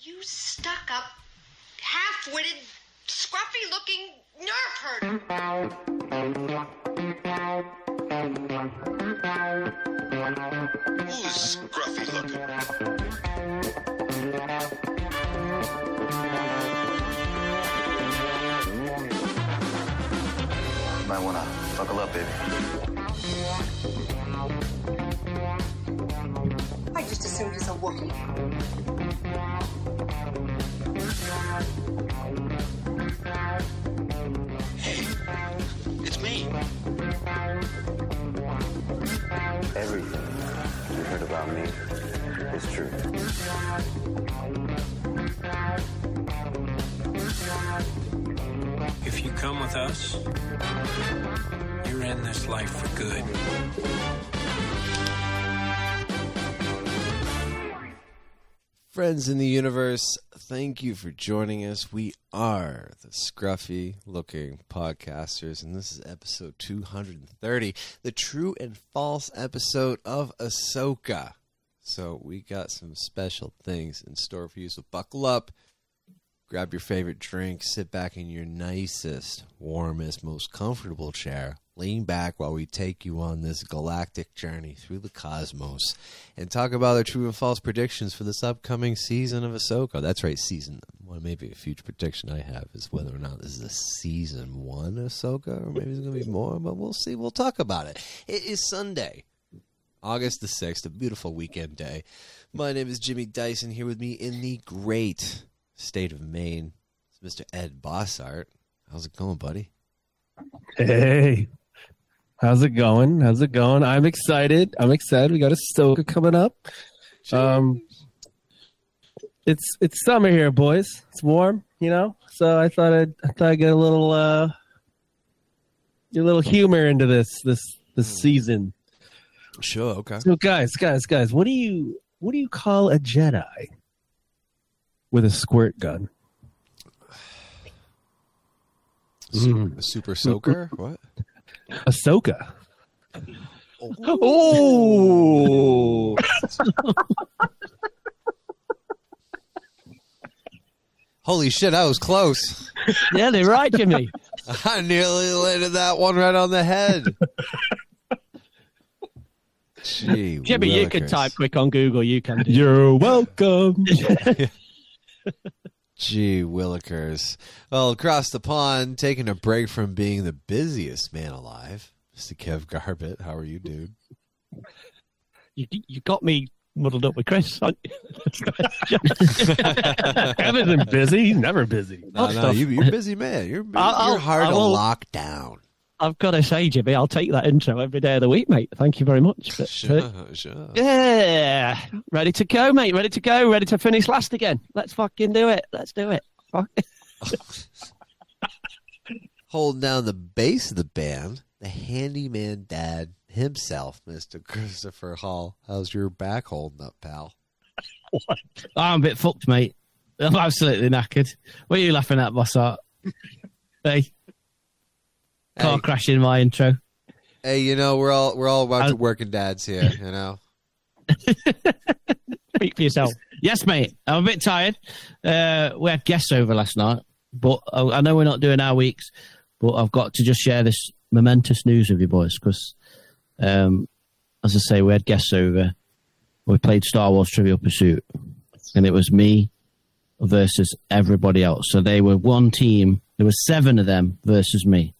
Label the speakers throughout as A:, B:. A: you stuck up, half witted, scruffy looking nerve herder.
B: Who's scruffy looking?
C: You might wanna buckle up, baby.
D: I just assumed it's a Wookiee.
B: It's me.
C: Everything you heard about me is true.
E: If you come with us, you're in this life for good.
F: Friends in the universe, thank you for joining us. We are the scruffy looking podcasters, and this is episode 230, the true and false episode of Ahsoka. So, we got some special things in store for you. So, buckle up, grab your favorite drink, sit back in your nicest, warmest, most comfortable chair, lean back while we take you on this galactic journey through the cosmos and talk about our true and false predictions for this upcoming season of Ahsoka. That's right, season one. Maybe a future prediction I have is whether or not this is a season one Ahsoka, or maybe it's going to be more, but we'll see. We'll talk about it. It is Sunday. August the 6th, a beautiful weekend day. My name is Jimmy Dyson here with me in the great state of Maine. It's Mr. Ed Bossart. How's it going, buddy?
G: Hey, how's it going? How's it going? I'm excited. I'm excited. We got a Stoker coming up. Um, it's it's summer here, boys. It's warm, you know. So I thought I'd I thought I'd get a little uh, a little humor into this this this season.
F: Sure, okay.
G: So guys, guys, guys, what do you what do you call a Jedi with a squirt gun?
F: Super, super soaker? What?
G: Ahsoka.
F: Oh.
G: Oh.
F: Holy shit, I was close.
G: yeah, they're right, Jimmy.
F: I nearly landed that one right on the head. Gee,
H: Jimmy, you can
F: willikers.
H: type quick on Google. You can. Do.
G: You're welcome.
F: Gee, Willikers. Well, across the pond, taking a break from being the busiest man alive, Mr. Kev Garbett. How are you, dude?
H: You, you got me muddled up with Chris. aren't you?
G: Kevin's been busy. He's never busy.
F: No, no, you, you're a busy man. You're,
H: I'll- I'll-
F: you're hard
H: I
F: to
H: will-
F: lock down.
H: I've got to say, Jimmy, I'll take that intro every day of the week, mate. Thank you very much. But, uh,
F: Sure, sure.
H: yeah, ready to go, mate. Ready to go. Ready to finish last again. Let's fucking do it. Let's do it. Fuck.
F: Holding down the bass of the band, the handyman dad himself, Mr. Christopher Hall. How's your back holding up, pal?
I: I'm a bit fucked, mate. I'm absolutely knackered. What are you laughing at, boss art? hey, car
F: Hey.
I: crash in my intro.
F: Hey, you know, we're all we're all about
I: I-
F: to working dads here, you know.
H: Speak for yourself.
I: Yes, mate. I'm a bit tired. Uh, we had guests over last night, but I, I know we're not doing our weeks, but I've got to just share this momentous news with you boys because, um, as I say, we had guests over. We played Star Wars Trivial Pursuit, and it was me versus everybody else. So they were one team. There were seven of them versus me.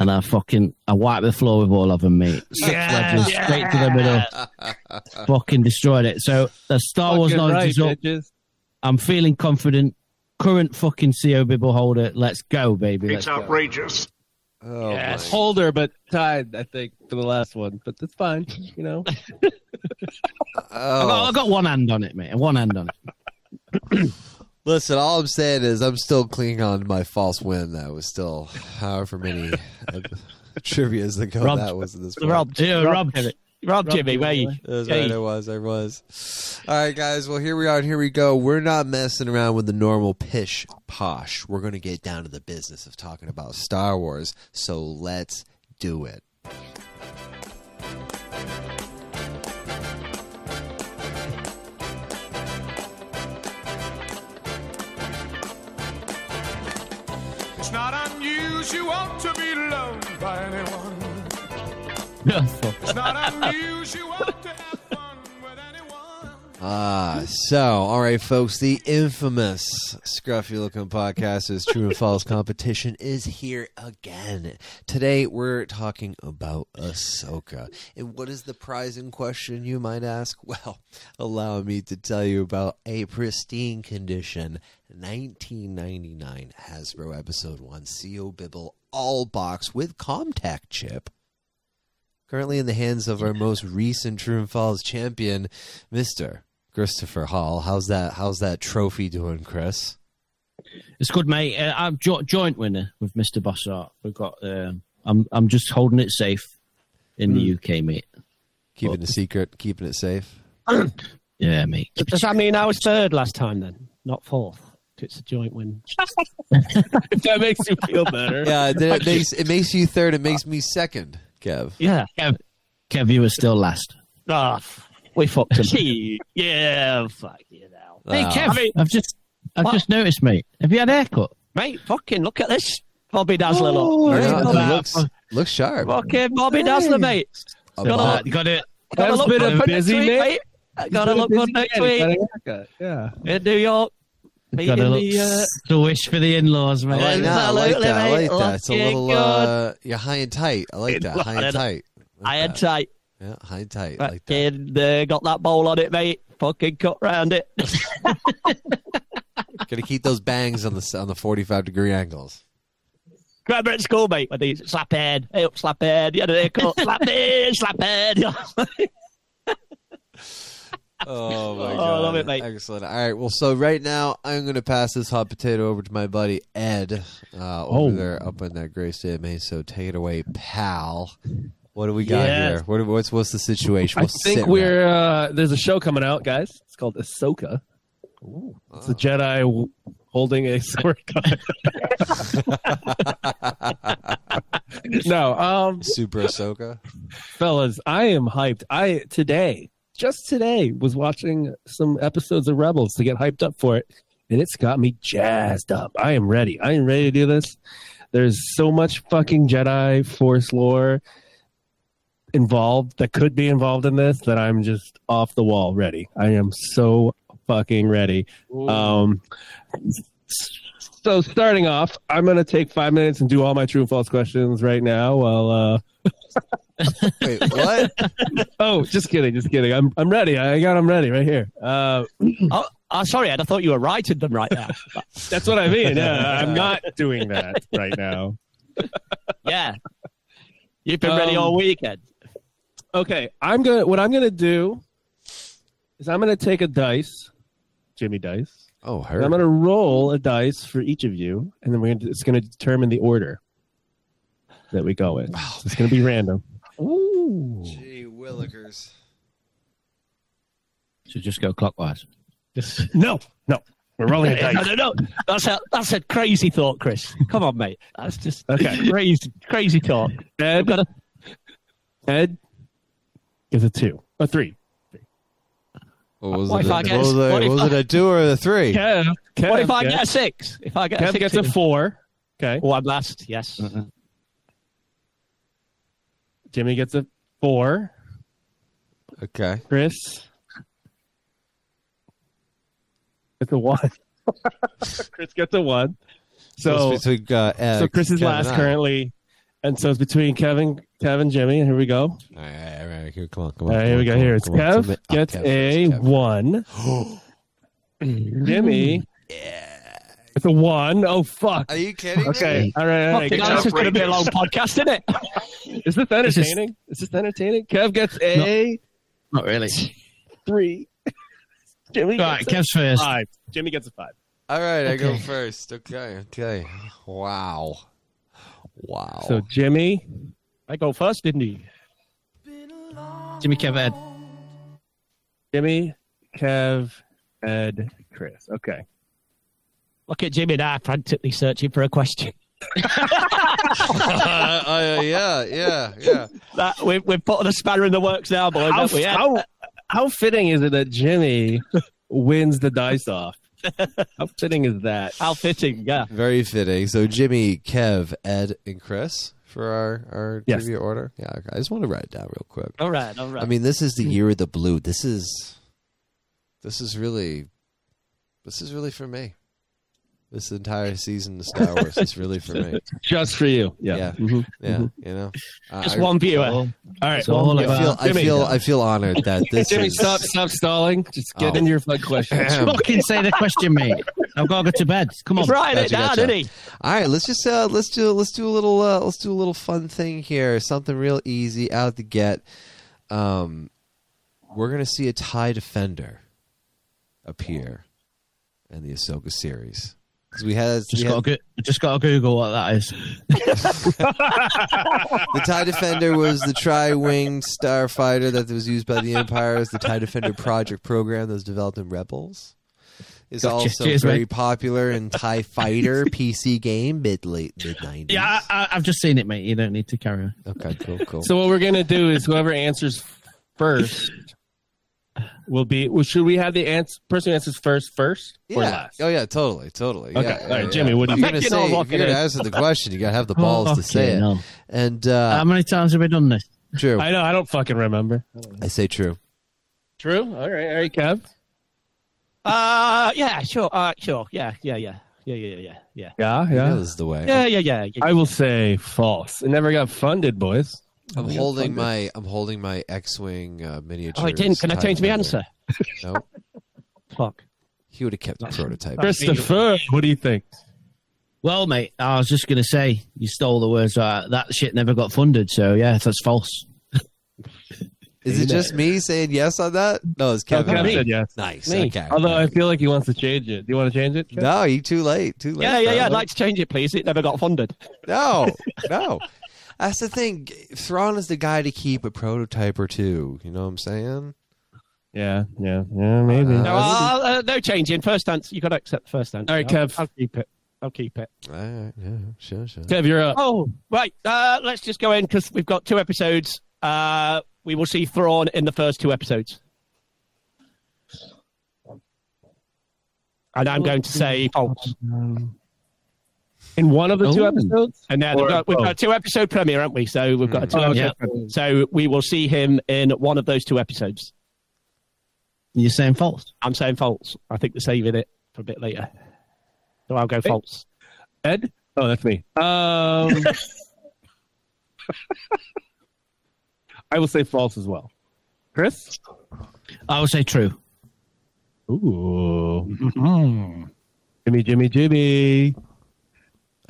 I: And I fucking I wiped the floor with all of them, mate. Six legends straight to the middle. fucking destroyed it. So the Star Wars knowledge is up. I'm feeling confident. Current fucking CO Bibble holder. Let's go, baby. Let's
J: It's
I: go.
J: outrageous.
F: Oh
G: Yes.
F: my.
G: Older, but tied, I think, for the last one. But that's fine, you know.
F: Oh.
I: I, got, I got one hand on it, mate. One hand on it.
F: Listen, all I'm saying is I'm still clinging on to my false win that was still however many uh, trivias that go
H: Rob-
F: that was at this point.
H: Rob,
I: Yeah,
H: Rob,
I: Rob-
H: Jimmy. Rob,
I: Rob
H: Jimmy, where you?
I: Jimmy.
F: That's
H: Hey.
F: right, I was, I was. All right, guys, well, here we are and here we go. We're not messing around with the normal pish posh. We're going to get down to the business of talking about Star Wars, so let's do it.
B: Don't you want to be loved by anyone?
I: Fuck.
B: It's not unusual to have fun with anyone.
F: Ah, so all right, folks, the infamous scruffy-looking podcast is true and false competition is here again. Today we're talking about Ahsoka, and what is the prize in question? You might ask. Well, allow me to tell you about a pristine condition, 1999 Hasbro Episode One Co Bibble All Box with Comtact chip currently in the hands of our most recent True and Falls champion, Mister Christopher Hall. How's that? How's that trophy doing, Chris?
I: It's good, mate. Uh, I'm jo- joint winner with Mr. Bossart. We've got. Um, I'm I'm just holding it safe in
H: Hmm.
I: the UK, mate.
F: Keeping it secret, keeping it safe.
I: Yeah, mate.
H: Does that mean I was third last time then, not fourth? It's a joint win.
G: If that makes you feel better.
F: Yeah, then it makes it makes you third. It makes me second, Kev.
H: Yeah.
I: Kev, Kev, you were still last.
H: Ah,
I: We fucked him.
H: gee. yeah, fuck you now.
I: Hey,
F: Wow.
I: Kev, I have just I've
H: What?
I: just noticed, mate. Have you had a haircut?
H: Mate, fucking look at this. Bobby Dazzler.
I: Oh,
H: look.
I: yeah.
F: Yeah,
H: Look at
F: it
H: that.
F: looks looks sharp.
H: Fucking Bobby Dazzler, mate.
F: A
I: Got
F: bo-
I: that- got it.
G: That's
H: Gotta look
G: been
H: good
G: a
H: for
G: busy
H: next week,
G: man.
H: mate. Gotta look good next week
G: Yeah.
H: in New York. Meeting
I: Got a look.
H: the, uh,
I: the wish for the in-laws,
F: I
I: mate.
F: like that. I like
H: Absolutely,
F: that. I
H: mate.
F: like that. It's a
H: Lucky
F: little.
H: God.
F: Uh, you're high and tight. I like that. High and tight.
H: I
F: Like
H: had
F: that.
H: tight.
F: Yeah, high and tight. I Like that.
H: Fucking uh, got that bowl on it, mate. Fucking cut round it.
F: Gonna keep those bangs on the s- on the 45 degree angles.
H: Remember at school, mate, when they used to slap head, hey up, slap head, you had a haircut, slap head, slap head.
F: Oh my
H: Oh, I
F: god!
H: love it, mate.
F: Excellent. All right. Well, so right now I'm going to pass this hot potato over to my buddy Ed uh, over
I: Oh.
F: there up in that gray state of Maine. So take it away, pal. What do we got
I: Yes.
F: here? What, what's what's the situation?
G: I
F: What's the
G: think
F: sit
G: we're uh, there's a show coming out, guys. It's called Ahsoka. It's a Jedi w- holding a sword. no, um,
F: rep? Super Ahsoka.
G: fellas, I am hyped. I today, just today, was watching some episodes of Rebels to get hyped up for it, and it's got me jazzed up. I am ready. I am ready to do this. There's so much fucking Jedi Force lore involved that could be involved in this that I'm just off the wall ready. I am so fucking ready. Um, so starting off, I'm gonna take five minutes and do all my true and false questions right now. While uh,
F: Wait, what?
G: oh, just kidding, just kidding. I'm I'm ready. I got I'm ready right here. Uh,
H: oh, oh, sorry, Ed, I thought you were writing them right now.
G: that's what I mean. Yeah, I'm not doing that right now.
H: yeah. You've been ready
G: Um,
H: all weekend.
G: Okay, I'm gonna. What I'm gonna do is I'm gonna take a dice, Jimmy Dice.
F: Oh,
G: And
F: her.
G: I'm gonna roll a dice for each of you, and then we're gonna, it's gonna determine the order that we go with.
H: Oh,
G: it's gonna be random.
F: Gee willikers.
I: So just go clockwise.
G: No, no, we're rolling a
H: No,
G: dice.
H: no, no. That's a, that's a crazy thought, Chris. Come on, mate. That's just
G: Okay.
H: crazy, crazy talk.
G: Ed,
H: Got a,
G: Ed is a two, a three.
F: What was,
H: What
F: it,
H: if
F: a-
H: I
F: what
H: guess-
F: was, a,
H: what if
F: was
H: I-
F: it a two or a three?
G: Kev, Kev
H: what if I
G: gets-
H: get a six? If I get a
G: Kev
H: six,
G: gets a
H: in-
G: four. Okay.
H: Oh, I'm last, yes.
G: Jimmy gets a four.
F: Okay.
G: Chris gets a one. Chris gets a one. So,
F: it's between, uh, Ed,
G: so Chris is
F: Kev,
G: last
F: and I.
G: currently, and so it's between Kevin, Kevin, Jimmy. Here we go.
F: All right, all right, here, come on, come
G: All
F: on.
G: right, here we go. Here it's Kev gets a one. Jimmy, it's a one. Oh fuck.
F: Are you kidding me?
G: Okay. All right. All right.
H: Fucking hell, this is going to be a long podcast, isn't it?
G: Is this entertaining? Is this entertaining? Kev gets a
I: Not really.
G: three. Jimmy
I: Right,
G: gets
I: Kev's
G: a
I: first.
G: five. Jimmy gets a five.
F: All right, I go first. Okay, okay. Wow. Wow.
G: So Jimmy,
H: I go first, didn't he?
I: Jimmy Kev Ed.
G: Jimmy, Kev, Ed, Chris. Okay.
H: Look at Jimmy now, frantically searching for a question.
F: Uh, uh, yeah, yeah, yeah.
H: That we've we've put a spanner in the works now, boys.
G: How,
H: haven't we? Ed?
G: how, how fitting is it that Jimmy wins the dice off? How fitting is that?
H: How fitting, yeah.
F: Very fitting. So Jimmy, Kev, Ed, and Chris for our our
G: Yes.
F: trivia order. Yeah, okay. I just want to write it down real quick.
H: All right, all right.
F: I mean, this is
G: Mm-hmm.
F: the year of the blue. This is this is really this is really for me. This entire season of Star Wars is really for me.
G: Just for you. Yeah.
F: Yeah.
G: Mhm.
F: Yeah, you know, I-
H: just
F: I,
H: one viewer.
G: All right.
I: So all
G: well,
F: I feel, I
G: Jimmy.
F: feel, I feel honored that this
G: Jimmy,
F: is.
G: stop, stop stalling. Just get
F: Oh.
G: in your fun questions.
F: Ahem.
I: Fucking say the question, mate. I've got to go to bed. Come on.
H: He's writing it
F: Gotcha,
H: down,
F: gotcha.
H: isn't he?
F: All right, let's just uh, let's do let's do a little uh, let's do a little fun thing here. Something real easy out to get. Um, we're gonna see a tie defender appear in the Ahsoka series 'Cause we had, we
I: Just
F: had-
I: got to go- just got to Google what that is.
F: the tie defender was the tri-winged starfighter that was used by the Empire as the tie defender project program that was developed in Rebels. Is
I: Gotcha.
F: also
I: Cheers,
F: very
I: mate.
F: popular in Tie Fighter PC game mid late mid nineties.
I: Yeah, I, I, I've just seen it, mate. You don't need to carry on.
F: Okay. Cool. Cool.
G: So what we're gonna do is whoever answers first will be. Well, should we have the ans- person who answers first first
F: Yeah.
G: or last?
F: Oh yeah, totally, totally.
G: Okay,
F: Yeah,
G: all right,
F: yeah,
G: Jimmy,
F: yeah.
G: what do
F: If
G: you
F: you're gonna
G: think?
F: say?
G: Fucking all
F: If you're gonna
G: walking in.
F: answer the question, you gotta have the
H: Oh,
F: balls to say
I: Fucking
F: it.
I: hell.
F: And
I: How
F: uh,
I: many times have we done this?
F: true,
G: I
F: I,
G: know. I don't fucking remember.
F: say true.
G: True. All right. All right, Kev.
H: Uh, yeah, sure, uh, sure, yeah, yeah, yeah, yeah, yeah, yeah, yeah,
G: Yeah.
F: Yeah,
G: Yeah.
F: this is the way.
H: yeah, yeah, yeah. yeah.
G: I will say false. It never got funded, boys.
F: I'm
G: Yeah,
F: holding
G: fuck
F: my I'm holding my X-wing uh, miniature.
H: Oh, it didn't. Can I change my answer?
F: No,
H: Fuck.
F: he would have kept the prototype.
G: Christopher, what do you think?
I: Well, mate, I was just going to say you stole the words. Uh, that shit never got funded. So yeah, that's false.
F: Is it just me saying yes on that? No, it's Kevin.
G: Kev
F: right?
G: said yes.
F: Nice.
G: Me.
F: Okay.
G: Although I feel like he wants to change it. Do you want to change it? Kev?
F: no, you too late. Too late.
H: Yeah, yeah, yeah. I'd
F: brother.
H: like to change it, please. It never got funded.
F: No, no. That's the thing. Thrawn is the guy to keep a prototype or two. You know what I'm saying?
G: Yeah. Yeah. Yeah. Maybe.
F: Uh,
H: No, I'll, uh, no changing. First answer. You got to accept the first answer.
G: All right, Kev.
H: I'll, I'll keep it. I'll keep it.
F: All right. Yeah. Sure. Sure.
G: Kev, you're up.
H: Oh, right. Uh, let's just go in because we've got two episodes. Uh, we will see Thrawn in the first two episodes. And I'm going to say false.
G: In one of the Oh,
F: Oh.
G: two episodes.
H: And now we've
G: Or
H: got, we've got
G: both.
H: a two episode premiere, haven't we? So we've got a two
G: Oh, okay.
H: episode. So we will see him in one of those two episodes.
I: You're saying false.
H: I'm saying false. I think they're saving it for a bit later. So I'll go false.
G: Ed? Oh, that's me. Um, I will say false as well. Chris?
I: I would say true.
G: Ooh. Jimmy, Jimmy, Jimmy.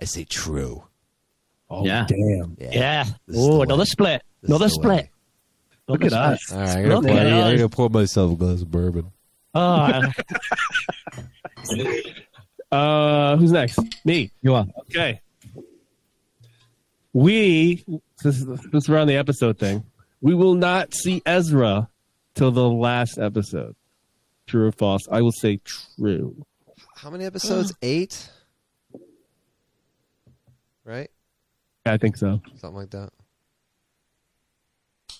F: I say true.
G: Oh,
I: Yeah.
G: damn.
H: Yeah.
F: This is the
H: Oh,
F: way.
H: another split.
F: This is
H: Another
F: the
H: split.
F: way.
G: Look at
H: Another split.
G: us.
F: All right. I'm gonna,
H: Look
F: pour,
H: at
F: I'm
H: us.
F: gonna pour myself a glass of bourbon.
H: Oh,
G: Uh, who's next? Me.
I: You are.
G: Okay. We, since, since we're on the episode thing, we will not see Ezra till the last episode. True or false? I will say true.
F: How many episodes? Eight. Right.
G: I think so.
F: Something like that.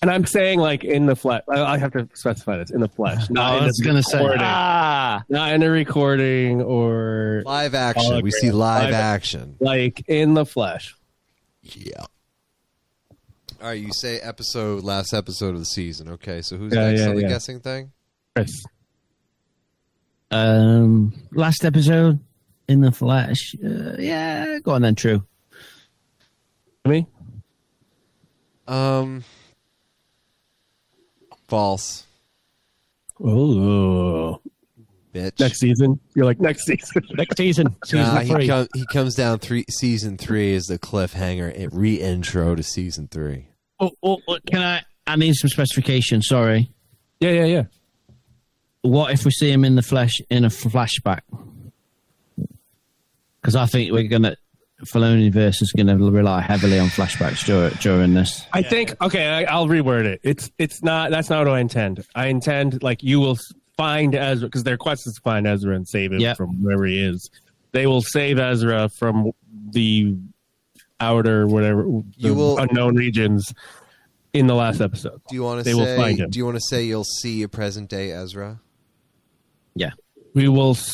G: And I'm saying like in the flesh. I, I have to specify this in the flesh. Not in
I: I
G: the
I: was going to say.
G: recording.
H: ah.
G: not in a recording or
F: Live action. we
G: Hologram.
F: see Oh, live,
G: Live-
F: action.
G: like in the flesh.
F: Yeah. All right. You say episode last episode of the season. Okay. So who's
G: Yeah,
F: next
G: yeah,
F: on the
G: yeah.
F: guessing thing?
G: Chris.
I: Um, last episode in the flesh. Uh, yeah, go on then. True.
G: Me?
F: Um. False.
G: Oh.
F: Bitch.
G: Next season. You're like next season.
H: Next season. Season
F: Nah,
H: three.
F: he, come, he comes down three season three is the cliffhanger it re-intro to season three
I: Oh, oh, oh, can I? I need some specification. Sorry.
G: yeah, yeah, yeah.
I: What if we see him in the flesh in a flashback? Because I think we're going to. Filoni verse is going to rely heavily on flashbacks during, during this.
G: I think okay. I, I'll reword it. It's it's not. That's not what I intend. I intend like you will find Ezra because their quest is to find Ezra and save him
I: Yeah.
G: from wherever he is. They will save Ezra from the outer whatever the
F: will-
G: unknown regions in the last episode.
F: do you want to
G: They will
F: say
G: find him.
F: do you want to say you'll see a present day ezra
I: Yeah.
G: We will. s-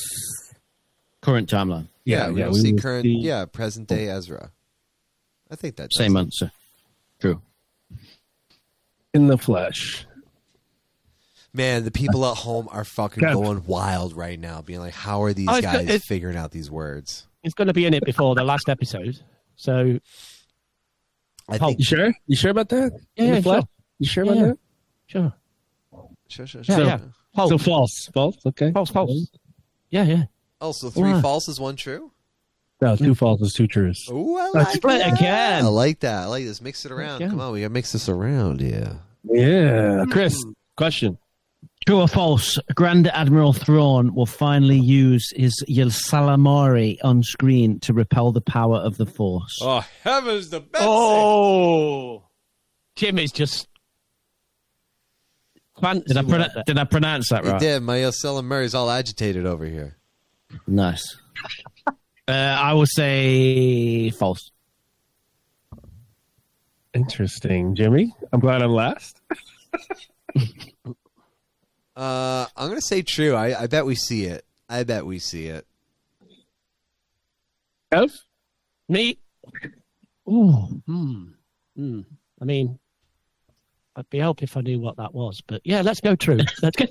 I: current timeline.
F: Yeah, we will
G: we
F: see
G: will
F: current.
G: see-
F: Yeah, present day Ezra. I think that's
I: Same answer. True.
G: in the flesh.
F: Man, the people at home are fucking
G: Yeah.
F: going wild right now, being like, "How are these
I: Oh, it's
F: guys
I: got- it's-
F: figuring out these words?"
H: It's going to be in it before the last episode. So
F: I
H: Oh,
F: think.
G: You sure? You sure about that?
H: Yeah,
G: In the
H: yeah,
G: flesh?
H: sure.
G: You sure
H: Yeah,
G: about
H: yeah.
G: that?
H: sure,
F: Sure, sure,
H: yeah,
F: sure.
H: yeah. Pulse,
G: So false. False. Okay.
H: pulse, pulse. Yeah, yeah.
F: Oh, so three
H: Wow.
F: false is one true.
G: No, two falses, two trues.
F: Ooh, I
H: Let's
F: like
H: play it
F: that.
H: again.
F: I like that. I like this. Mix it around.
H: again.
F: Come on, we gotta mix this around. Yeah.
G: Yeah. Chris, question.
I: True or false? Grand Admiral Thrawn will finally use his Yilsalamori on screen to repel the power of the Force.
F: Oh, heavens the best.
H: Oh, Jim is just. Fancy
I: Did I,
H: like
I: pro-
H: that.
I: did I pronounce that right?
F: Damn, my Yosela Murray's all agitated over here.
I: Nice. uh, I will say false.
G: Interesting, Jimmy. I'm glad I'm last.
F: Uh, I'm gonna say true. I, I bet we see it. I bet we see it.
G: Kev?
H: Me? Ooh. Hmm. Hmm. I mean, I'd be helped if I knew what that was, but yeah, let's go true. Let's go.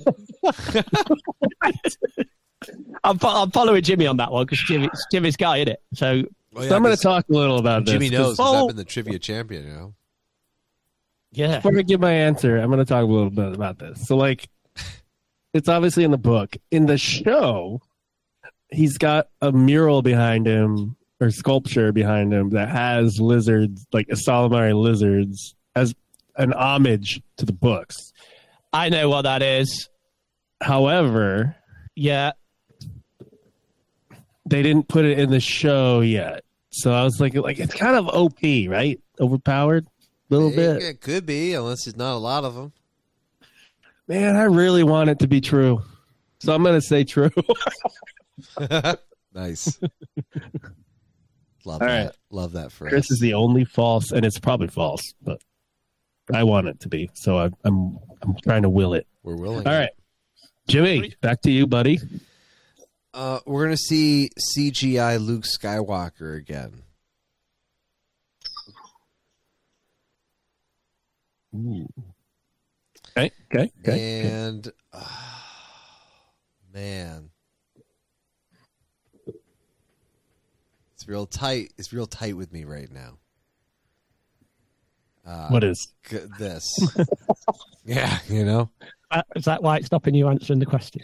H: I'm, fo- I'm following Jimmy on that one because Jimmy, it's Jimmy's guy, in it? So
G: so I'm going to talk a little about this.
F: Jimmy
G: 'cause
F: knows 'cause
G: Paul-
F: I've been the trivia champion. You know.
H: yeah,
G: Before I give my answer, I'm going to talk a little bit about this. So, like, it's obviously in the book. In the show, he's got a mural behind him or sculpture behind him that has lizards, like Salamari lizards, as an homage to the books.
H: I know what that is.
G: However,
H: Yeah,
G: they didn't put it in the show yet. So I was thinking, like, it's kind of OP, right? Overpowered a little
F: Yeah,
G: bit.
F: It could be, unless there's not a lot of them.
G: Man, I really want it to be true. So I'm going to say true.
F: nice. Love
G: All
F: that.
G: right.
F: Love that for
G: Chris is
F: us.
G: the only false, and it's probably false, but I want it to be. So I, I'm I'm trying to will it.
F: We're willing.
G: All right, Jimmy, back to you, buddy.
F: Uh, we're gonna see CGI Luke Skywalker again.
G: Okay, okay, okay.
F: And uh, man, it's real tight. It's real tight with me right now. Uh,
G: What is?
F: g- this? yeah, you know.
H: Uh, is that why it's stopping you answering the question?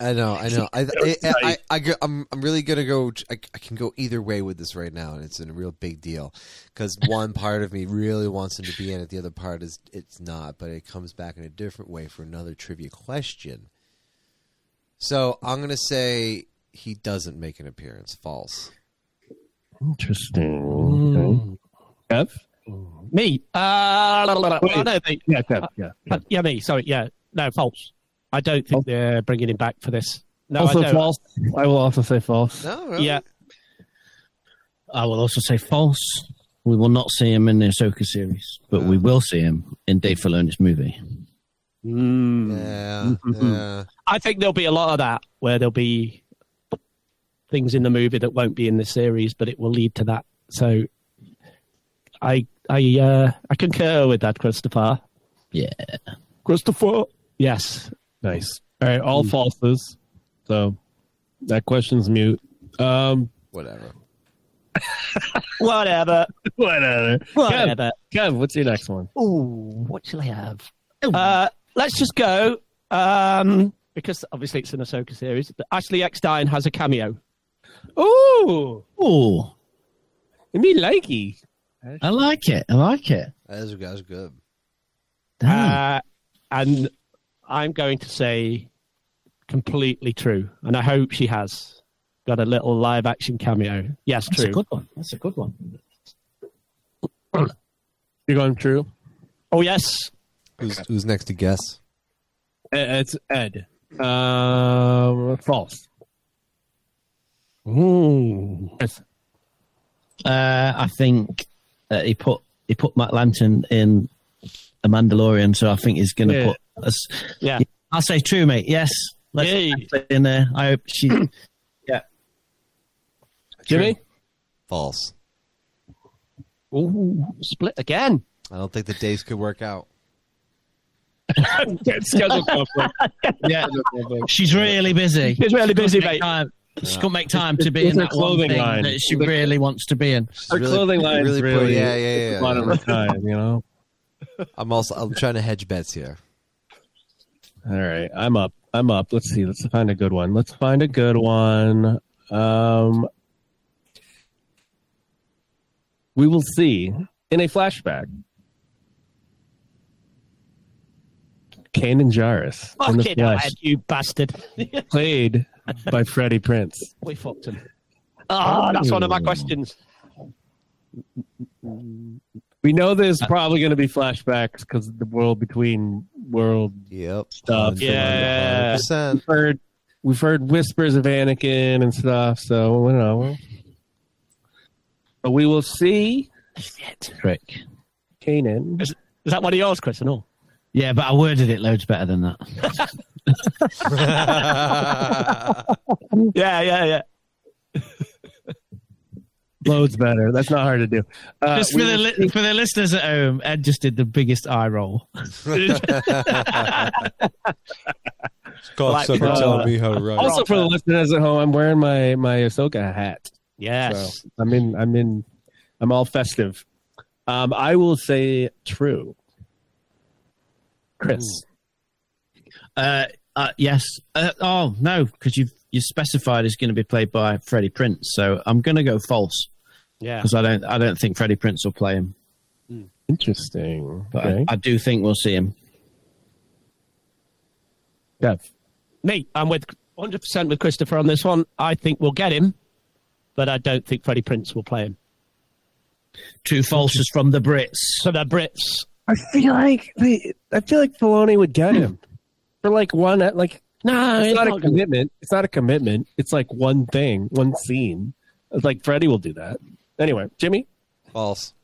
F: I know, I know. I, I, I, I, go- I'm, I'm really gonna go. I, I can go either way with this right now, and it's a real big deal because one part of me really wants him to be in it, the other part is it's not. But it comes back in a different way for another trivia question. So I'm gonna say he doesn't make an appearance. False.
G: Interesting. Okay. Kev?
H: Me? Uh, la, la, la, la.
G: Wait.
H: I don't think.
G: Yeah, Kev. Yeah.
H: Uh, yeah, me. Sorry. Yeah, no, false. I don't think
G: False.
H: they're bringing him back Oh. for this. No, I
G: also
H: don't.
G: false. I will also say false.
F: No. Really?
H: Yeah,
I: I will also say false. We will not see him in the Ahsoka series, but we will see him in Dave Filoni's movie.
F: Yeah. yeah.
H: I think there'll be a lot of that where there'll be things in the movie that won't be in the series, but it will lead to that. So, I I uh, I concur with that, Christopher.
I: Yeah.
H: Christopher. Yes.
G: Nice. All right, all falses. So that question's mute. Um,
F: Whatever.
H: Whatever.
G: whatever. Kev,
H: Whatever.
G: Kev, what's your next one?
H: Ooh, what shall I have? Uh, let's just go um, because obviously it's an Ahsoka series. But Ashley Eckstein has a cameo.
G: Ooh,
I: Oh,
G: I mean, likey.
I: I like it. I like it.
F: That's, that's good.
I: Damn.
H: Uh, and I'm going to say completely true. And I hope she has got a little live action cameo. Yes,
I: That's a
H: true.
I: good one. That's a good one.
G: You're going true.
H: Oh, yes.
F: Who's, who's next to guess?
G: E- It's Ed. Um, false.
I: Uh, I think uh, he put he put Matt Lanton in a Mandalorian, so I think he's going to
G: Yeah.
I: put. Us,
H: Yeah.
I: I'll say true, mate. Yes, let's
H: Yay.
I: put it in there. I hope she. yeah,
G: Jimmy?
F: False.
H: Ooh, split again.
F: I don't think the days could work out.
G: Schedule conflict.
I: Yeah, she's really busy.
H: It's really busy,
I: Make
H: mate.
I: time. She couldn't make time to be
G: It's
I: in
G: her
I: that one
G: clothing
I: thing
G: line.
I: that she really wants to be in.
F: She's
G: Our clothing line's really,
F: poor- yeah, yeah, yeah.
G: a lot of her time, you know?
F: I'm also I'm trying to hedge bets here.
G: All right, I'm up. I'm up. Let's see. Let's find a good one. Let's find a good one. Um, we will see in a flashback. Kane and Jarrus in the
H: Fucking
G: flesh,
H: head, you bastard.
G: played by Freddie Prince.
H: we fucked him. Oh, that's one of my questions.
G: We know there's probably going to be flashbacks because the world between world
F: Yep.
G: Stuff.
H: Yeah.
F: 100%.
G: we've heard we've heard whispers of Anakin and stuff, so you know. But we will see
H: Shit.
I: Trick.
G: Kanan.
H: Is that one of yours, Chris? No.
I: Yeah, but I worded it loads better than that.
H: Yeah, yeah, yeah.
G: Loads better. That's not hard to do. Uh,
I: just
G: we
I: for the
G: will
I: li- for the listeners at home, Ed just did the biggest eye roll.
F: God,
H: sucker uh, telling
F: me how to
G: see- also for the listeners at home, I'm wearing my my Ahsoka hat.
H: Yes.
G: So I'm in. I'm in. I'm all festive. Um, I will say true. Chris,
I: Uh, uh, yes. Uh, oh no, because you you specified it's going to be played by Freddie Prince, so I'm going to go false
H: Yeah.
I: because I don't I don't think Freddie Prince will play him,
G: interesting.
I: but
G: okay.
I: I, I do think we'll see him.
G: Jeff.
H: Me, I'm with 100% with Christopher on this one. I think we'll get him, but I don't think Freddie Prince will play him.
I: Two falses from the Brits.
H: So they're Brits.
G: I feel like the, I feel like Filoni would get him for like one like
H: No,
G: it's
H: he's
G: not a
H: not gonna-
G: commitment. It's not a commitment. It's like one thing, one scene. It's like Freddie will do that. Anyway, Jimmy.
F: False.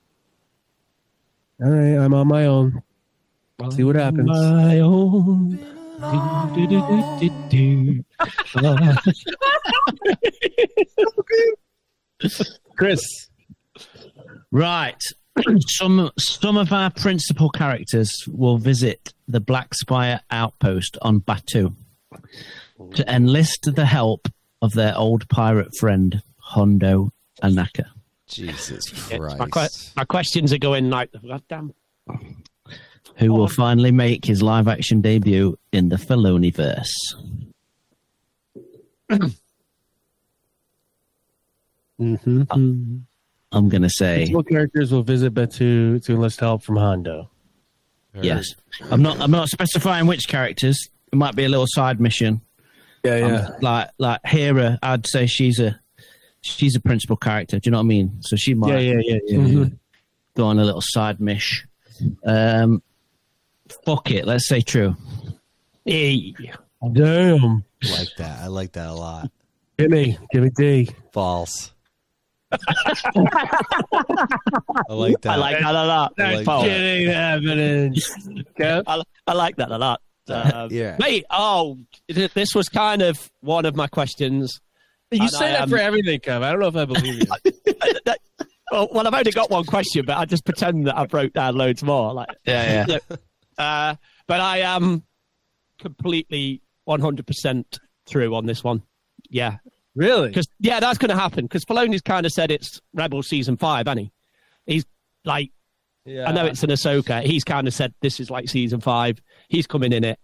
G: All right, I'm on my own. See what happens.
H: My own. Do, do, do, do, do, do. Uh,
G: Chris.
I: Right. some some of our principal characters will visit the Black Spire outpost on Batu to enlist the help of their old pirate friend Hondo Anaka.
F: Jesus
H: my, que-
F: Christ.
H: my questions are going like, God damn.
I: who
G: Oh.
I: will finally make his live action debut in the Filoniverse.
G: Mm-hmm.
I: Uh, I'm going to say
G: What characters will visit Batu to enlist help from Hondo?
I: yes. I'm not I'm not specifying which characters. It might be a little side mission.
G: Yeah,
I: Um, like like Hera, I'd say she's a she's a principal character. Do you know what I mean? So she might Mm-hmm.
G: yeah, yeah, yeah, yeah.
I: go on a little side mish. Um, fuck it, let's say true.
H: Hey.
G: Damn.
F: I like that. I like that a lot.
G: Jimmy, Jimmy D.
F: False. I like that.
H: I like that a lot.
F: I like
H: Paul.
F: that.
G: Getting evidence. Kev?
H: I, I like that a lot. Um,
F: Yeah.
H: Mate, oh, th- this was kind of one of my questions.
G: You
H: And
G: say
H: I
G: that
H: am-
G: for everything, Kev. I don't know if I believe you.
H: Well, well, I've only got one question, but I just pretend that I broke down loads more. Like,
I: Yeah, yeah.
H: uh, but I am completely 100% through on this one. Yeah,
G: really?
H: because yeah, that's going to happen. Because Filoni's kind of said it's Rebel season five, hasn't he? He's like,
G: Yeah.
H: I know it's an Ahsoka. He's kind of said this is like season five. He's coming in it.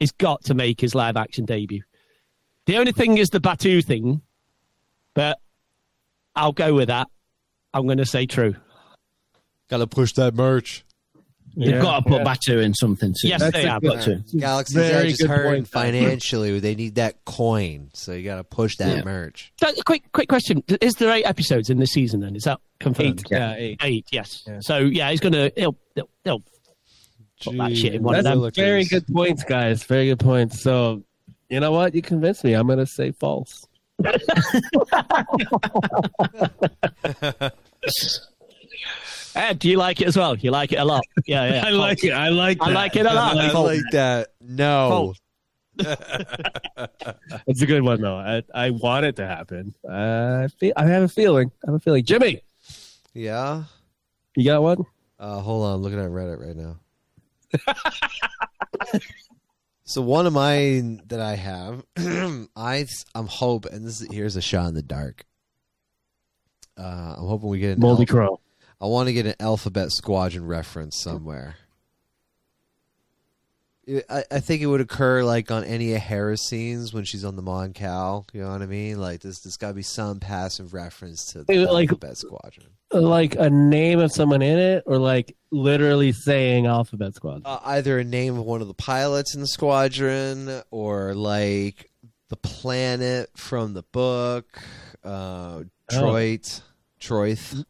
H: He's got to make his live action debut. The only thing is the Batu thing, but I'll go with that. I'm going to say true.
F: Gotta push that merch.
I: They've got to put Batu in something. Soon.
H: Yes,
G: That's
H: they
G: a
H: have.
G: good-
I: got to.
F: Galaxy's
G: Very
F: Edge is
G: good
F: hurting
G: point.
F: financially. They need that coin, so you gotta push that
I: Yeah.
F: merch.
H: So, quick, quick question: Is there eight episodes in this season? Then is that confirmed?
G: Eight. Yeah, eight.
H: Eight, yes.
G: Yeah.
H: So yeah, he's gonna he'll he'll, he'll Put that shit in one of
G: That's
H: them.
F: Look at
G: very
F: this.
G: good points, guys. Very good points. So, you know what? You convinced me. I'm going to say false.
H: Ed, do you like it as well? You like it a lot. Yeah, yeah.
G: it. I like
H: I like it a lot.
F: I
H: False.
F: like that. No.
H: False.
G: That's a good one though. I, I want it to happen. I feel, I have a feeling. I have a feeling. Jimmy,
F: Yeah.
G: you got one?
F: Uh, hold on, I'm looking at Reddit right now. so one of mine that I have, I I'm hoping and this is, here's a shot in the dark. Uh, I'm hoping we get an
G: Moldy
F: alpha-
G: Crow.
F: I want to get an Alphabet Squadron reference somewhere. It- I, I think it would occur like on any of Hera's scenes when she's on the Mon Cal. You know what I mean? Like there's there's got to be some passive reference to the
G: Dude, like-
F: Alphabet Squadron.
G: Like a name of someone in it, or like literally saying Alphabet Squad.
F: Uh, either a name of one of the pilots in the squadron or like the planet from the book, uh, Troit, Troith,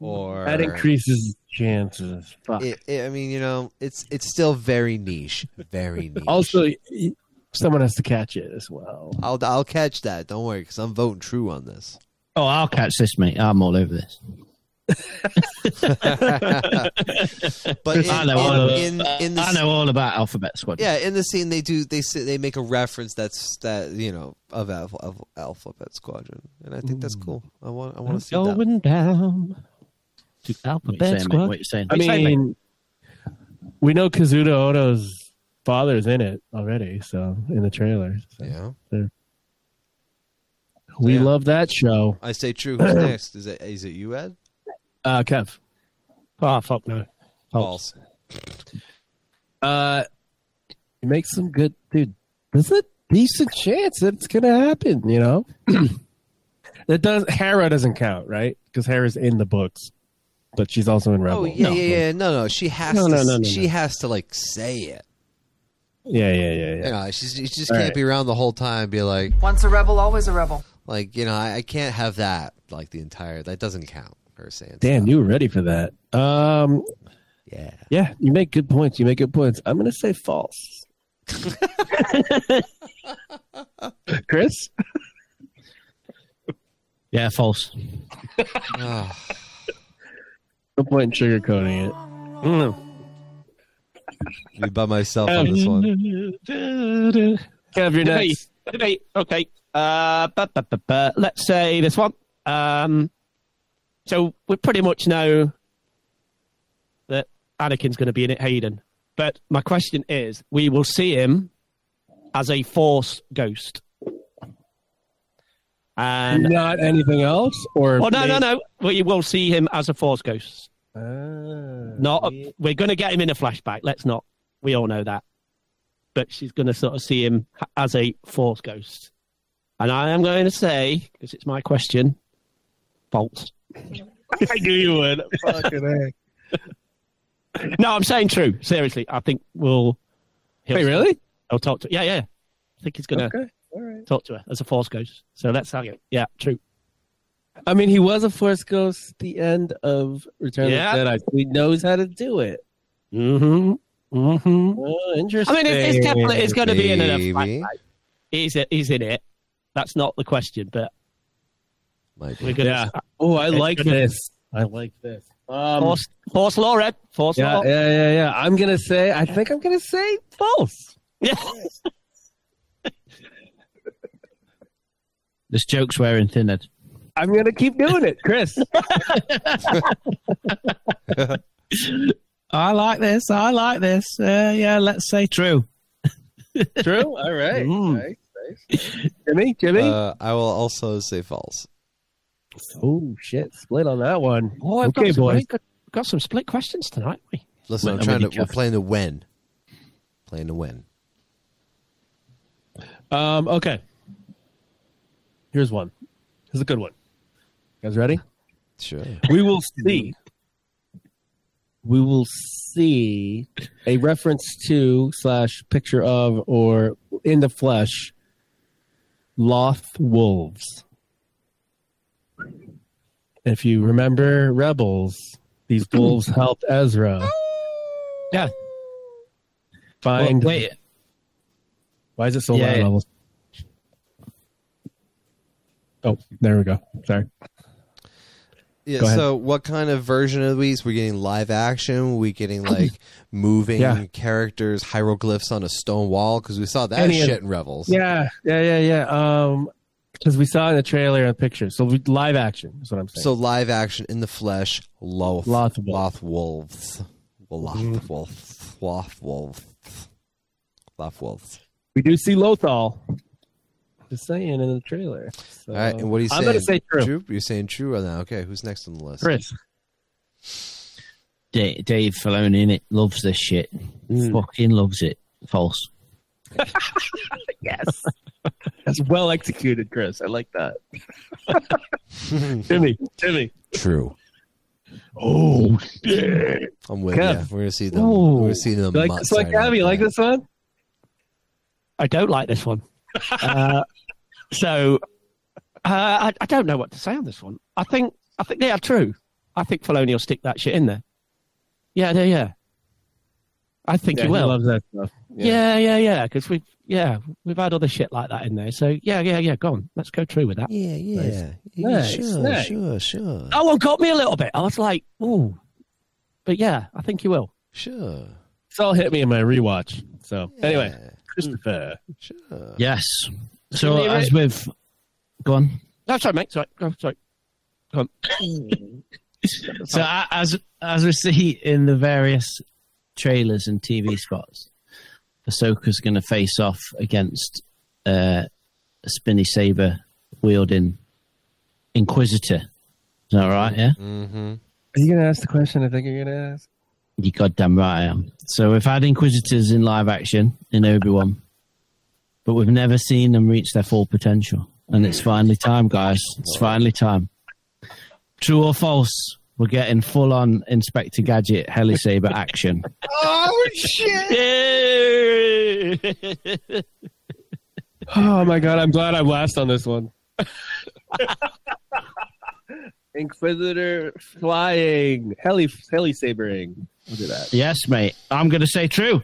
F: or
G: Oh. that increases chances. Fuck.
F: It, it, I mean, you know, it's it's still very niche, very niche.
G: also, y- someone has to catch it as well.
F: I'll I'll catch that. Don't worry, because I'm voting true on this.
I: Oh, I'll catch this, mate. I'm all over this.
F: but Uh, in,
I: I know all about.
F: in, in, in the
I: I know all about Alphabet Squad.
F: Yeah, in the scene they do they say, they make a reference that's that you know of Alpha, of Alphabet Squadron, and I think that's
G: Hmm.
F: cool. I want I want to see that.
H: Going down to
I: What you
H: Alphabet
I: saying, mate?
H: Squad.
I: What you saying?
G: I mean, we know Kazuto Oto's father's in it already, so in the trailer. So
F: yeah,
G: We
F: Yeah.
G: love that show.
F: I say true. Who's next? Is it is it you, Ed?
G: Uh, Kev.
H: Oh, fuck no.
F: False.
G: Uh, you make some good, dude. There's a decent chance that it's gonna happen. You know, that does Hera doesn't count, right? Because Hera's in the books, but she's also in Rebel.
F: Oh yeah,
G: No.
F: yeah, yeah. No, no. She has to.
G: No, no, no, no,
F: she
G: no.
F: has to like say it.
G: yeah, yeah, yeah,
F: You
G: yeah.
F: know, she's, she just
G: All
F: can't
G: right.
F: be around the whole time. and Be like,
D: Once a rebel, always a rebel.
F: like you know, I, I can't have that. Like the entire that doesn't count. Her saying,
G: Damn,
F: stuff.
G: you were ready for that. Um,
F: yeah.
G: yeah, you make good points. You make good points. I'm gonna say false. Chris,
I: Yeah, false.
F: Ugh.
G: no point in sugarcoating it. Mm.
F: me by myself on this one.
G: Kev, you're
H: Hey,
G: next.
H: hey, okay. Uh, ba, ba, ba, ba. Let's say this one. Um, so we pretty much know that Anakin's going to be in it, Hayden. But my question is, we will see him as a Force ghost. And
G: Not anything else, or
H: well, no, no, no. We will see him as a Force ghost.
G: Oh. no.
H: Not a, we're going to get him in a flashback. Let's not. We all know that. But she's going to sort of see him h- as a force ghost. And I am going to say, because it's my question, false.
G: I knew you would. Fucking heck.
H: No, I'm saying true. Seriously, I think we'll. He'll,
G: Wait, really?
H: I'll talk to. Yeah, yeah. I think he's going to
G: All right.
H: talk to her as a force ghost. So let's have it. Yeah, true.
G: I mean, he was a Force Ghost at the end of Return
H: Yeah.
G: of the Jedi. so He knows how to do it.
H: Mm-hmm. Mm-hmm.
G: Oh, interesting.
H: I mean, it, it's definitely it's going to be in a
F: Maybe.
H: flashback. He's, he's in it. That's not the question, but
F: Might be.
H: we're going to.
G: Yeah. Oh, I
H: it's
G: like
H: gonna-
G: this. I like this. Um,
H: Force, force law, Red. Force
G: yeah,
H: law.
G: yeah, yeah, yeah. I'm gonna say. I think I'm gonna say false.
H: Yeah.
I: This joke's wearing thin. Ed.
G: I'm gonna keep doing it, Chris.
I: I like this. I like this. Uh, yeah, let's say true.
G: True. All right.
I: Mm.
G: Nice, nice. Jimmy, Jimmy.
F: Uh, I will also say false.
G: oh shit! Split on that one.
H: Oh, I've
G: okay,
H: got some,
G: boys.
H: Got, got some split questions tonight. we.
F: Listen, I'm
I: When-
F: trying
I: when
F: to.
I: you
F: We're
I: just-
F: playing the when. Playing the when.
G: Um, okay. Here's one. Here's a good one. You guys ready?
F: Sure.
G: We will see. We will see a reference to slash picture of or in the flesh Loth wolves. If you remember Rebels, these wolves helped Ezra
H: Yeah.
G: find.
I: Well, wait,
G: Why is it so
I: Yeah.
G: loud? Almost. Oh, there we go. Sorry.
F: Yeah.
H: Go ahead.
F: So, what kind of version of these? We're getting live action. we getting like moving
G: Yeah.
F: characters, hieroglyphs on a stone wall because we saw that
G: Any of-
F: shit in Rebels.
G: Yeah, yeah, yeah, yeah. Um, because we saw it in the trailer and pictures, so we, live action is what I'm saying.
F: So live action in the flesh, loth,
G: Loth wolf.
F: loth wolves,
G: Mm.
F: loth wolves, loth wolves, loth wolves.
G: we do see Lothal. Just saying in the trailer. So,
F: All right, and what are you saying?
G: Uh, I'm gonna say true.
F: You're saying true right now. Okay, who's next on the list?
G: Chris.
I: Da- Dave Filoni in it loves this shit. Fucking loves it. False.
G: Yes. That's well executed, Chris. I like that. Jimmy, Jimmy.
F: True.
G: Oh, shit.
F: I'm with
G: Kev.
F: you. We're gonna see them.
G: Oh.
F: We're gonna see them.
G: You like
F: mutt
G: this one,
F: side
G: Gabby? You
F: up
G: like
F: there.
G: this one?
H: I don't like this one. uh, so uh, I, I don't know what to say on this one. I think I think they are true. I think Filoni will stick that shit in there. Yeah, yeah, yeah. I think he will.
G: loves that stuff.
H: yeah, yeah, yeah. Because we've yeah we've had other shit like that in there. So yeah, yeah, yeah. Go on, let's go through with that.
F: Yeah, yeah, yeah.
G: Nice,
F: sure,
G: nice.
F: sure, sure,
H: That one Oh, got me a little bit. I was like, ooh, but yeah, I think he will.
F: sure.
G: It's all hit me in my rewatch. So anyway,
F: Yeah,
G: Christopher.
F: sure.
I: Uh, Yes. So
H: Can we
I: as
H: re-
I: with, go on.
H: No, sorry, mate. Sorry, go, sorry.
I: So a- as as we see in the various trailers and TV spots, Ahsoka's going to face off against uh, a spinny saber wielding Inquisitor. Is that right? Yeah,
F: Mm-hmm.
G: Are you gonna ask the question I think you're gonna ask?
I: you goddamn right I am. So we've had Inquisitors in live action in Obi Wan, but we've never seen them reach their full potential. And it's finally time, guys. It's finally time. True or false? We're getting full on Inspector Gadget heli saber action.
G: Oh my god, I'm glad I'm last on this one. Inquisitor flying, heli heli sabering. Look at that,
I: Yes, mate. I'm going to say true.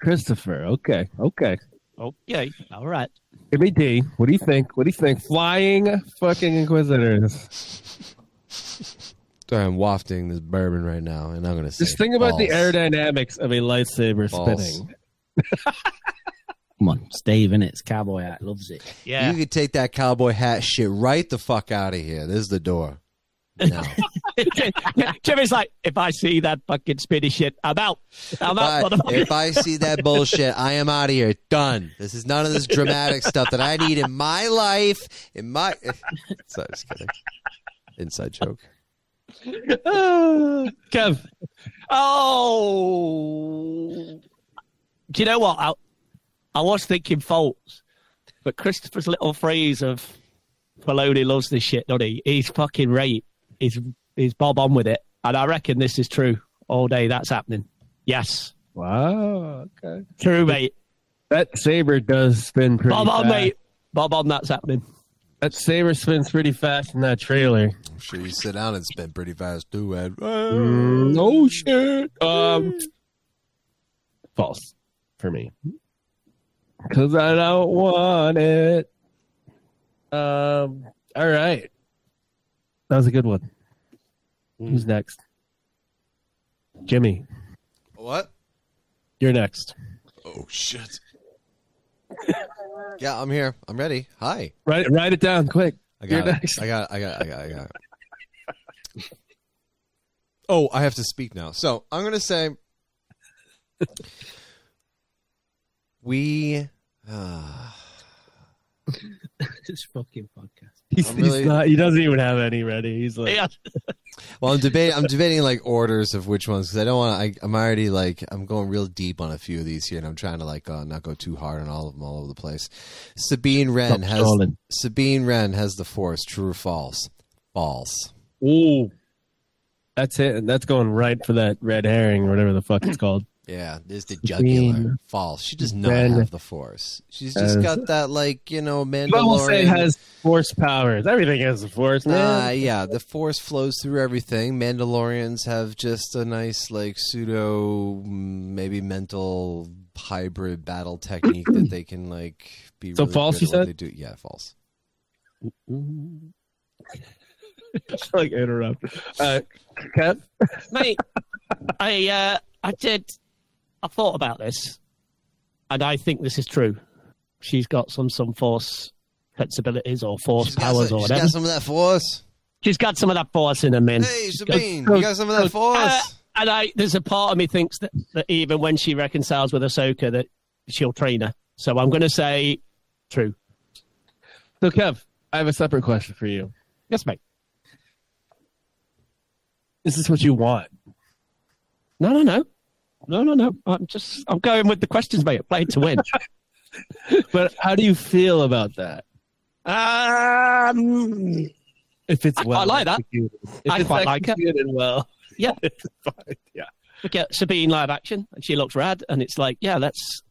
G: Christopher. Okay, okay.
H: Okay, all right.
G: Give me D. What do you think? What do you think? Flying fucking inquisitors.
F: Sorry, I'm wafting this bourbon right now, and I'm gonna say
G: Just think about the
F: false.
G: aerodynamics of a lightsaber
F: False.
G: spinning.
I: Come on, it's Dave in it. It's Cowboy Hat. Loves it.
F: You could take that cowboy hat shit right the fuck out of here. This is the door. No.
H: Jimmy's like, if I see that fucking spinny shit, I'm out. I'm out.
F: But
H: motherfucker.
F: if I see that bullshit, I am out of here. Done. This is none of this dramatic stuff that I need in my life. In my. Sorry, just kidding. Inside joke.
G: Ah, Kev,
H: Oh, do you know what? I, I was thinking faults, but Christopher's little phrase of Maloney loves this shit, doesn't he? He's fucking right. He's he's bob on with it, and I reckon this is true all day. That's happening. Yes,
G: wow. Okay.
H: true, mate.
G: That saber does spin pretty.
H: Bob on,
G: fast.
H: mate. Bob on. That's happening.
G: That saber spins pretty fast in that trailer.
F: I'm sure you sit down and spin pretty fast too, Ed.
G: No shit. Um, false for me. Cause I don't want it. Um. All right. That was a good one. Who's next? Jimmy,
F: What?
G: you're next.
F: Oh, shit. Yeah, I'm here. I'm ready. Hi.
G: Write it. Write it down quick.
F: I
G: You're
F: got it.
G: next.
F: I got it. I got it. I got it. I got it. Oh, I have to speak now. So I'm going to say we. Uh,
I: It's fucking podcast.
G: He's,
F: I'm
G: he's
F: really-
G: not. He doesn't even have any ready. He's like,
H: Yeah.
F: well, I'm debating. I'm debating like orders of which ones because I don't want to. I'm already like I'm going real deep on a few of these here, and I'm trying to like uh, not go too hard on all of them all over the place. Sabine Wren
I: Stop
F: has
I: stalling.
F: Sabine Wren has the Force. True or false? False.
G: ooh, that's it. That's going right for that red herring or whatever the fuck it's called.
F: Yeah, there's the
G: Sabine.
F: jugular. False. She does not
G: Wren.
F: have the Force. She's just
G: Has-
F: got that like you know Mandalorian.
G: I will say it has force powers. Everything has a force,
F: Uh,
G: man.
F: yeah, the force flows through everything. Mandalorians have just a nice, like, pseudo, maybe mental hybrid battle technique that they can, like, be
G: So
F: really
G: false,
F: good
G: you
F: at what
G: said?
F: They do. Yeah, false.
G: Just, like interrupt. Uh, Kev?
H: mate. I uh, I did. I thought about this, and I think this is true. She's got some some force sensibilities or force
F: She's got
H: powers
F: some,
H: or
F: she's
H: whatever.
F: got some of that force.
H: she's got some of that force in her, man.
F: Hey,
H: She's got-
F: Sabine, you got some of that
H: Uh,
F: force.
H: and I, there's a part of me thinks that, that even when she reconciles with Ahsoka, that she'll train her. So I'm going to say true.
G: So, Kev, I have a separate question for you.
H: Yes, mate.
G: Is this what you want?
H: No, no, no, no, no, no. I'm just I'm going with the questions, mate. Play to win.
G: But how do you feel about that?
H: um,
G: If it's
H: I
G: well,
H: quite like that.
G: executed. If
H: I
G: it's
H: quite like it.
G: executed well,
H: yeah.
G: it's fine. Yeah,
H: look at Sabine live action, and she looks rad, and it's like, yeah, let's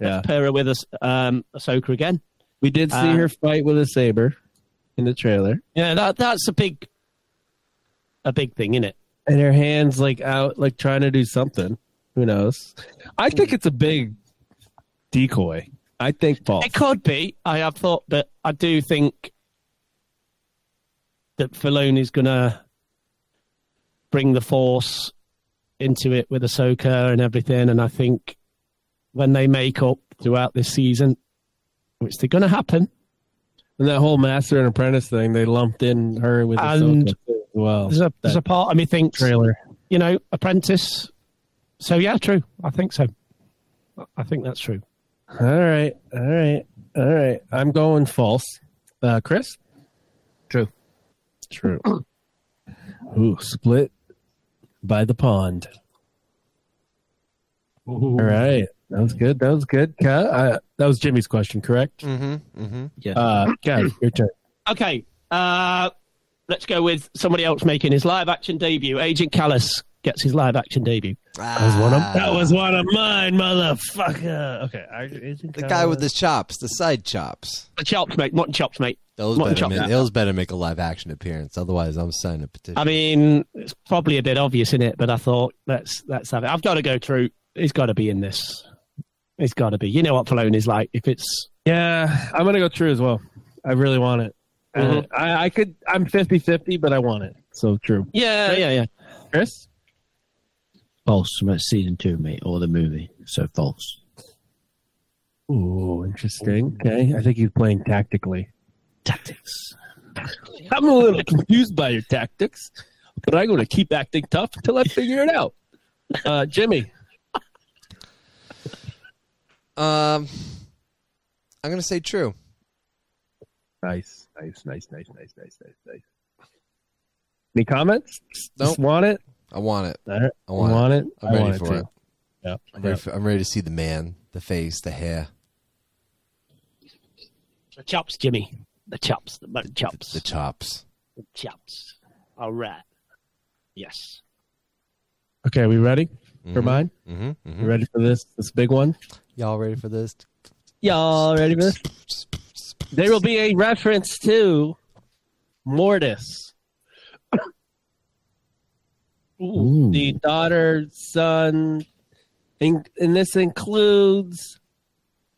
G: yeah.
H: pair her with us, um, Ahsoka again.
G: We did see
H: Uh,
G: her fight with a saber in the trailer,
H: Yeah, that that's a big, a big thing, is it?
G: and her hands like out, like trying to do something. Who knows? I think it's a big decoy. I think false.
H: It could be. I have thought, but I do think that Filoni's gonna bring the Force into it with Ahsoka and everything, and I think when they make up throughout this season, which they're gonna happen,
G: And that whole master and apprentice thing, they lumped in her with
H: And-
G: Ahsoka too as well.
H: there's a there's a
G: That
H: part of me thinks
G: trailer.
H: you know, apprentice. So yeah, true. I think so. I think that's true.
G: All right, all right, all right. I'm going false. Uh, Chris,
H: True.
G: true. Ooh, split by the pond. All right, that was good. That was good. Ke- uh, that was Jimmy's question, correct?
F: Mm-hmm. Mm-hmm.
G: Uh, Kev, your turn.
H: Okay. Uh, let's go with somebody else making his live action debut. Agent Callus gets his live action debut.
F: That was one
H: Ah.
F: of
G: That was one of mine, motherfucker. Okay, I,
F: the guy with the chops, the side chops.
H: The chops, mate. Mutton chops, mate.
F: Those
H: Mutton
F: better,
H: chop.
F: make, those better make a live action appearance. Otherwise, I'm signing a petition.
H: I mean, it's probably a bit obvious, isn't it? But I thought let's let's have it. I've got to go through. He's got to be in this. He's got to be. You know what Filoni's like. If it's
G: Yeah, I'm gonna go true as well. I really want it. Uh,
H: Mhm.
G: I, I could. I'm 50-50, but I want it. So true.
H: yeah, yeah, yeah.
G: Chris,
I: False from season two, mate, or the movie. So false.
G: Ooh, interesting. Okay, I think he's playing tactically.
I: Tactics.
G: I'm a little confused by your tactics, but I'm going to keep acting tough until I figure it out. Uh, Jimmy,
F: um, I'm gonna say true.
G: nice, nice, nice, nice, nice, nice, nice, nice. Any comments?
F: Nope.
G: Just want it.
F: I want it.
G: All right.
F: I want,
G: want it.
F: I'm
G: I
F: ready
G: want it
F: for
G: too.
F: it.
G: Yeah.
F: I'm ready, for, I'm ready to see the man, the face, the hair,
H: The chops, Jimmy. The chops. The mutton chops.
F: the chops.
H: The chops. All right. Yes.
G: Okay, we ready for mine?
F: hmm
G: You ready for this? This big one.
F: Y'all ready for this?
G: Y'all ready for this? There will be a reference to Mortis,
I: Ooh.
G: the daughter, son, and, and this includes,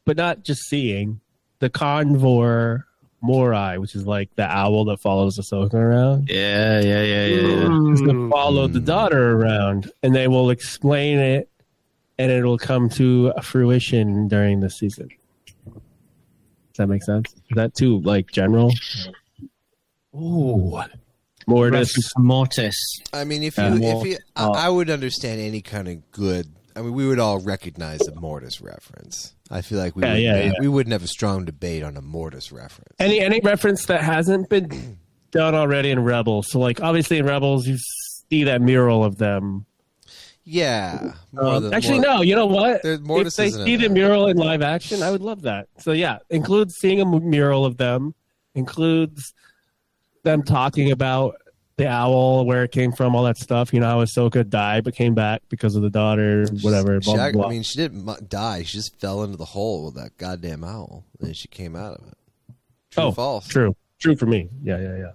G: but not just seeing, the Convor Morai, which is like the owl that follows Ahsoka around.
I: Yeah, yeah, yeah, yeah. yeah.
G: It's going to follow the daughter around, and they will explain it, and it'll come to fruition during the season. Does that make sense? Is that too like general?
I: Ooh.
G: Mortis.
I: Mortis.
F: I mean, if you,
G: Yeah.
F: if you, I, I would understand any kind of good. I mean, we would all recognize the Mortis reference. I feel like we
G: Yeah,
F: wouldn't
G: yeah,
F: have,
G: yeah.
F: we wouldn't have a strong debate on a Mortis reference.
G: Any any reference that hasn't been done already in Rebels. So like obviously in Rebels you see that mural of them.
F: yeah, more
G: Um,
F: than-
G: actually
F: more-
G: no, you know what?
F: There- Mortis
G: if they
F: isn't in
G: see the
F: there.
G: mural in live action, I would love that. So yeah, includes seeing a m- mural of them, includes them talking about the owl, where it came from, all that stuff. You know how Ahsoka died but came back because of the daughter, whatever.
F: She,
G: Blah, blah,
F: act-
G: blah.
F: I mean, she didn't mu- die. She just fell into the hole with that goddamn owl, and then she came out of it. True
G: Oh,
F: or false?
G: True. True for me. Yeah, yeah, yeah.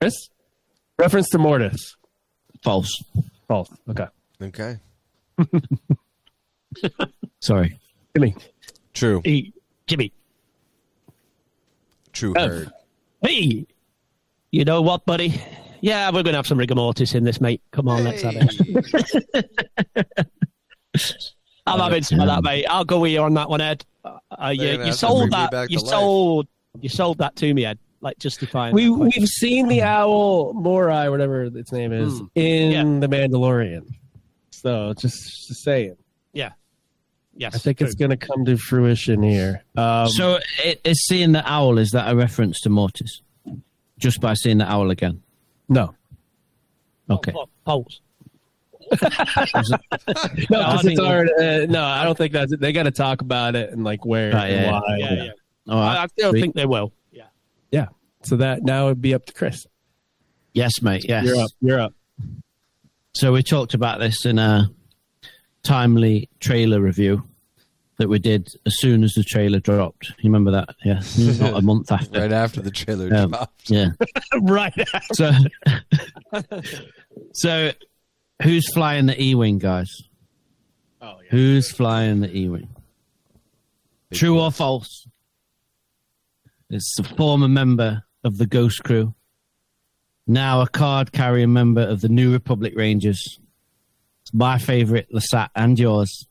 G: Chris? Reference to Mortis.
I: False.
G: False. Okay.
F: Okay.
I: Sorry.
G: Jimmy.
F: True.
G: E-
H: He, Jimmy.
F: True.
G: F.
F: Heard.
H: Me. You know what, buddy? Yeah, we're going to have some rigor mortis in this, mate. Come on, let's have it. I'm having some of that, mate. I'll go with you on that one, Ed. Uh,
F: They're gonna
H: you you
F: have to bring
H: sold
F: me
H: that.
F: back
H: You
F: to life.
H: sold. You sold that to me, Ed. Like justifying.
G: We
H: that, like-
G: we've seen the owl Morai, whatever its name is, in
H: Yeah.
G: the Mandalorian. So just, just saying,
H: yeah. Yes.
G: I think it's going to come to fruition here. Um,
I: so it, it's seeing the owl. Is that a reference to Mortis? Just by seeing the owl again.
G: no,
I: Okay.
H: Pulse.
G: no,
H: No, I
G: 'cause
H: think
G: it's
H: we-
G: already, uh, no, I don't think that's. They got to talk about it and like where
I: Right,
G: and
I: yeah,
G: why.
H: Yeah, yeah.
I: All
H: I,
I: right.
H: I still
I: Sweet.
H: think they will. Yeah.
G: Yeah. So that now it'd be up to Chris.
I: Yes, mate. Yes.
G: You're up. You're up.
I: So we talked about this in a timely trailer review that we did as soon as the trailer dropped. You remember that? Yeah. Not a month after.
F: Right after the trailer
I: Um,
F: dropped.
I: Yeah.
H: right.
I: So, so who's flying the E-wing, guys?
G: Oh, yeah.
I: Who's flying the E-wing? True or false? It's a former member of the Ghost Crew, now a card carrying member of the New Republic Rangers. It's my favorite, Lasat, and yours,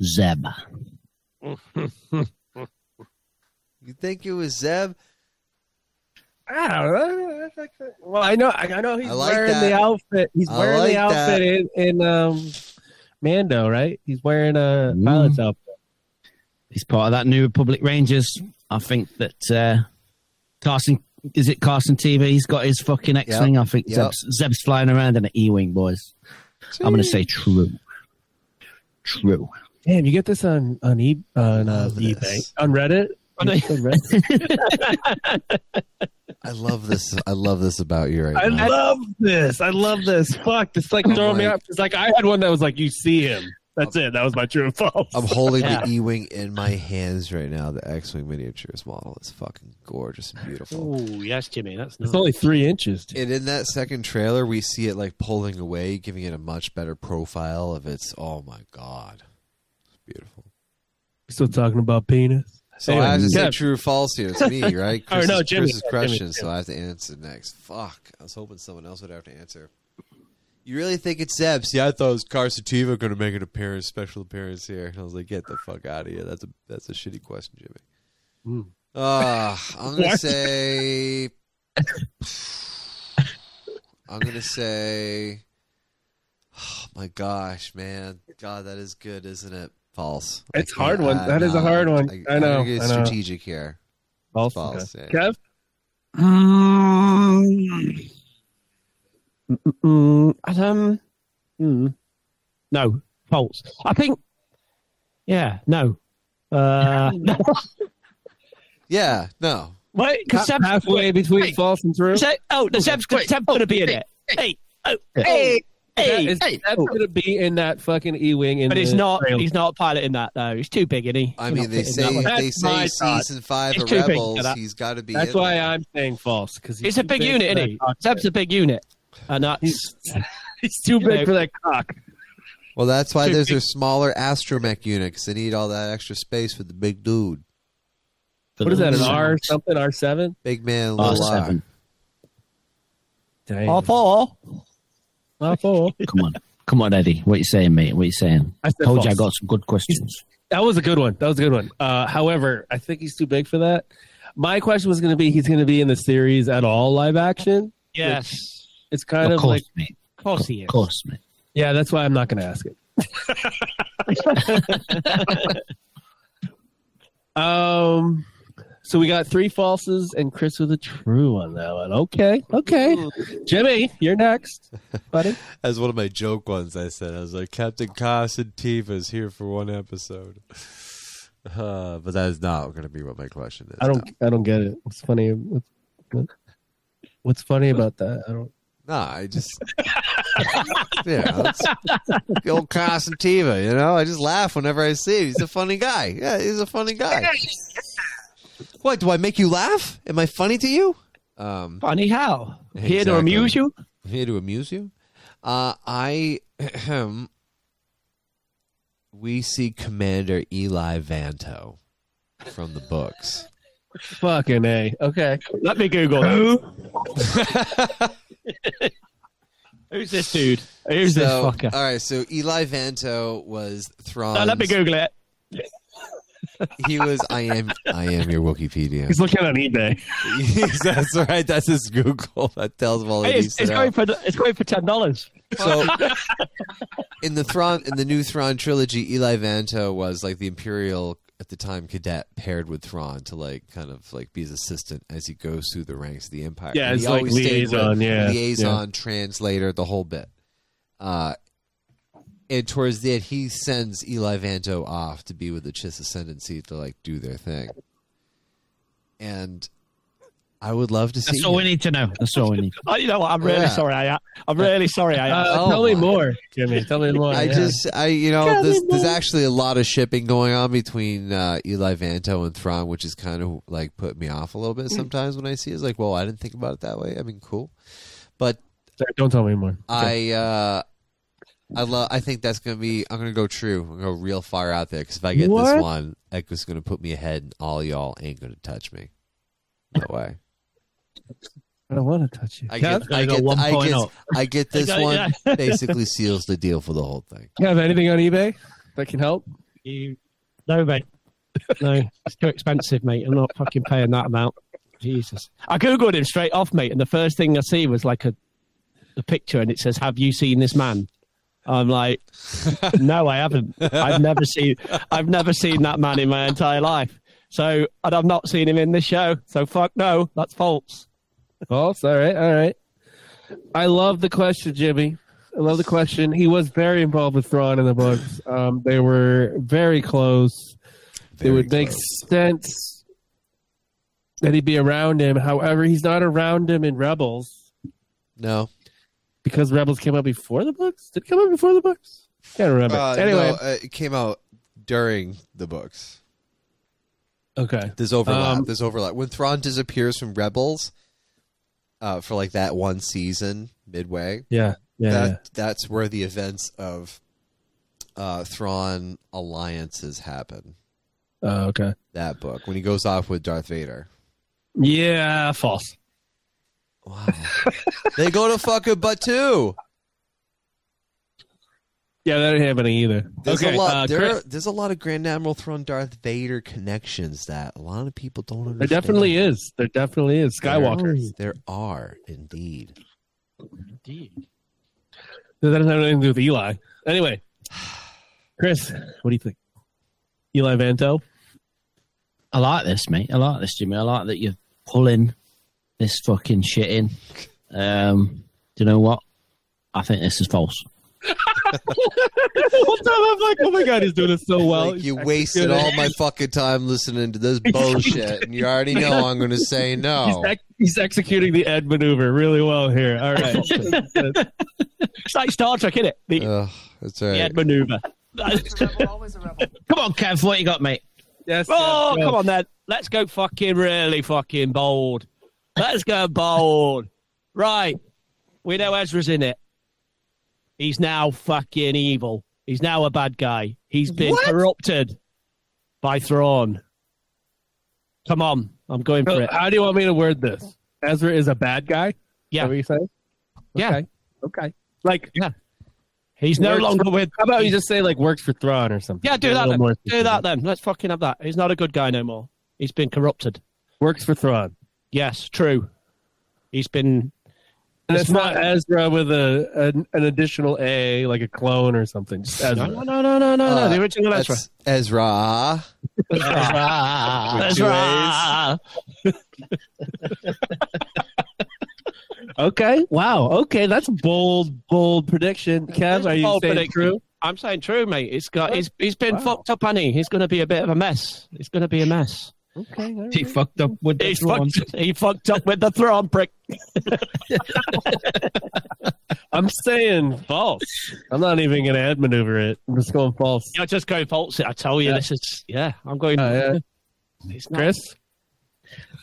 I: Zeb.
F: You think it was Zeb?
G: I don't know. Well, I know, I know he's
F: I like
G: wearing
F: that.
G: the outfit. He's
F: I
G: wearing
F: like
G: the outfit in, in um, Mando, right? He's wearing a
I: Mm.
G: pilot's outfit.
I: He's part of that New Republic Rangers. I think that uh, Carson is it Carson TV? He's got his fucking X wing. I think
F: yep.
I: Zeb's, Zeb's flying around in an E wing, boys. I'm going to say true. True.
G: Damn, you get this on on, e- on uh,
F: Love this.
G: eBay, on Reddit.
H: On e-
G: Reddit?
F: I love this. I love this about you right
G: I
F: now.
G: love this. I love this. Fuck, it's like throwing me
F: Like-
G: off. It's like I had one that was like, you see him. That's it. That was my true and false.
F: I'm holding
I: Yeah.
F: the E Wing in my hands right now. The X Wing miniatures model is fucking gorgeous and beautiful.
H: Oh yes, Jimmy. That's
G: It's
H: nice.
G: only three inches. dude.
F: And in that second trailer, we see it like pulling away, giving it a much better profile of its. Oh my god, it's beautiful.
G: Still talking about penis.
F: So
G: Anyway,
F: I have to say
G: Kev.
F: true or false here. It's me, right?
G: Oh,
F: Chris,
G: no,
F: is,
G: Jimmy.
F: Chris's
G: Yeah,
F: question,
G: Jimmy,
F: so I have to answer next. Fuck, I was hoping someone else would have to answer. You really think it's Zeb? See, I thought it was Carsativa going to make an appearance, special appearance here. I was like, get the fuck out of here. That's a that's a shitty question, Jimmy. Uh, Hmm. I'm gonna
G: What?
F: say. I'm gonna say. Oh my gosh, man! God, that is good, isn't it? False. I
G: It's a
F: can't-
G: hard one.
F: I
G: That is a
F: know.
G: hard one. I
F: I'm
G: know,
F: gonna get
G: I know.
F: strategic here.
G: False.
F: False,
G: okay.
F: yeah.
G: Kev?
H: Mm. Mm, um, mm. No, false. I think. Yeah, no. Uh, no.
F: Yeah. No.
H: Wait, because Seb's
G: halfway between false and true.
H: Seb, oh, the Seb's, Seb's going to be in it. Hey, oh, hey, hey,
G: Is-
H: hey.
G: that's gonna be in that fucking E wing.
H: But he's not. He's not piloting that though. He's too big, isn't he?
F: I
H: He's
F: mean,
H: not
F: they
H: fitting that
F: say
H: one.
F: they
G: That's my
F: say
G: thought.
F: season five
H: It's
F: of
H: too big for
F: Rebels.
H: that.
F: He's got to be.
G: That's
F: in
G: why
F: there.
G: I'm saying false because
H: it's a big unit, isn't he? Seb's a big unit, and that's
G: He's, he's too
H: You
G: big
H: know.
G: for that cock.
F: Well, that's why
H: Too
F: there's
H: big.
F: a smaller astromech unit because they need all that extra space for the big dude,
G: What is that? An
F: Little
G: R something? R seven?
F: big man,
I: R
F: little R.
I: seven.
G: Dang.
H: all four.
G: All four.
I: Come on. Come on, Eddie. What you saying, mate? What you saying?
G: I said
I: Told you I
G: false.
I: got some good questions.
G: That was a good one. That was a good one. Uh, however, I think he's too big for that. My question was going to be: He's going to be in the series at all, live action?
H: Yes,
G: It's kind
I: Of
G: of,
I: course,
G: like,
I: mate.
H: of course he
I: Of
H: is.
I: course, mate.
G: yeah, that's why I'm not going to ask it. um, so we got three falses and Chris with a true on that one. Okay, okay, Jimmy, you're next, buddy.
F: As one of my joke ones, I said, I was like, Captain Constantiva is here for one episode. Uh, but that is not going to be what my question is.
G: I
F: No.
G: don't, I don't get it. What's funny? What's, what's funny about that? I don't.
F: Nah, I just. yeah, that's the old Constantiva, you know? I just laugh whenever I see him. He's a funny guy. Yeah, he's a funny guy. What, do I make you laugh? Am I funny to you? Um,
H: Funny how here
F: Exactly.
H: to amuse you.
F: I'm here to amuse you. Uh, I we see Commander Eli Vanto from the books.
G: Fucking A. Okay.
H: Let me Google. that. Who's this dude? Who's this
F: So,
H: fucker?
F: all right, so Eli Vanto was Thrawn.
H: No, Uh, let me Google it.
F: He was I am I am your Wikipedia.
G: He's looking on eBay.
F: that's right. That's his Google. That tells him all that
H: Hey,
F: he's
H: it's, it's going for it's going for ten dollars.
F: So in the Thrawn in the new Thrawn trilogy, Eli Vanto was like the Imperial at the time cadet paired with Thrawn to like kind of like be his assistant as he goes through the ranks of the Empire.
G: Yeah,
F: And
G: it's
F: he
G: like
F: always stayed with
G: liaison, yeah,
F: liaison, translator, the whole bit. Uh, and towards the end, he sends Eli Vanto off to be with the Chiss Ascendancy to like do their thing. And I would love to see.
I: That's all we
F: him.
I: need to know. That's all we need.
H: Oh, you know what? I'm really
F: Yeah.
H: sorry. I I'm really sorry. I
G: Uh,
F: Oh,
G: tell me
F: my.
G: more, Jimmy. Tell me more.
F: I
G: yeah.
F: just, I, you know, there's, there's actually a lot of shipping going on between uh, Eli Vanto and Thrawn, which is kind of like put me off a little bit sometimes when I see. It. It's like, well, I didn't think about it that way. I mean, cool, but
G: Sorry, don't tell me more.
F: I, uh, I love. I think that's gonna be. I'm gonna go true. I'm gonna go real far out there because if I get
H: What?
F: this one, it's gonna put me ahead, and all y'all ain't gonna touch me. No way.
G: I don't want to touch you.
F: I
G: Kev,
F: get, I get, I
I: point
F: get,
I: up.
F: I get this
H: Yeah,
F: one. Basically, seals the deal for the whole thing.
G: Kev, anything on eBay that can help?
H: You, no, mate. No, it's too expensive, mate. I'm not fucking paying that amount. Jesus. I googled him straight off, mate, and the first thing I see was like a, a picture, and it says, "Have you seen this man?" I'm like, "No, I haven't. I've never seen. I've never seen that man in my entire life. So, and I've not seen him in this show. So, fuck no, that's false.
G: False. All right. All right. I love the question, Jimmy. I love the question. He was very involved with Thrawn in the books. Um, they were very close. it would make sense that he'd be around him. However, he's not around him in Rebels
F: No.
G: because Rebels came out before the books. Did it come out before the books? Can't remember.
F: Uh,
G: anyway,
F: no, uh, it came out during the books. uh,
G: okay.
F: There's overlap.
G: Um,
F: There's overlap. When Thrawn disappears from Rebels, uh, for like that one season midway,
G: Yeah. Yeah.
F: that
G: yeah.
F: that's where the events of uh, Thrawn alliances happen.
G: Oh, okay.
F: That book when he goes off with Darth Vader.
G: Yeah. False.
F: Wow. they go to fucking Batu.
G: Yeah, that ain't happening either.
F: There's
G: okay.
F: a lot.
G: uh,
F: there
G: Chris-
F: are, there's a lot of Grand Admiral Thrawn Darth Vader connections that a lot of people don't understand.
G: there definitely is. There definitely is. Skywalker.
F: There are indeed.
G: That doesn't have anything to do with Eli. Anyway, Chris, what do you think? Eli Vanto?
I: I like this, mate. I like this, Jimmy. I like that you're pulling this fucking shit in. Um, do you know what? I think this is false.
G: Whole time I'm like, oh my god, he's doing it so well.
F: like you wasted all my fucking time listening to this bullshit, and you already know I'm going to say no.
G: He's, ex- he's executing the Ed maneuver really well here. All right.
H: It's like Star Trek, innit? The,
F: Ugh, that's all
H: the
F: right.
H: Ed maneuver.
D: rebel, always a rebel.
I: Come on, Kev. What you got, mate?
G: yes,
H: Oh,
G: yes,
H: come on then. Let's go fucking really fucking bold. Let's go bold. Right. We know Ezra's in it. He's now fucking evil. He's now a bad guy. He's been corrupted by Thrawn. Come on. I'm going for
G: So,
H: it.
G: Oh, How do you want me to word this? Ezra is a bad guy? Is that
H: Yeah.
G: what you saying?
H: Yeah.
G: Okay. okay. Like
H: He's no
G: works
H: longer
G: for-
H: with.
G: how about you just say like works for Thrawn or something?
H: Yeah, do
G: Get a
H: that
G: little
H: then.
G: more
H: Do that
G: specific.
H: then. Let's fucking have that. He's not a good guy no more. He's been corrupted.
G: Works for Thrawn.
H: Yes, true. He's been.
G: And
H: It's
G: it's not
H: not-
G: Ezra with a an, an additional A, like a clone or something. Just
H: No,
G: Ezra.
H: no, no, no, no, no.
F: Uh,
H: the original Ezra.
F: That's Ezra.
H: That's right.
G: Okay. Wow. Okay, that's a bold, bold prediction. Kev,
H: That's a
G: are you saying
H: bold prediction.
G: true?
H: I'm saying true, mate. It's got. He's he's been
G: Wow.
H: fucked up, honey. He's going to be a bit of a mess. He's going to be a mess.
G: Okay. all
I: He
G: right.
I: fucked up with
H: He's
I: this one.
H: fucked. He fucked up with the throne prick.
G: I'm saying
H: Oh,
G: false. I'm not even gonna ad maneuver it. I'm just going false.
H: You're just going false. I tell you,
G: Yeah.
H: this is. Yeah, I'm going.
G: Uh,
H: it's
G: yeah.
H: not-
G: Chris,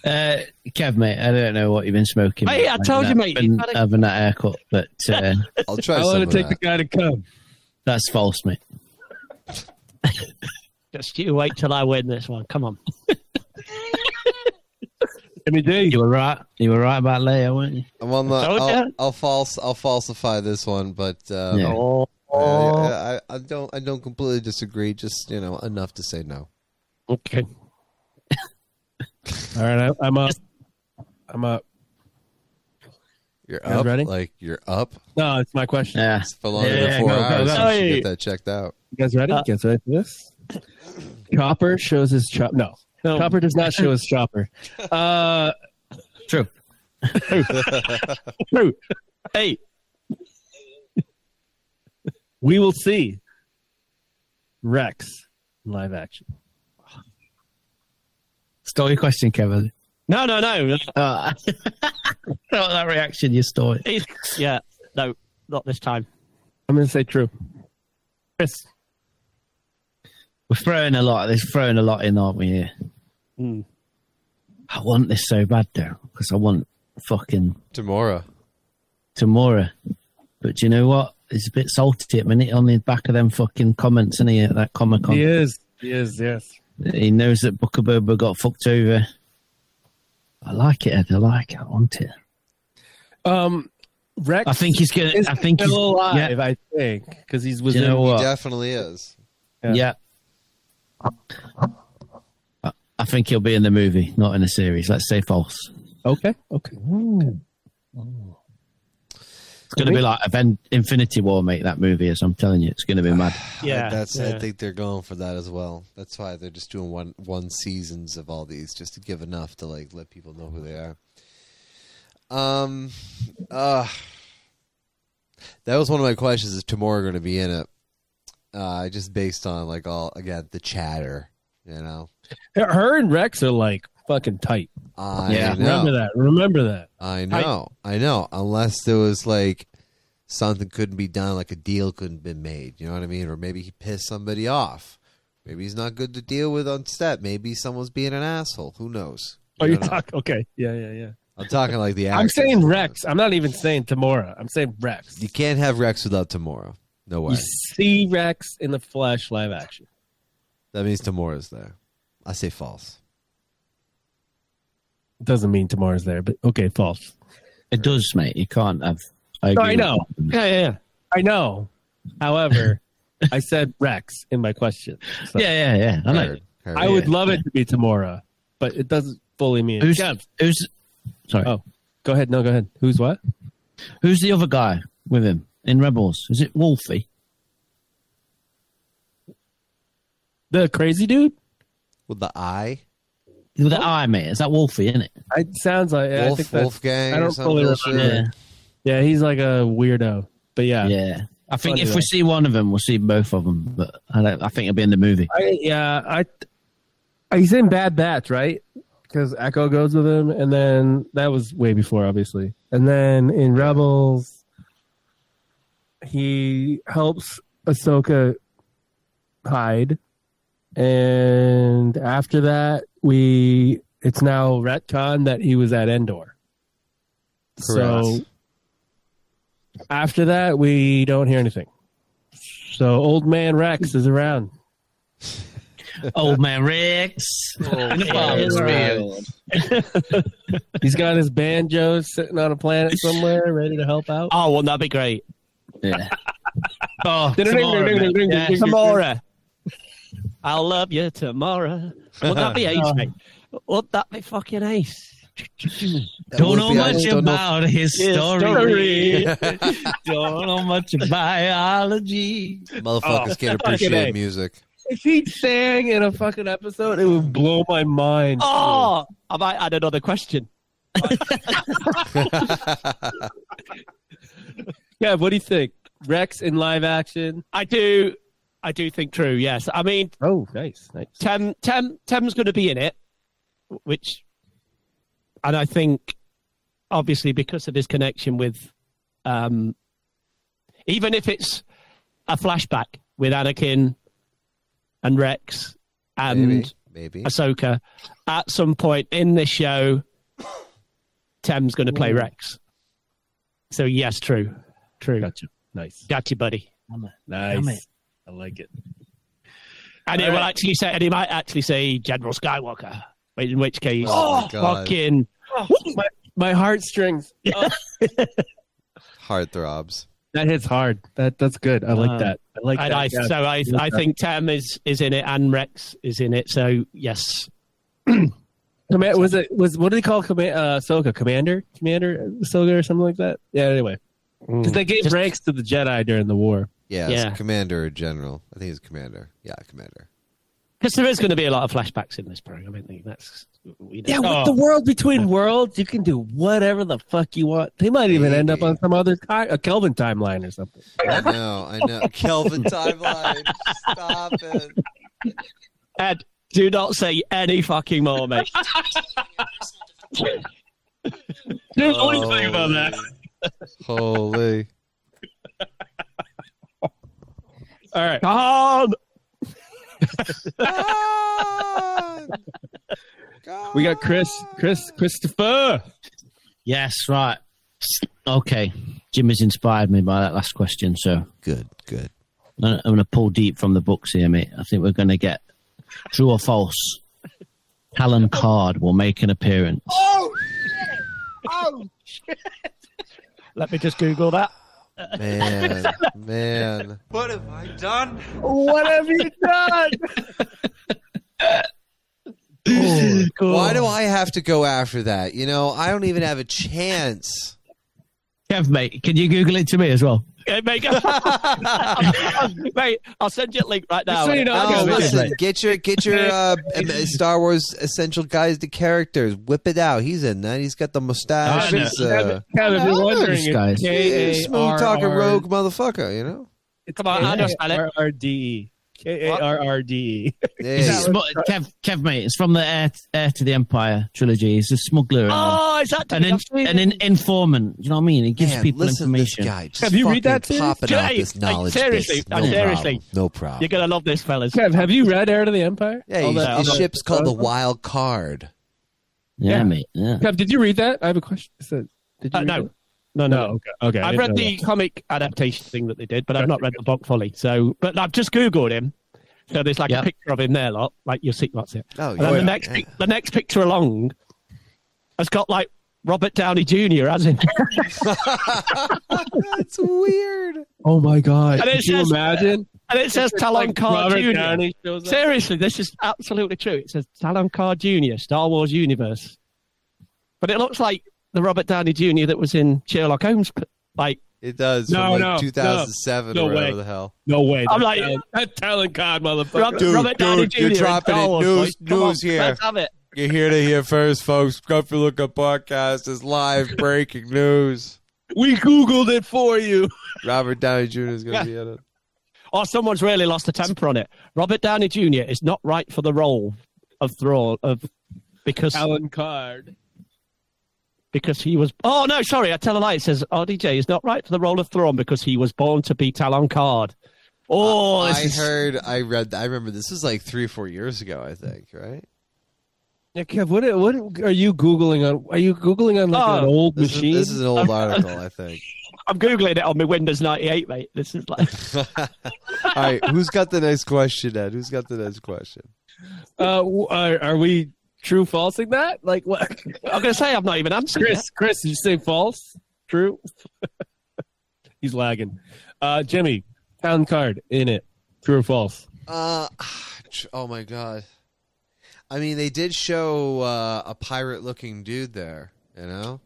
I: Uh, Kev, mate. I don't know what you've been smoking.
H: Mate, I told you, mate,
I: Been
H: you've had a-
I: having that haircut, but uh,
F: I'll try
G: I
F: some
G: want
F: of
G: to take the
F: that.
G: guy to come.
I: that's false, mate.
H: Just you wait till I win this one. Come on.
G: Jimmy D.
I: You were right. You were right about Leia, weren't you?
F: I'm on the.
I: Told ya.
F: I'll, I'll false. I'll falsify this one, but uh,
I: Yeah.
G: Oh,
F: I, I, I don't. I don't completely disagree. Just you know enough to say no.
G: okay. All right, I, I'm up. I'm up.
F: You're
G: Guys
F: up.
G: ready?
F: Like you're up
G: No, it's my question.
I: Yeah.
F: It's for longer
I: Yeah,
F: than four
I: go, go,
F: hours.
I: go.
F: You should get that checked out.
G: You guys ready?
I: Uh,
G: You guys ready for this? Chopper shows his chop. No,
I: No.
G: Chopper does not show his chopper. Uh,
I: True.
G: true. Hey, we will see Rex in live action.
I: Stole your question, Kevin.
H: No, no, no.
I: Uh, that reaction you stole. it.
H: yeah, no, not this time.
G: I'm going to say true.
H: Chris.
I: We're throwing a lot. They're throwing a lot in, aren't we? Here.
G: Hmm.
H: Mm.
I: I want this so bad though, because I want fucking
F: Tomorrow.
I: Tamora. But do you know what? It's a bit salty at the minute on the back of them fucking comments, isn't he? At that Comic Con,
G: He is. He is. Yes.
I: he knows that Buckaburba got fucked over. I like it, Ed. I like it. I want it.
G: Um, Rex.
I: I think he's gonna.
G: is
I: I think he's.
G: still alive.
I: Yeah,
G: I think because he's
I: do
G: within.
I: you know what?
F: Definitely is.
G: Yeah.
I: Yeah. I- I think he'll be in the movie, not in the series. Let's say false.
G: Okay. Okay.
I: It's going to be like Aven- Infinity War, mate, that movie is. I'm telling you, it's going to be mad.
H: Yeah,
F: That's.
H: yeah.
F: I think they're going for that as well. That's why they're just doing one one seasons of all these just to give enough to like let people know who they are. Um, uh, that was one of my questions: Is Tamora going to be in it? Uh, just based on like all again the chatter, you know.
G: Her and Rex are like fucking tight.
F: I
I: Yeah.
F: know.
G: Remember that. Remember that.
F: I know, I, know. Unless there was like something couldn't be done, like a deal couldn't be made. You know what I mean? Or maybe he pissed somebody off. Maybe he's not good to deal with on set. Maybe someone's being an asshole. Who knows?
G: Oh,
F: You
G: you're
F: don't know.
G: talking. Okay. Yeah. Yeah. Yeah.
F: I'm talking like the.
G: I'm
F: actors.
G: saying Rex. I'm not even saying Tamora. I'm saying Rex.
F: You can't have Rex without Tamora. No way.
G: You see Rex in the flesh live action.
F: That means Tamora's there. I say false.
G: Doesn't mean Tamora's there, but okay, false.
I: It does, mate. You can't have. I,
G: No,
I: agree
G: I know.
I: with you.
H: Yeah, yeah, yeah.
G: I know. However, I said Rex in my question. So
I: Yeah, yeah, yeah. I know.
F: Heard, heard.
G: I would love it to be Tamora, but it doesn't fully mean.
I: Who's,
G: Yeah,
I: who's, sorry.
G: Oh. go ahead. No, go ahead. Who's what?
I: Who's the other guy with him in Rebels? Is it Wolfie?
G: The crazy dude?
F: with the eye.
I: With the eye, mate. Is that Wolfie, isn't it?
G: I sounds like yeah, I think
F: Wolf,
G: that's,
F: Wolfgang.
G: I don't
F: or some
G: fully
F: bullshit.
G: remember. Yeah. yeah, he's like a weirdo. But Uh, yeah,
I: Yeah. I think
G: Funny
I: if
G: though.
I: we see one of them, we'll see both of them. But I, don't, I think it'll be in the movie.
G: I, yeah, I. He's in Bad Batch, right? Because Echo goes with him, and then that was way before, obviously. And then in Rebels, he helps Ahsoka hide, and after that, we it's now retcon that he was at Endor. So
F: Correct.
G: after that, we don't hear anything. So old man Rex is around.
I: Old man Rex.
H: Oh,
G: He's got his banjo sitting on a planet somewhere, ready to help out.
H: Oh, wouldn't that be great?
I: Yeah.
H: Oh, tomorrow, mate. Yeah, tomorrow. I'll love you tomorrow. Would that be ace, mate? Would that be fucking ace?
F: That
I: Don't
F: would
I: know
F: be- I
I: much
F: just don't know-
I: about his
H: His
I: story.
H: story.
I: don't know much about biology.
F: Motherfuckers can't
G: A.
F: appreciate music.
G: If he sang in a fucking episode, it would blow my mind.
H: Oh, I might add another question.
G: yeah. What do you think, Rex in live action?
H: I do, I do think true. Yes, I mean
G: Oh, nice, nice.
H: Tem Tem Tem's going to be in it, which, and I think, obviously because of his connection with, um, even if it's a flashback with Anakin and Rex and
F: Maybe. Maybe.
H: Ahsoka, at some point in this show, Tem's going to play
G: Ooh.
H: Rex. So yes, true, true. Gotcha,
G: Gotcha. Nice,
H: buddy.
I: Damn it.
G: nice. I like it.
H: And he
G: All
H: will
G: right.
H: actually say, and he might actually say General Skywalker, in which case,
F: Oh, my God.
H: fucking
G: my, my heartstrings.
F: Heartthrobs.
G: That hits hard. That that's good. I like
H: Um,
G: that. Uh, I like
H: and
G: that.
H: I,
G: yeah.
H: so I, I think Tam is, is in it and Rex is in it. So yes,
G: Command, was it was what do they call command uh Ahsoka? Commander? Commander Ahsoka or something like that? Yeah, anyway. 'Cause they gave
H: Just-
G: ranks to the Jedi during the war.
F: Yeah, it's
H: Yeah.
F: commander or general. I think it's commander. Yeah, commander.
H: because there is going to be a lot of flashbacks in this program. I think that's we know.
G: Yeah,
H: Oh,
G: with the world between worlds, you can do whatever the fuck you want. They might even end up on some other time, a Kelvin timeline or something.
F: I know, I know. Kelvin timeline. Stop it.
H: Ed, do not say any fucking more, mate.
G: There's
F: Holy.
G: All right.
H: Calm.
G: We got Chris, Chris, Christopher.
I: Yes, right. Okay. Jimmy's inspired me by that last question, so
F: Good, good.
I: I'm going to pull deep from the books here, mate. I think we're going to get true or false.
H: Oh.
I: Alan Card will make an appearance.
H: Oh, Let me just Google that.
F: Man, man.
G: What have you done?
F: Why do I have to go after that? You know, I don't even have a chance.
I: Kev, mate, can you Google it to me as well?
H: Okay, mate, go- mate, I'll send you a link right now.
G: so you know,
F: No,
G: I got this.
F: listen, get your get your uh, Star Wars essential guys to characters. Whip it out. He's in that. He's got the mustache.
I: I know.
F: He's, uh,
G: Kevin, Kevin, if
F: I
G: you're
F: know
G: wondering,
I: this guy.
G: it's
F: he's a smooth talking
G: K-A-R-R-
F: rogue motherfucker. You know.
G: It's
H: Come on, I know, spell it.
G: K-A-R-R-D-E. K-A-R-R-D-E.
I: Is
F: Yeah.
I: it smu- Kev, Kev, mate, it's from the Heir, Heir to the Empire trilogy. He's a smuggler and, a-
H: Oh, is that
I: and an,
H: Duffy?
I: and an informant. You know what I mean? He gives
F: Man,
I: people
F: listen to this
I: information.
F: guy. Just
G: Have you read
F: fucking
G: that, too?
F: popping out
H: Jay,
F: this
H: like,
F: knowledge.
H: seriously,
F: bits.
H: uh,
F: no
H: seriously.
F: problem. No problem.
H: You're gonna love this, fellas.
G: Kev, have you read Heir to the Empire?
F: yeah,
H: Hold
F: his,
H: on,
F: his
H: hold on.
F: ship's called the Wild Card.
I: Yeah,
G: Yeah.
I: mate. Yeah.
G: Kev, did you read that? I have a question. Is that- did you
H: Uh,
G: read
H: no.
G: it? no, no. Okay, okay. I
H: I've
G: didn't
H: read
G: know
H: the comic adaptation thing that they did, but I've not read the book fully. So, but I've just googled him. So there's like
I: Yeah.
H: a picture of him there, lot like you'll see what's it.
F: Oh,
H: and then
F: yeah,
H: the next
F: yeah.
H: pic- the next picture along has got like Robert Downey Jr. as in
F: That's weird.
G: that. Oh my god!
H: And it
G: Could you
H: says-
G: imagine?
H: and it says Talon
G: Like
H: Carr
G: Robert
H: Jr.
G: Downey shows up.
H: Seriously, this is absolutely true. It says Talon Carr Jr. Star Wars Universe, but it looks like the Robert Downey Jr. that was in Sherlock Holmes. Like
F: It does.
G: No,
F: from like
G: no, no,
F: 2007
G: no
F: or whatever
G: way.
F: the hell.
G: No way.
H: I'm
G: That
H: like-
G: talent- that talent card,
H: Rob,
G: motherfucker.
F: Dude,
H: Robert Downey
F: dude,
H: Jr.
F: you're
H: in
F: dropping
H: Star
F: it.
H: Wars,
F: News-
H: boys. Come on,
F: news here.
H: Let's have it.
F: You're here to hear first, folks. Scruffy Looker Podcast is live breaking news.
G: We googled it for you.
F: Robert Downey Jr. is going to be in it.
H: Oh, someone's really lost a temper on it. Robert Downey Jr. is not right for the role of Thrall of because
G: Talent card.
H: because he was. Oh no, sorry, I tell a lie. It says RDJ is not right for the role of Thrawn because he was born to be Talon Card. Oh, this
F: I
H: is-
F: heard, I read, I remember this was like three or four years ago, I think, right?
G: Yeah, Kev, what what are you googling on? Are you googling on like
H: Oh,
G: an old
F: This is,
G: machine?
F: this is an old article, I think.
H: I'm googling it on my Windows 98, mate. This is like
F: All right, who's got the next question, Ed? Who's got the next question?
G: uh, w- are, are we true falsing that? Like what?
H: I'm gonna say I've not even answered.
G: Chris, Chris, did you say false? True? He's lagging. Uh, Jimmy, town card in it. True or false?
F: Uh, tr- oh my god. I mean, they did show uh, a pirate-looking dude there. You know,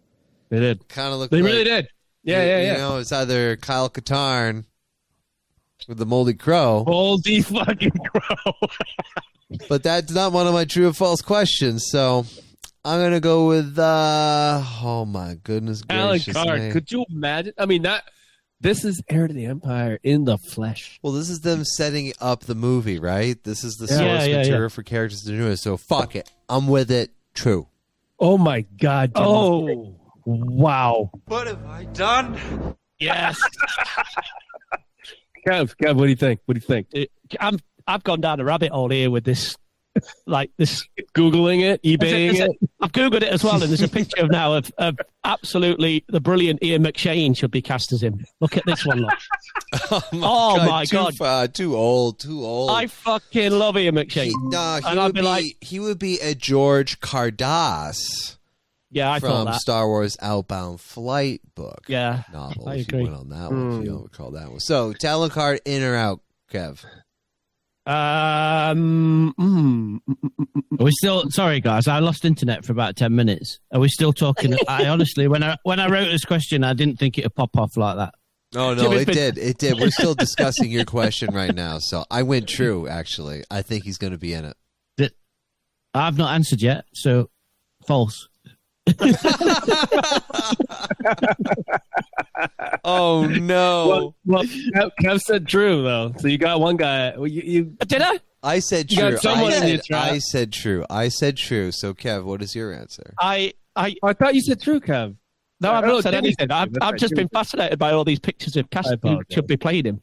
G: They did.
F: kind of looked.
G: They
F: like,
G: really did. Yeah,
F: you,
G: yeah,
F: You
G: yeah.
F: know, it's either Kyle Katarn with the Moldy Crow,
G: Baldy fucking crow.
F: but that's not one of my true or false questions. So I'm gonna go with. uh Oh my goodness
G: Alan
F: gracious
G: Card,
F: me.
G: could you imagine? I mean, not. This is heir to the empire in the flesh.
F: Well, this is them setting up the movie, right? This is the
G: Yeah.
F: source
H: Yeah, yeah,
F: material for characters to do it. So fuck it, I'm with it. True.
G: Oh my god! Jimmy.
H: Oh
G: wow,
H: yes,
G: Kev, Kev, what do you think? What do you think?
H: I'm. I've gone down a rabbit hole here with this like this.
G: Googling it, eBaying
H: there's a-
G: it.
H: I've googled it as well, and there's a picture of now of, of absolutely the brilliant Ian McShane should be cast as him. Look at this one. Look.
F: Oh my
H: Oh
F: god,
H: my
F: too
H: God.
F: far, too old, too old.
H: I fucking love Ian
F: he,
H: McShane.
F: Oh. nah, he
H: And I'd
F: would
H: be
F: be,
H: like-
F: he would be a George Cardass
H: Yeah, I thought
F: from
H: that.
F: Star Wars Outbound Flight book
H: Yeah,
F: novel.
H: I
F: if
H: agree.
F: you went on that one, if you don't recall that one. So talent card in or out, Kev.
H: Um, mm, mm,
I: Are we still sorry, guys. I lost internet for about ten minutes. Are we still talking? I honestly, when I when I wrote this question, I didn't think it'd pop off like that.
F: Oh, No, no,
H: Jimmy
F: it
H: Fitz-
F: did. It did. We're still discussing your question right now. So I went true, actually. I think he's going to be in it.
I: I've not answered yet, so false.
F: Oh, no.
G: Well, well, Kev, Kev said true though, so you got one guy. Well, you, you,
H: did I?
F: I said
G: You
F: true.
G: got someone
F: I,
G: in your
F: said,
G: trap.
F: I said true. I said true. So, Kev, what is your answer?
H: I, I,
G: I thought you said true, Kev.
H: no, I've
G: Oh,
H: not said
G: Jimmy
H: anything.
G: said-
H: I've,
G: that's
H: I've
G: right,
H: just
G: Jimmy
H: been fascinated by all these pictures of cast who
G: apologize.
H: should be playing him.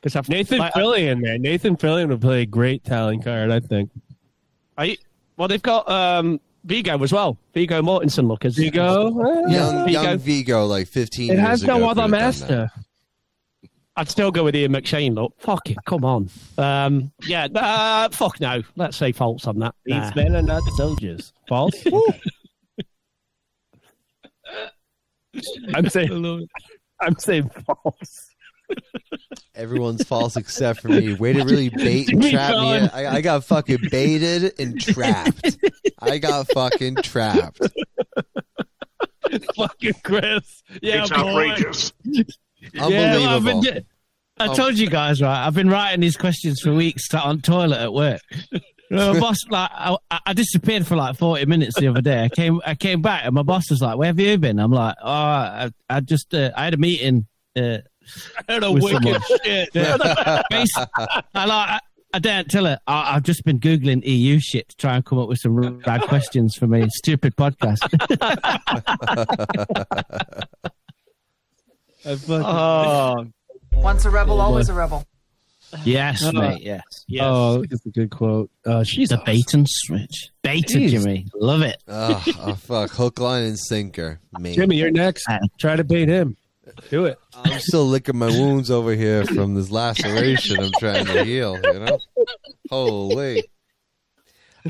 H: Because I've
G: Nathan
H: like,
G: Fillion, man. Nathan Fillion would play a great talent card, I think.
H: I, well, they've got um Vigo as well. Vigo Mortensen, look as
G: You go. eh,
F: Young,
H: Vigo.
F: young Vigo, like 15
G: It
F: years
G: has
F: ago,
G: no
F: could
G: other
F: have done
G: master.
H: I'd still go with Ian McShane. Look, fuck it, come on. Um, yeah, uh, fuck no. Let's say false on that. Nah.
G: These men are not soldiers. False. I'm saying. I'm saying false.
F: that. Everyone's false except for me. Way to really bait and
G: Jimmy
F: trap me.
G: Fallon.
F: I, I got fucking baited and trapped. I got fucking trapped.
G: Fucking Chris. Yeah,
J: it's
G: boy.
J: outrageous.
F: Unbelievable.
I: I've been di- I
F: Oh.
I: told you guys, right? I've been writing these questions for weeks, sat on toilet at work. my boss, like, I, I disappeared for like forty minutes the other day. I came, I came back, and my boss was like, "Where have you been?" I'm like, "Oh, I, I just, uh, I had a meeting." Uh,
G: I had a
I: With
G: wicked
I: someone.
G: shit.
I: Basically, I, like, I, I don't tell it. I, I've just been googling EU shit to try and come up with some bad questions for me. Stupid podcast.
G: I fucking-
H: Oh,
D: Once a rebel, always a rebel.
I: yes, mate. Yes.
H: yes.
G: Oh, that's a good quote. Uh, she's
I: It's a bait and switch. Beta,
G: Jeez.
I: Jimmy. Love it.
F: oh, oh, fuck. Hook, line, and sinker. Me.
G: Jimmy, you're next. Try to bait him. Uh, Do it.
F: I'm still licking my wounds over here from this laceration I'm trying to heal, you know? Holy.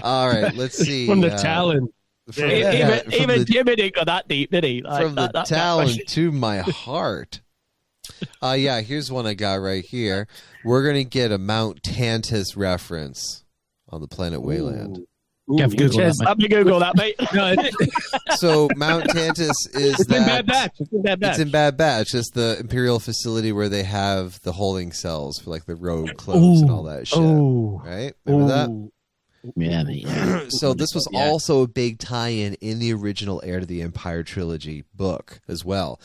F: All right, let's see.
G: From the
F: uh,
G: talent.
F: From,
H: even
F: yeah,
H: even,
F: from the,
H: Jimmy didn't go that deep, did he? Like,
F: from the
H: that- that- that
F: talent
H: question-
F: to my heart. Uh, yeah, here's one I got right here. We're going to get a Mount Tantus reference on the planet Wayland.
I: Kev, Google that,
G: Yes,
I: mate.
H: Let me Google that, mate.
G: No, it's,
F: So, Mount Tantus is
G: it's in
F: that.
G: Bad Batch. It's in Bad Batch.
F: It's in Bad Batch. It's the Imperial facility where they have the holding cells for like the rogue clones and all that shit.
H: Oh,
F: Right? Remember that?
I: Yeah, mate. Yeah.
F: so this was
I: Yeah.
F: also a big tie-in in the original Heir to the Empire trilogy book as well.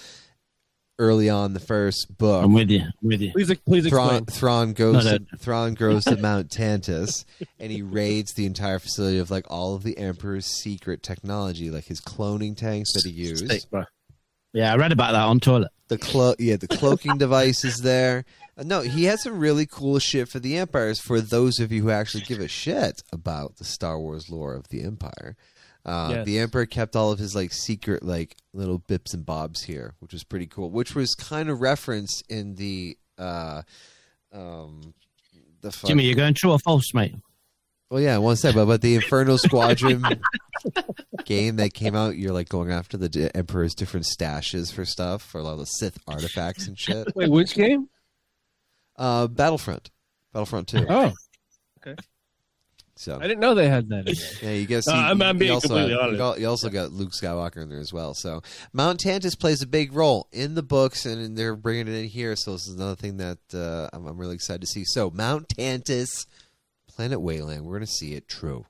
F: Early on, the first book,
I: I'm with you. I'm with you.
G: please, please
F: Thrawn,
G: explain.
F: Thrawn goes
I: No, no.
F: To, Thrawn goes to Mount Tantus, and he raids the entire facility of like all of the Emperor's secret technology, like his cloning tanks that he used.
I: Yeah, I read about that on toilet.
F: The clo- yeah, the cloaking device is there. Uh, No, he has some really cool shit for the Empires. For those of you who actually give a shit about the Star Wars lore of the Empire, uh,
G: Yes.
F: the Emperor kept all of his like secret like little bips and bobs here, which was pretty cool. Which was kind of referenced in the uh, um, the fuck-
I: Jimmy, you're going true or false, mate?
F: well, yeah, one second, but, but the Inferno Squadron game that came out, you're like going after the d- Emperor's different stashes for stuff, for a lot of the Sith artifacts and shit.
G: Wait, which game?
F: Uh, Battlefront, Battlefront Two.
G: Oh,
F: So
G: I didn't know they had that. in it.
F: yeah, you guess
G: Uh, I'm- I'm being
F: also
G: completely
F: had-
G: honest.
F: You also got Luke Skywalker in there as well. So Mount Tantus plays a big role in the books, and in- they're bringing it in here. So this is another thing that uh, I'm, I'm really excited to see. So Mount Tantus, Planet Wayland, we're gonna see it true.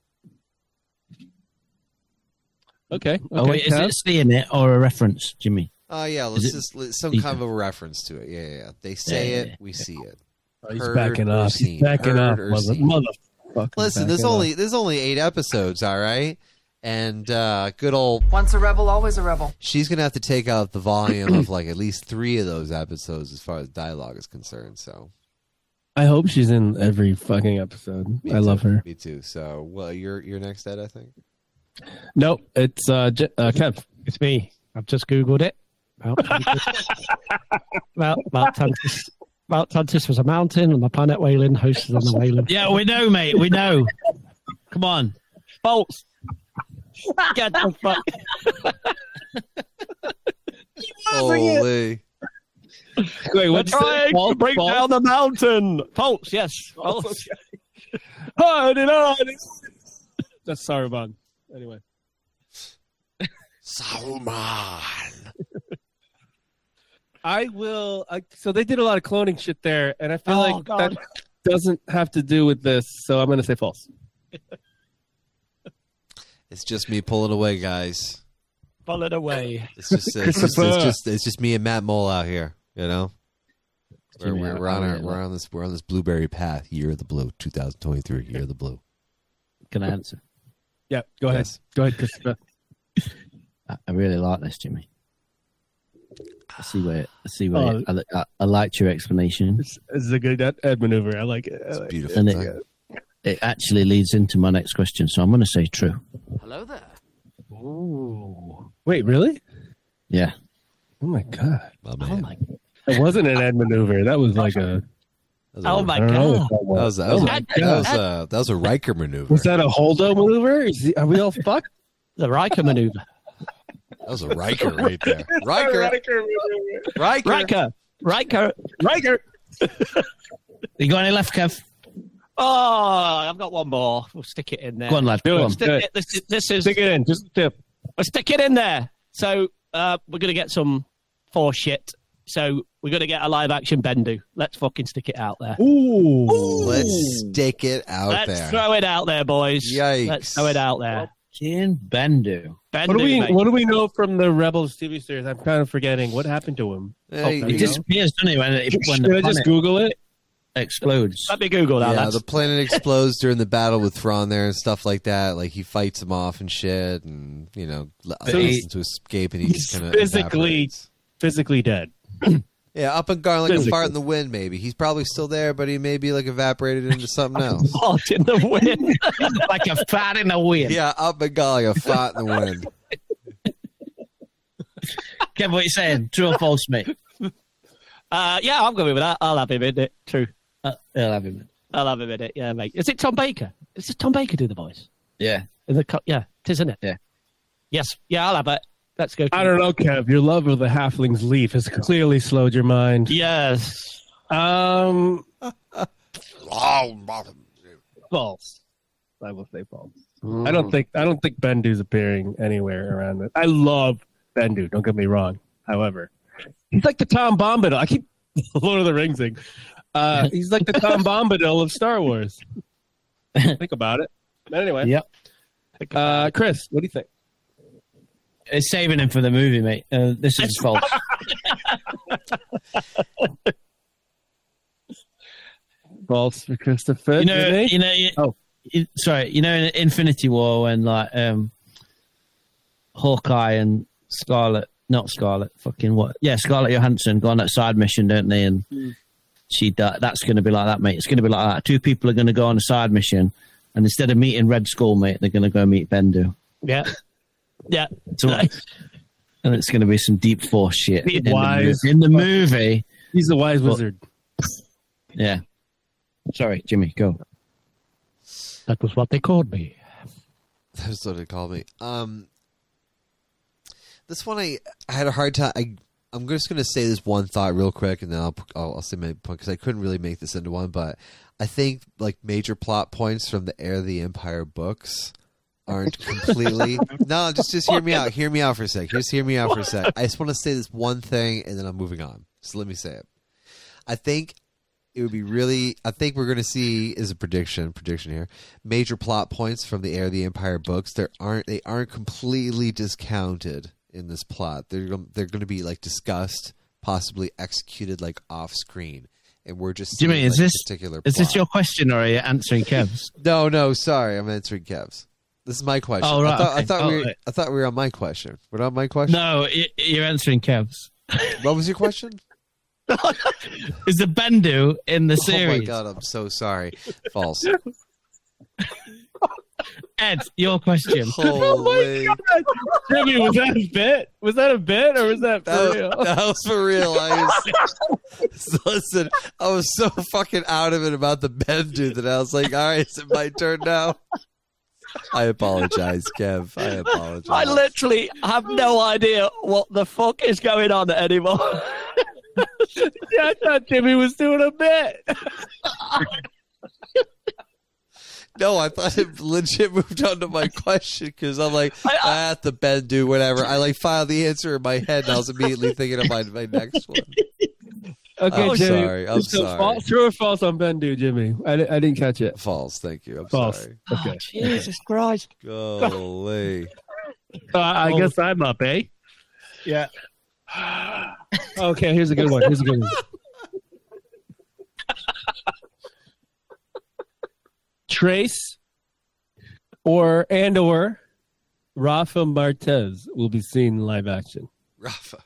G: Okay. okay
I: oh, wait, is
G: Kev.
I: it seeing it or a reference, Jimmy?
F: Oh yeah, let's
I: it-
F: just let- some
I: Yeah.
F: kind of a reference to it. Yeah, yeah, yeah. They say
I: Yeah, yeah,
F: it,
I: yeah.
F: we see it.
G: Oh, he's
F: heard
G: backing
F: or
G: up.
F: seen?
G: He's backing
F: Heard
G: up.
F: or
G: Mother,
F: seen?
G: motherfucker.
F: Listen, there's
G: backing up.
F: only there's only eight episodes, all right? And uh, good old
D: Once a rebel, always a rebel.
F: she's gonna have to take out the volume of like at least three of those episodes as far as dialogue is concerned. So
G: I hope she's in every fucking episode.
F: Me
G: I love
F: too.
G: her.
F: Me too. So, well, you're you're next, Ed, I think.
G: Nope, it's uh, J- uh Kev.
H: It's me. I've just Googled it. Mount Tantus. Mount, Mount Tantus. Mount Tantus was a mountain on the planet Whalen, hosted on the Whalen.
I: Yeah, we know, mate. We know. Come on. Bolts.
H: Get the fuck.
G: Ah,
F: Holy.
G: Wait, what's
H: Trying to break down the mountain. Pulse, yes. Pulse.
G: Oh, did I? That's Saruman. Anyway,
F: Saruman.
G: I will. I, so they did a lot of cloning shit there, and I feel
H: Oh,
G: like
H: God.
G: that doesn't have to do with this. So I'm gonna say false.
F: It's just me pulling away, guys.
H: Pull it away.
F: It's just it's just, it's just it's just me and Matt Mole out here, you know. We're,
G: Jimmy,
F: we're,
G: I-
F: we're on
G: I
F: our,
G: really
F: we're on this we're on this blueberry path. Year of the blue, 2023. Year of the blue.
I: Can I answer?
G: Yeah, go ahead.
F: Yes.
G: Go ahead, Christopher.
I: I, I really like this, Jimmy. I see where I see where
G: Oh.
I: I, I, I liked your explanation.
G: This this is a good Ed- Ed maneuver. I like it. I
F: It's a
G: like it.
F: beautiful.
I: And
F: thing.
I: it, it actually leads into my next question, so I'm going to say true.
G: Wait, really?
I: Yeah.
G: Oh my god!
F: Oh, man.
G: It wasn't an Ed maneuver. That was like a.
F: That was a-
G: I don't know what that was.
F: That was that was, a-
G: Oh my
F: that
G: God.
F: was a that was a Riker maneuver.
G: Was that a holdo maneuver? Is he- are we all fucked?
H: The Riker maneuver.
F: That was a Riker right there. Riker, Riker.
H: Riker. Riker.
G: Riker.
I: You got any left, Kev?
H: Oh, I've got one more. We'll stick it in there.
I: Go on, lad. Go
G: Do it.
I: on.
G: Do
H: Stick it, this, is- this is
G: Stick it in. Just tip.
H: Well, stick it in there. So uh, we're going to get some for shit. So we're going to get a live action Bendu. Let's fucking stick it out there.
G: Ooh.
F: Let's stick it out
H: Let's
F: there.
H: throw it out there, boys.
F: Yikes.
H: Let's throw it out there.
I: Jim Bendu.
H: Bendu,
G: What do we
H: mate.
G: What do we know from the Rebels TV series? I'm kind of forgetting what happened to him.
F: Hey,
G: Oh,
I: He
G: you know.
I: disappears, doesn't he, when, it, when the
G: Should I
I: planet
G: just Google it?
I: explodes?
H: Let me Google that.
F: yeah,
H: lads.
F: the planet explodes during the battle with Thrawn there and stuff like that. Like he fights him off and shit, and you know, l- allows
G: So he's-
F: him to escape, and he
G: he's
F: just kind of
G: physically- Physically dead.
F: yeah, up and gone like a
G: physically-
F: fart in the wind. Maybe he's probably still there, but he may be like evaporated into something else.
H: Fart in the wind.
I: like a fat in a wind.
F: yeah, up and gone like a fart in the wind.
I: Kev, what you saying? True or false, mate?
H: uh, yeah, I'm going with that. I'll have him in it. True.
I: Uh, I'll have him.
H: I'll have him in it. Yeah, mate. Is it Tom Baker? Is it Tom Baker do the voice?
I: Yeah.
H: In the co- yeah, it is, isn't it?
I: Yeah.
H: Yes. Yeah, I'll have it. Let's go.
G: I don't know, Kev. Your love of the halfling's leaf has clearly slowed your mind.
H: Yes.
G: Um. false. I will say false. I don't think I don't think Bendu's appearing anywhere around this. I love Bendu. Don't get me wrong. However, he's like the Tom Bombadil. I keep Lord of the Rings thing. Uh, he's like the Tom Bombadil of Star Wars. think about it. But anyway,
I: Yep.
G: uh, Chris, what do you think?
I: It's saving him for the movie, mate. Uh, this is false.
G: False for Christopher.
I: you know,
G: Vinny?
I: you know. You,
G: Oh.
I: you- sorry. You know, in Infinity War, when like um, Hawkeye and Scarlet, not Scarlet, fucking what? Yeah, Scarlet Johansson go on that side mission, don't they? And she di- that's going to be like that, mate. It's going to be like that. Two people are going to go on a side mission, and instead of meeting Red Skull, mate, they're going to go meet Bendu.
H: Yeah. Yeah.
I: So, and it's going to be some deep force shit in the, mo-
G: Wise.
I: in the movie.
G: he's the wise wizard.
I: Yeah. Sorry, Jimmy, go.
H: That was what they called me.
F: That's what they call me. Um, this one I I had a hard time. I I'm just gonna say this one thought real quick, and then I'll I'll, I'll say my point because I couldn't really make this into one. But I think like major plot points from the Heir of the Empire books aren't completely. no, just just hear me out. Hear me out for a sec. Just hear me out for a sec. I just want to say this one thing, and then I'm moving on. So let me say it. I think it would be really i think we're going to see is a prediction prediction here major plot points from the air of the empire books there aren't they aren't completely discounted in this plot they're gon- they're going to be like discussed possibly executed like off screen and we're just seeing,
I: Jimmy, is
F: like,
I: this
F: particular
I: is this
F: plot.
I: your question or are you answering Kev's?
F: no no sorry i'm answering kev's this is my question
I: Oh, right,
F: i thought, I
I: okay.
F: thought
I: Oh,
F: we were,
I: right.
F: i thought we were on my question we're not on my question
I: No, y- you're answering Kev's.
F: what was your question
I: is the Bendu in the
F: Oh my
I: series. Oh
F: god, I'm so sorry. False.
I: Ed, your question.
F: Holy.
G: Jimmy, was that a bit? Was that a bit or was that for
F: That,
G: real?
F: was- that was for real. I was, listen, I was so fucking adamant about the Bendu that I was like, all right, is it my turn now? I apologize, Kev. I apologize.
J: I literally have no idea what the fuck is going on anymore.
G: Yeah, I thought Jimmy was doing a bit.
F: No, I thought it legit moved on to my question because I'm like,
J: I-
F: I have to bend, do whatever. I like filed the answer in my head and I was immediately thinking of my, my next one.
G: Okay,
F: I'm
G: Jimmy.
F: sorry, I'm
G: so
F: sorry.
G: False, true or false on Bendu, Jimmy? I, di- I didn't catch it.
F: False. Thank you. I'm
G: False.
F: sorry.
G: Okay.
J: Jesus Christ.
F: Golly.
G: Uh, I guess I'm up, eh?
H: Yeah.
G: Okay, here's a good one. Here's a good one. Trace or and or Rafa Martez will be seen in live action.
F: Rafa.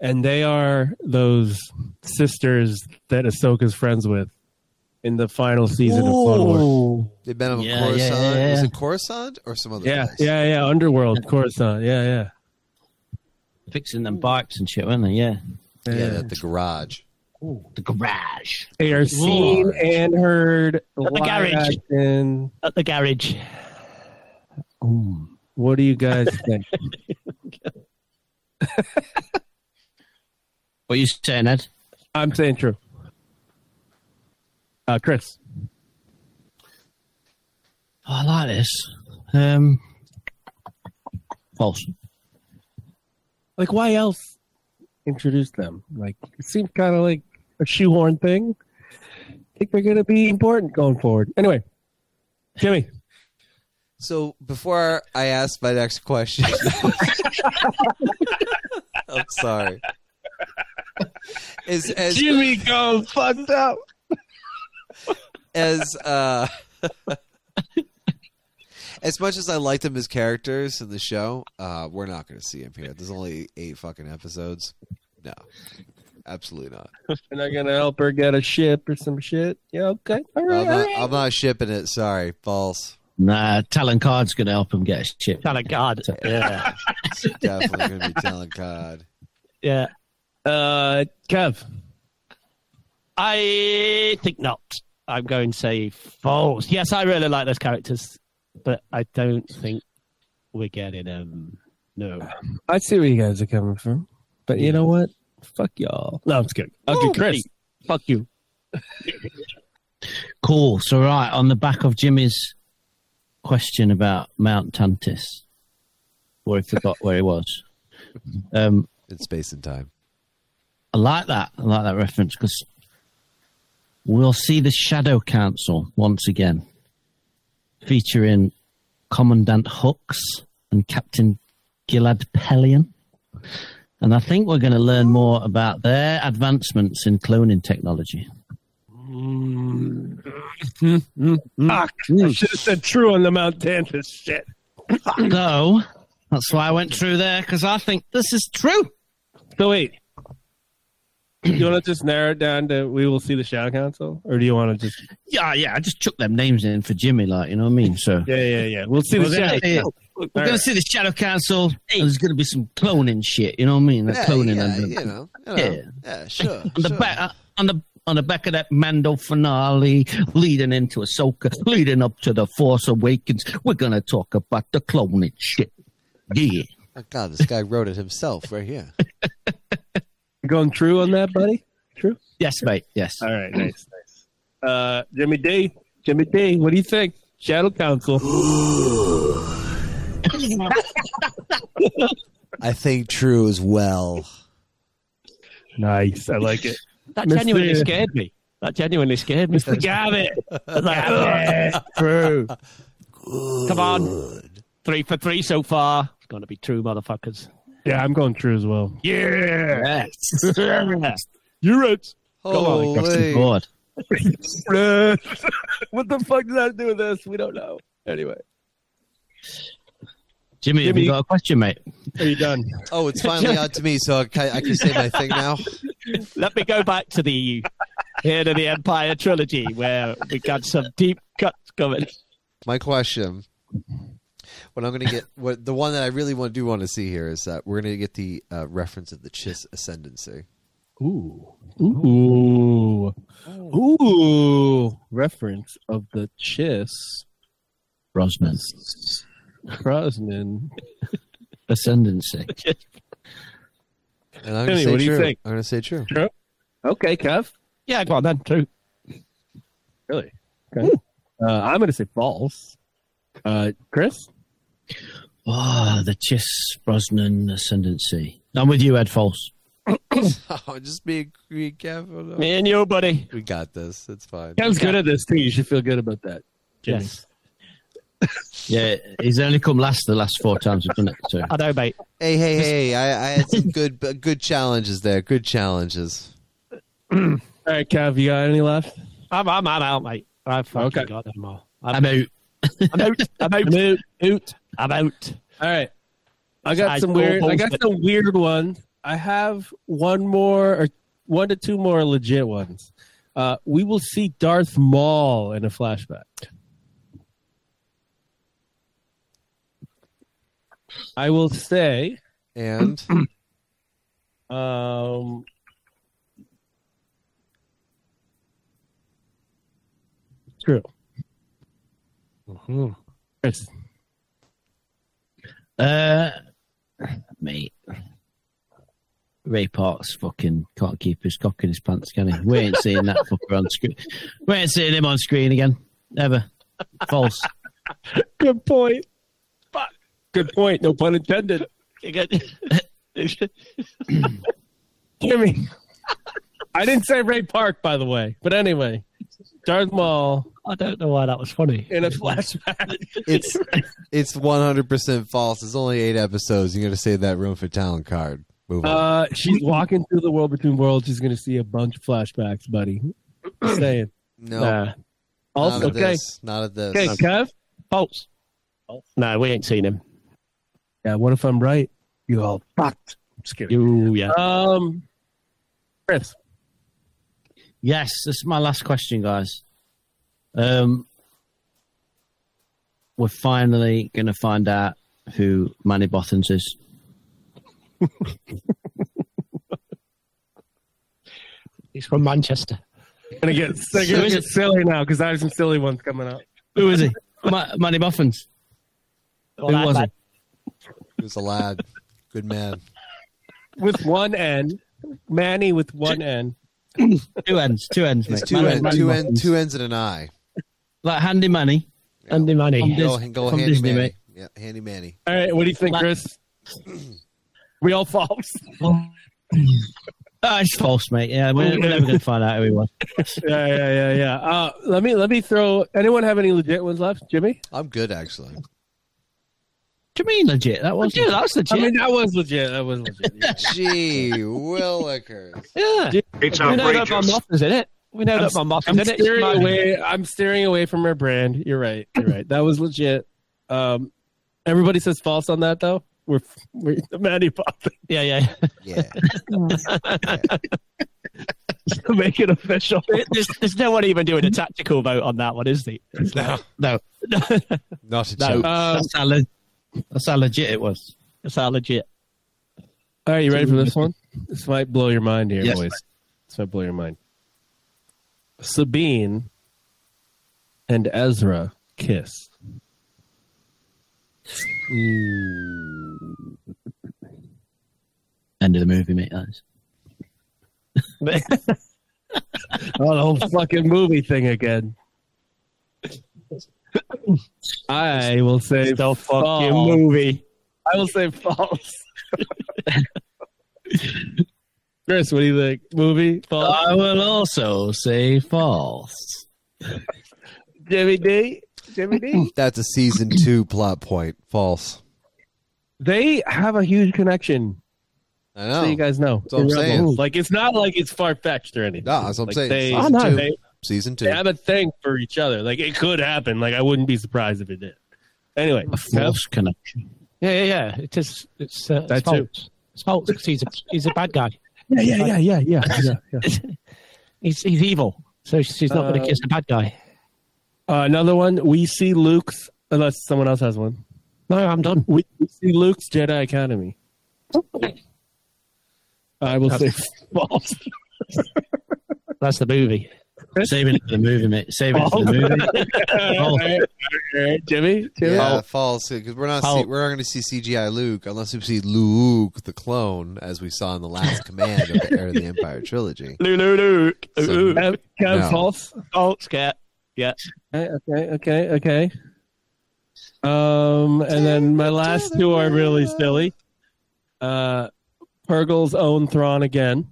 G: And they are those sisters that Ahsoka's friends with in the final season of Clone Wars.
F: They met him on
I: Yeah, yeah,
F: Coruscant.
I: yeah, yeah.
F: Was it Coruscant or some other
G: Yeah,
F: place?
G: yeah, yeah. Underworld, Coruscant. Yeah, yeah.
I: Fixing them bikes and shit, weren't they? Yeah.
F: Yeah, at the garage.
I: The garage.
G: They are seen
F: Lord.
G: and heard live
H: garage.
G: action.
H: At the garage.
G: What do you guys think?
I: What are you saying, Ed?
G: I'm saying true. Uh, Chris,
I: Oh, I like this. Um, false.
G: like, why else introduce them? Like, it seems kind of like a shoehorn thing. I think they're going to be important going forward. Anyway, Jimmy,
F: So before I ask my next question, I'm sorry. As as
G: Jimmy, go fucked up.
F: as uh, as much as I liked him as characters in the show, uh, we're not going to see him here. There's only eight fucking episodes. No, absolutely not.
G: And I'm going to help her get a ship or some shit. Yeah, okay, all
F: I'm
G: right, all
F: not,
G: right.
F: I'm not shipping it. Sorry, false.
I: Nah, Talon Card's going to help him get his chip.
H: Thank God.
I: Yeah.
F: Definitely going to be telling God.
H: Yeah.
G: Uh, Kev,
H: I think not. I'm going to say false. Yes, I really like those characters, but I don't think we're getting them. No.
G: I see where you guys are coming from, but you know what? Fuck y'all. No, I'm just kidding. Okay, Chris, fuck you.
I: Cool. So, right, on the back of Jimmy's question about Mount Tantis, where he forgot where he was. Um,
F: In space and time.
I: I like that. I like that reference because we'll see the Shadow Council once again, featuring Commandant Hooks and Captain Gilad Pellion. And I think we're going to learn more about their advancements in cloning technology.
G: Fuck. I should have said true on the Mount Tantus shit.
I: So that's why I went through there because I think this is true.
G: So wait. you want to just narrow it down to we will see the Shadow Council? Or do you want to just.
I: Yeah, yeah. I just chucked them names in for Jimmy, like you know what I mean. So
G: Yeah, yeah, yeah. We'll see the
I: Well,
G: Shadow
I: yeah, yeah.
G: Council.
I: we're
G: All
I: going to
G: right.
I: see the Shadow Council. and there's going to be some cloning shit. You know what I mean? They're
F: Yeah,
I: cloning
F: yeah,
I: and-
F: you know, you know.
I: Yeah.
F: Yeah. sure.
I: on the
F: sure.
I: back uh, on the on the back of that Mando finale, leading into Ahsoka, leading up to the Force Awakens, we're gonna talk about the cloning shit. Yeah,
F: Oh, God, this guy wrote it himself right here.
G: You going true on that, buddy? True?
I: yes, mate. Yes.
G: All right, nice, nice. Uh, Jimmy D. Jimmy D, what do you think? Shadow Council.
F: I think true as well.
G: Nice. I like it.
H: That
G: Mr.
H: genuinely scared me. That genuinely scared me. Mr. Gavitt. true. Come on. Three for three so far. It's going to be true, motherfuckers.
G: Yeah, I'm going true as well.
H: Yeah.
G: You wrote
F: Holy.
I: Lord.
G: Uh, what the fuck does that do with this? We don't know. Anyway,
I: Jimmy, have
G: Jimmy.
I: you got a question, mate?
G: are you done?
F: Oh, it's finally on to me, so I can, I can say my thing now.
H: let me go back to the Heir to the Empire trilogy where we got some deep cuts coming.
F: My question, what I'm going to get, what the one that I really want do want to see here is that we're going to get the uh, reference of the Chiss ascendancy.
G: Ooh. Ooh. Ooh. Reference of the Chiss.
I: Brosnan.
G: Brosnan.
I: Ascendancy.
F: And I'm
G: Kenny,
F: gonna say
G: what do you
F: true.
G: think?
F: I'm going to say true.
G: Okay, Kev.
H: Yeah, go on then. True.
G: Really? Okay. Uh, I'm going to say false. Uh, Chris?
I: Ah, the Chiss Brosnan ascendancy. I'm with you, Ed False.
F: Oh, just be, be careful. though.
H: Me and you, buddy.
F: We got this. It's fine.
G: Kev's good at this, too. You should feel good about that.
H: Yes.
I: Yeah, he's only come last the last four times we've done it. So
H: I know, mate.
F: Hey, hey, hey! I, I had some good b- good challenges there. Good challenges.
G: All right, Kev, you got any left?
H: I'm, I'm, I'm out, mate. I've fucking
G: Okay.
H: got them all.
I: I'm
H: I'm,
I: out.
H: I'm out. I'm out.
G: Moot. Moot.
H: I'm out.
G: All right. I got
H: I
G: some
H: go
G: weird. I got
H: bullshit.
G: some weird ones. I have one more or one to two more legit ones. Uh, we will see Darth Maul in a flashback. I will say
F: And
G: um, true. Mm-hmm. Chris,
I: Uh, mate. Ray Parks fucking can't keep his cock in his pants, can he? We ain't seeing that fucker on screen. We ain't seeing him on screen again. Ever. False.
G: good point. Good point. No pun intended. Jimmy. I didn't say Ray Park, by the way. But anyway, Darth Maul
H: I don't know why that was funny.
G: in a flashback.
F: it's it's 100 percent false. It's only eight episodes. You're going to save that room for talent card. Move on.
G: Uh, she's walking through the world between worlds. She's going to see a bunch of flashbacks, buddy. Just saying.
F: no,
H: Nah.
F: not
G: Also,
F: at
G: Uh, okay.
F: this. Not at this.
G: Okay, Kev.
H: False. No, we ain't seen him.
G: Yeah, what if I'm right? You all fucked. I'm just kidding.
H: You, yeah.
G: Um, Chris.
I: Yes, this is my last question, guys. Um, we're finally going to find out who Manny Bothans is.
H: He's from Manchester.
G: I'm gonna get, I'm gonna get silly now because I have some silly ones coming up.
I: Who is he? Ma- Manny Boffins.
H: Well,
I: Who
H: that-
I: was he?
H: that-
F: He was a lad. Good man.
G: With one N, Manny with one N.
I: Two ends. Two ends, mate.
F: It's two
I: Manny-
F: end,
I: Manny
F: two
I: Boffins.
F: end, two ends and an eye.
I: Like Handy Manny.
H: Andy Manny.
F: Go,
I: Dis-
F: go
I: from
F: handy
I: Disney,
F: manny.
I: mate.
F: Yeah, handy manny.
G: All right, what do you think,
I: Like-
G: Chris? we all false.
I: Oh, it's false, mate. Yeah, we're, we're never going to find out who he was.
G: yeah, yeah, yeah, yeah. Uh, let me let me throw. Anyone have any legit ones left, Jimmy?
F: I'm good actually.
I: Do you mean legit? That was
H: Yeah, that's legit.
G: I mean, that was legit. That was legit. Yeah.
F: Gee, Willikers.
H: yeah.
B: It's
H: we know that my moth is in it. We know
G: I'm,
H: that my moth is
G: I'm
H: in it. It's
G: steering
H: mine.
G: away. I'm steering away from her brand. You're right. You're right. That was legit. Um, everybody says false on that though. We're, we're Mandy Poppins.
H: Yeah, yeah.
F: Yeah.
G: Make it official.
H: There's, there's no one even doing a tactical vote on that one, is there? No. No.
F: Not a
H: No.
F: joke.
G: Um,
I: That's how, le- that's how legit it was.
H: That's how legit.
G: all right, you ready for this one? This might blow your mind here,
I: Yes.
G: boys. This might blow your mind. Sabine and Ezra kiss.
I: End of the movie, mate. That is.
G: Oh, the whole fucking movie thing again. I will say
H: The
G: false.
H: fucking movie.
G: I will say false. Chris, what do you think? Movie? False?
I: I will also say false.
G: Jimmy D? Jimmy D?
F: That's a season two plot point. False.
G: They have a huge connection.
F: I know.
G: So you guys know.
F: Oh, That's what I'm
G: In Rebels.
F: saying.
G: Like it's not like it's far fetched or anything.
F: No, that's what I'm saying.
G: Like, They,
F: Season
H: I know,
F: two.
G: Ah, they-
F: Season two.
G: they have a thing for each other. Like it could happen. Like I wouldn't be surprised if it did. Anyway,
I: A false connection.
H: Yeah, yeah, yeah. It is. It's, uh,
G: That
H: it's
G: too.
H: false. It's false 'cause he's a, he's a bad guy. Yeah,
G: yeah,
H: yeah,
G: yeah, yeah, yeah. yeah.
H: He's, he's evil, so she's not going
G: Uh,
H: to kiss the bad guy.
G: Uh, another one. We see Luke's. Unless someone else has one.
H: No, I'm done.
G: We, we see Luke's Jedi Academy. I will say false.
H: That's the movie.
I: Saving it for the movie, mate. Saving it for the movie. Oh,
G: Jimmy, Jimmy.
F: Yeah, false. Because we're not see,
H: I'll-
F: we're not going to see CGI Luke unless we see Luke the clone, as we saw in the Last Command of the Heir of the Empire trilogy.
J: Lulu, Luke.
F: So-
J: Ooh,
G: Can I have
F: No.
G: false?
J: Oh, scared. Yeah.
G: Okay, okay, okay, okay. Um, and then my last two are really silly. Uh, Purgle's own Thrawn again.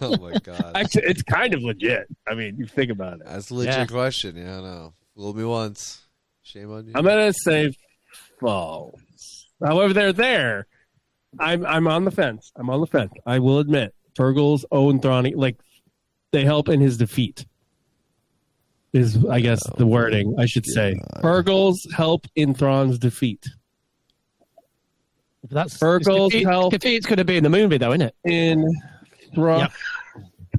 F: Oh my god,
G: Actually, it's kind of legit. I mean, you think about it.
F: that's a legit
G: Yeah.
F: question. Yeah, no, fool me once, shame on you.
G: I'm gonna say false. However, they're there. I'm I'm on the fence. I'm on the fence. I will admit, Purgle's own Thrawn, like they help in his defeat. Is I guess the wording I should say. Purgle's help in Thrawn's defeat.
H: If That's
G: Fergal's
H: it's,
G: health-
H: it's going to be in the movie, though, isn't it?
G: in Thrawn.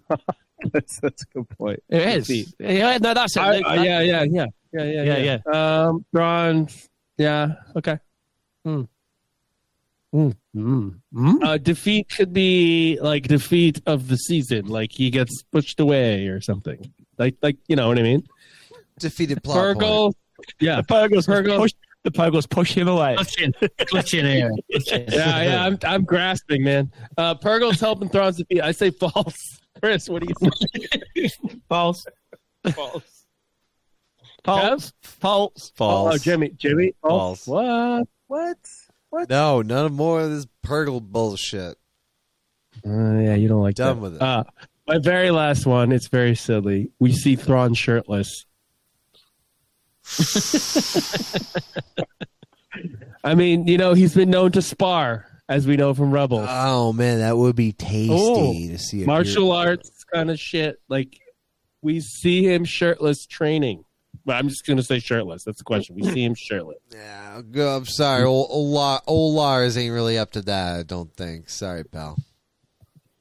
H: Yep.
G: that's, that's a good point.
H: It is.
G: Defeat.
H: Yeah, no, that's it.
G: I-
H: That-
G: I- yeah, yeah, yeah, yeah, yeah,
H: Yeah,
G: yeah, Um, Thrawn. Yeah. Okay. Hmm.
H: Mm. Mm.
G: Uh, defeat could be like defeat of the season, like he gets pushed away or something. Like, like you know what I mean?
F: Defeated plot point.
G: Purgle. Yeah.
J: The Purgles
G: Purgle.
J: push. The Purgles push him away.
I: clutching, clutching here. Clutching.
G: Yeah, yeah. I'm, I'm grasping, man. Uh, Purgle's helping Thrawn's defeat. I say false. Chris, what do you say?
J: False.
G: False.
J: False. False.
G: Oh,
F: False.
G: Jimmy. Jimmy.
F: False.
G: False. What? What?
F: No, none more of this Purgle bullshit.
G: Uh, yeah, you don't like
F: Done
G: that.
F: with it.
G: Uh, my very last one. It's very silly. We see Thrawn shirtless. I mean, you know, he's been known to spar, as we know from Rebels.
F: Oh man, that would be tasty
G: Oh,
F: to see. a
G: Martial
F: beard.
G: arts kind of shit. Like, we see him shirtless training. But I'm just going to say shirtless. That's the question. We see him shirtless.
F: Yeah, go- I'm sorry, old, old, La- old Lars ain't really up to that. I don't think. Sorry, pal.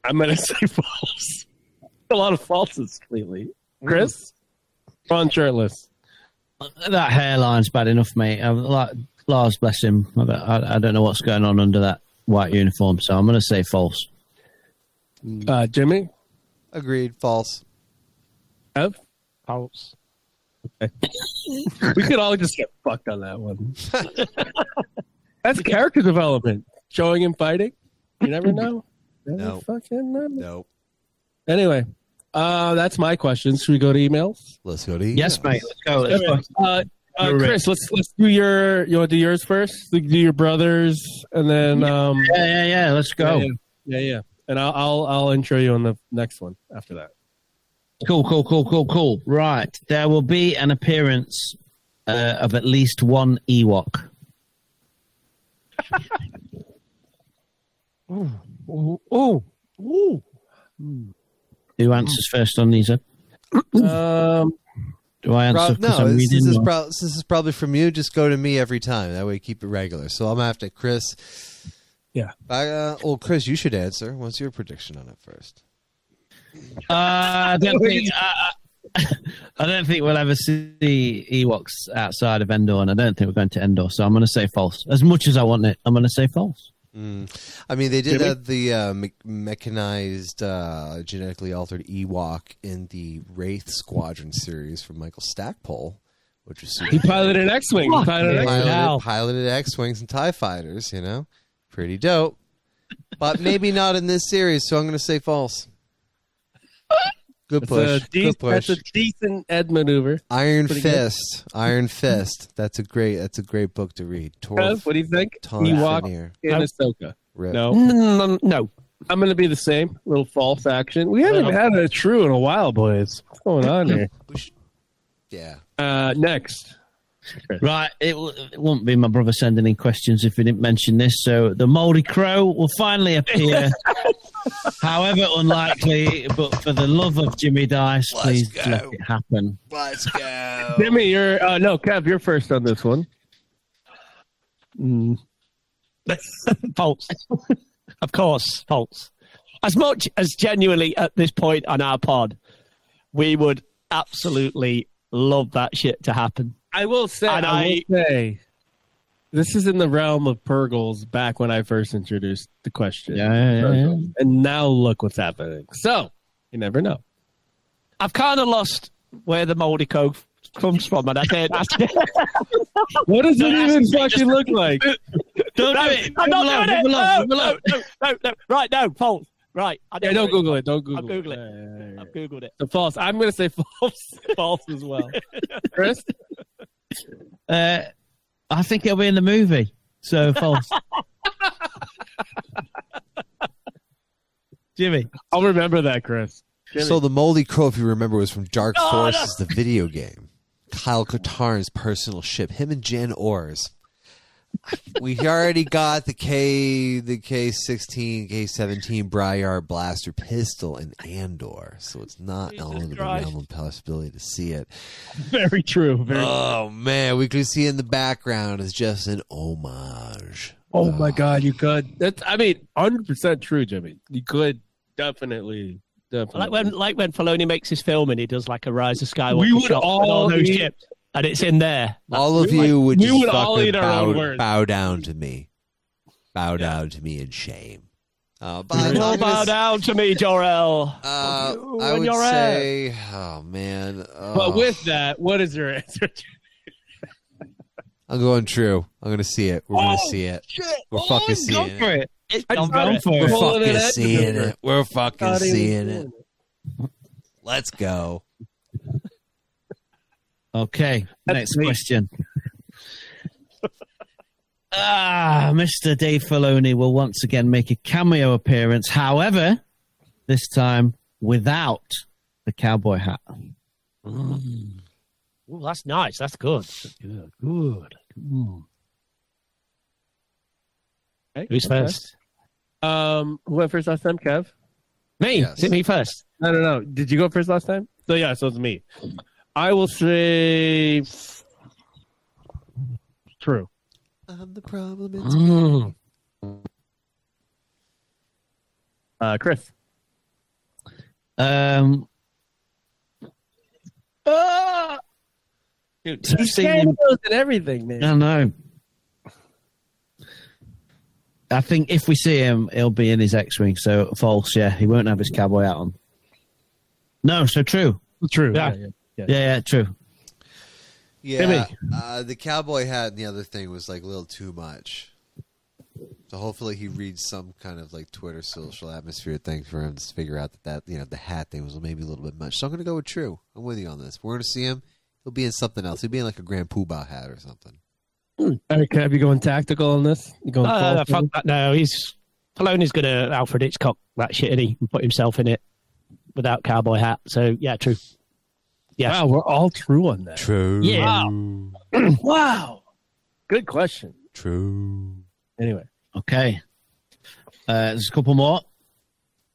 G: I'm going to say false. A lot of falses lately. Chris? Thrawn shirtless.
I: that hairline's bad enough, mate. i like Lars, bless him. I, don't- I, I don't know what's going on under that white uniform, so I'm going to say false.
G: Uh, Jimmy?
F: Agreed. False.
G: Ev?
H: False.
G: we could all just get fucked on that one. That's character development. Showing him fighting. You never know. Never
F: No.
G: fucking know.
F: Nope.
G: Anyway, uh, that's my question. Should we go to emails?
F: Let's go to emails.
I: Yes, mate. Let's go. Let's go.
G: Uh, uh,
I: You're
G: Chris, let's let's do your you want to do yours first. Do your brothers, and then um,
I: Yeah, yeah, yeah. Let's go.
G: yeah, yeah, yeah. And I'll, I'll I'll intro you on the next one after that.
I: Cool, cool, cool, cool, cool. Right. There will be an appearance uh, of at least one Ewok.
G: Oh, oh,
I: Who answers first on these? uh?
G: um,
I: Do I answer?
F: Prob-
I: 'cause
F: no, this,
I: I'm
F: this
I: reading
F: is
I: or-
F: prob- this is probably from you. Just go to me every time. That way, you keep it regular. So I'm gonna have to Chris.
G: Yeah.
F: I, uh, well, Chris, you should answer. What's your prediction on it first?
I: Uh, I don't think. I I- I don't think we'll ever see Ewoks outside of Endor, and I don't think we're going to Endor. So I'm going to say false. As much as I want it, I'm going to say false.
F: I mean, they did have the uh, me- mechanized, uh, genetically altered Ewok in the Wraith Squadron series from Michael Stackpole, which was super.
G: he piloted an X-wing. He piloted an X-wing.
F: piloted, piloted X-wings and Tie fighters. You know, pretty dope. But maybe not in this series. So I'm going to say false. Good
G: That's
F: push.
G: a, de-
F: Good push.
G: that's a decent Ed maneuver.
F: Iron
G: pretty good.
F: Fist. Iron Fist. That's a great. That's a great book to read.
G: Kev,
F: Torf
G: what do you think?
F: Torf
G: Ewok
F: Fenrir.
G: in Ahsoka.
F: Rip.
G: No,
H: Mm, no.
G: I'm going to be the same. Little false action. We haven't had a true in a while, boys. What's going on here?
F: Yeah.
G: Uh, next,
I: Right, it, w- it wouldn't be my brother sending in questions if he didn't mention this. So the Mouldy Crow will finally appear, however unlikely. But for the love of Jimmy Dice, please let it happen.
F: Let's go.
G: Jimmy, you're uh, no Kev. You're first on this one.
H: False. Of course, false. As much as genuinely at this point on our pod, we would absolutely love that shit to happen.
G: I will say,
H: And
G: I, will say, this is in the realm of Purgles back when I first introduced the question.
I: Yeah, yeah, yeah, yeah.
G: And now look what's happening. So, you never know.
H: I've kind of lost where the moldy coke comes from, and I don't. I,
G: What does it even fucking look like?
I: Don't do it.
H: I'm
I: Leave
H: not
I: alone,
H: doing it.
I: leave
H: No,
I: alone, leave
H: no,
I: alone.
H: no, no, no. Right, no, false. Right, I
G: Yeah, don't Google it. Don't Google
H: I'll
G: it.
H: Google it.
G: Yeah, yeah, yeah.
H: I've googled it.
G: So false. I'm going to say false. false as well. Chris?
I: Uh, I think it'll be in the movie. So false. Jimmy.
G: I'll remember that, Chris.
F: So the moldy crow, if you remember, was from Dark
H: Oh,
F: Forces, the video game. Kyle Katarn's personal ship. Him and Jan Ors. We already got the K, the K sixteen, K seventeen Briar blaster pistol in Andor, so it's not
H: Jesus
F: out of the
H: Christ.
F: realm of possibility to see it.
G: Very true. Very
F: Oh man, we could see in the background is just an homage.
G: Oh my God, you could. That's, I mean, 100% true, Jimmy. You could definitely, definitely.
H: Like when, like when Filoni makes his film and he does like a Rise of Skywalker
G: We would
H: shot with
G: all
H: all those
G: eat-
H: chips, and it's in there.
F: all of you would
G: we
F: just
G: would all
F: fucking
G: eat our
F: bow,
G: own words.
F: bow down to me. Bow down to me in shame. Uh, but I'm
H: Don't
F: not gonna
H: bow
F: s-
H: down to me, Jor-El.
F: Uh,
H: You
F: I
H: and
F: would
H: your ass.
F: say, oh man. uh,
G: But with that, what is your answer?
F: I'm going true. I'm gonna see it. We're gonna
G: Oh,
F: see it. We're fucking seeing it.
I: I'm going for
F: We're
I: it.
G: Pulling it
F: fucking
G: out
F: seeing
G: of
F: it. We're fucking
G: Not even
F: seeing
G: seeing
F: it. Let's go.
I: Okay. Next question. Ah, Mr. Dave Filoni will once again make a cameo appearance. However, this time without the cowboy hat.
H: Ooh, that's nice. That's good. Good. Good. Ooh. Who's first?
G: Um, who went first last time, Kev?
H: Me.
F: Yes.
H: Is it me first?
G: I don't know. Did you go first last time? So yeah, so it's me. I will say true. Mm.
F: I'm the problem. It's
G: Uh, Chris.
I: Um,
G: Dude,
I: So he's saying-
G: and everything, man.
I: I know. I think if we see him, he'll be in his X-wing. So false, yeah. He won't have his cowboy hat on. No, so true.
G: True.
H: Yeah.
I: Yeah, yeah, true.
F: Yeah, uh, the cowboy hat and the other thing was like a little too much. So hopefully he reads some kind of like Twitter social atmosphere thing for him to figure out that that you know the hat thing was maybe a little bit much. So I'm gonna go with True. I'm with you on this. We're gonna see him. He'll be in something else. He'll be in like a Grand Poobah hat or something.
G: All right, Kev, you going tactical on this? You going
H: No, no, no,
G: false?
H: Uh, fuck that. No, he's Filoni's going to Alfred Hitchcock that shit, is he? And put himself in it without cowboy hat. So yeah, true. Yeah.
G: Wow, we're all true on that.
F: True.
H: Yeah.
G: Wow. Good question.
F: True.
G: Anyway.
I: Okay. Uh, there's a couple more.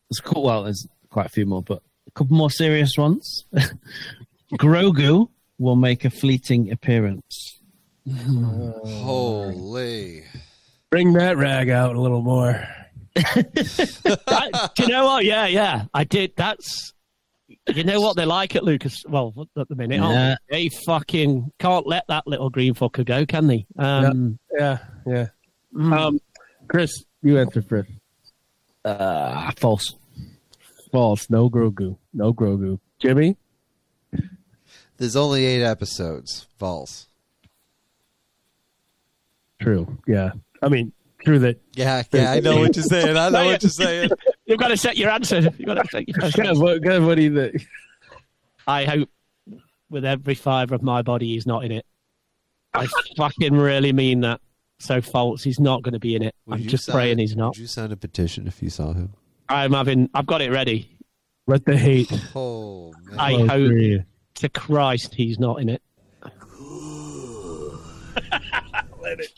I: There's a couple, well, there's quite a few more, but a couple more serious ones. Grogu will make a fleeting appearance.
F: Holy.
G: Bring that rag out a little more.
H: That- do you know what? Yeah, yeah, I did. That's you know what they like at Lucas. Well, at the minute, aren't
I: Yeah.
H: they? they fucking can't let that little green fucker go, can they? Um, Mm.
G: Yeah, yeah. Um, Chris, you answer first.
I: Uh, false.
G: False. No Grogu. No Grogu. Jimmy?
F: There's only eight episodes. False.
G: True. Yeah. I mean, true that.
F: Yeah, yeah, I know what you're saying. I know what you're saying.
H: You've got to set your answer. You've got to set your answer.
G: Kev, what, Kev, what do you think?
H: I hope with every fibre of my body he's not in it. I fucking really mean that. So false. He's not going to be in it.
F: Would
H: I'm
F: you
H: just
F: sign-
H: praying he's not.
F: Would you sign a petition if you saw him?
H: I'm having. I've got it ready.
G: Let the hate.
F: Oh man.
H: I
G: flow
H: hope
G: through you.
H: to Christ he's not in it.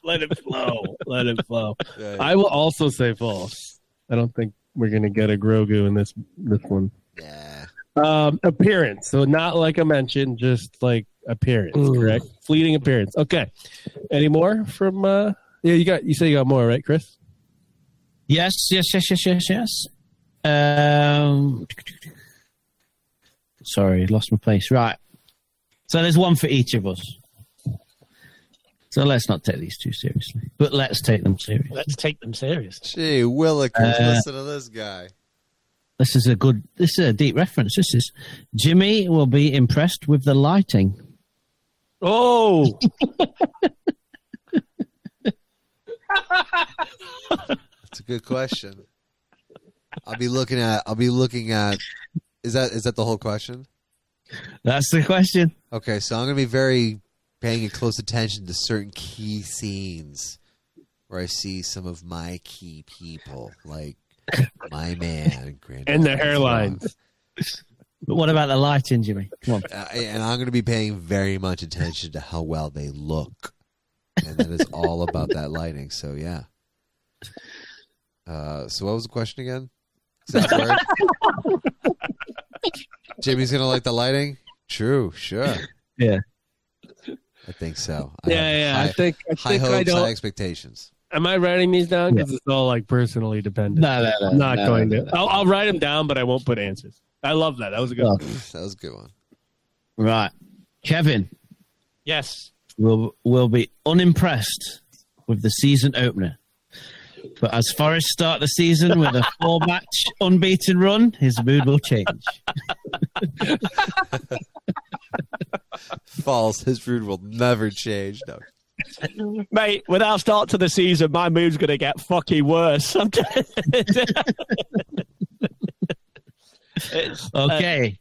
G: Let it flow. Let it flow.
F: Yeah.
G: I will also say false. I don't think we're gonna get a Grogu in this this one.
F: Nah.
G: Um, appearance. So not like I mentioned, just like appearance.
F: Mm.
H: Ooh.
G: Correct. Fleeting appearance. Okay. Any more from? uh Yeah, you got. You say you got more, right, Chris?
I: Yes, yes, yes, yes, yes, yes. Um, sorry, lost my place. Right. So there's one for each of us. So let's not take these too seriously, but let's take them seriously.
H: Let's take them serious.
F: Gee, Willikers,
I: Uh,
F: listen to this guy.
I: This is a good. This is a deep reference. This is Jimmy will be impressed with the lighting.
J: Oh,
F: It's a good question. I'll be looking at. I'll be looking at. Is that is that the whole question?
I: That's the question.
F: Okay, so I'm gonna be very paying close attention to certain key scenes where I see some of my key people, like my man Grand
G: And the
F: Theft
G: hairlines.
I: But what about the lighting, Jimmy? Come on.
F: Auto. Uh, and I'm gonna be paying very much attention to how well they look, and that is all about that lighting. So yeah. Uh, so what was the question again? Is that word? Jimmy's gonna like the lighting. True, sure.
I: Yeah.
F: I think so. I have
G: Yeah, yeah. I
F: high-
G: think I
F: high
G: think I
F: hopes, high
G: don't.
F: expectations.
G: Am I writing these down? Because it's all like personally dependent.
I: No, no, no.
G: I'm not
I: no,
G: going
I: no,
G: to.
I: no.
G: I'll, I'll write them down, but I won't put answers. I love that. That was a good.
I: Oh.
G: one.
F: That was a good one.
I: Right. Kevin
J: yes.
I: will will be unimpressed with the season opener. But as Forrest start the season with a four match unbeaten run, his mood will change.
F: False. His mood will never change. No.
J: Mate, without start to the season, my mood's going to get fucking worse. I'm telling you. It's-
I: Okay.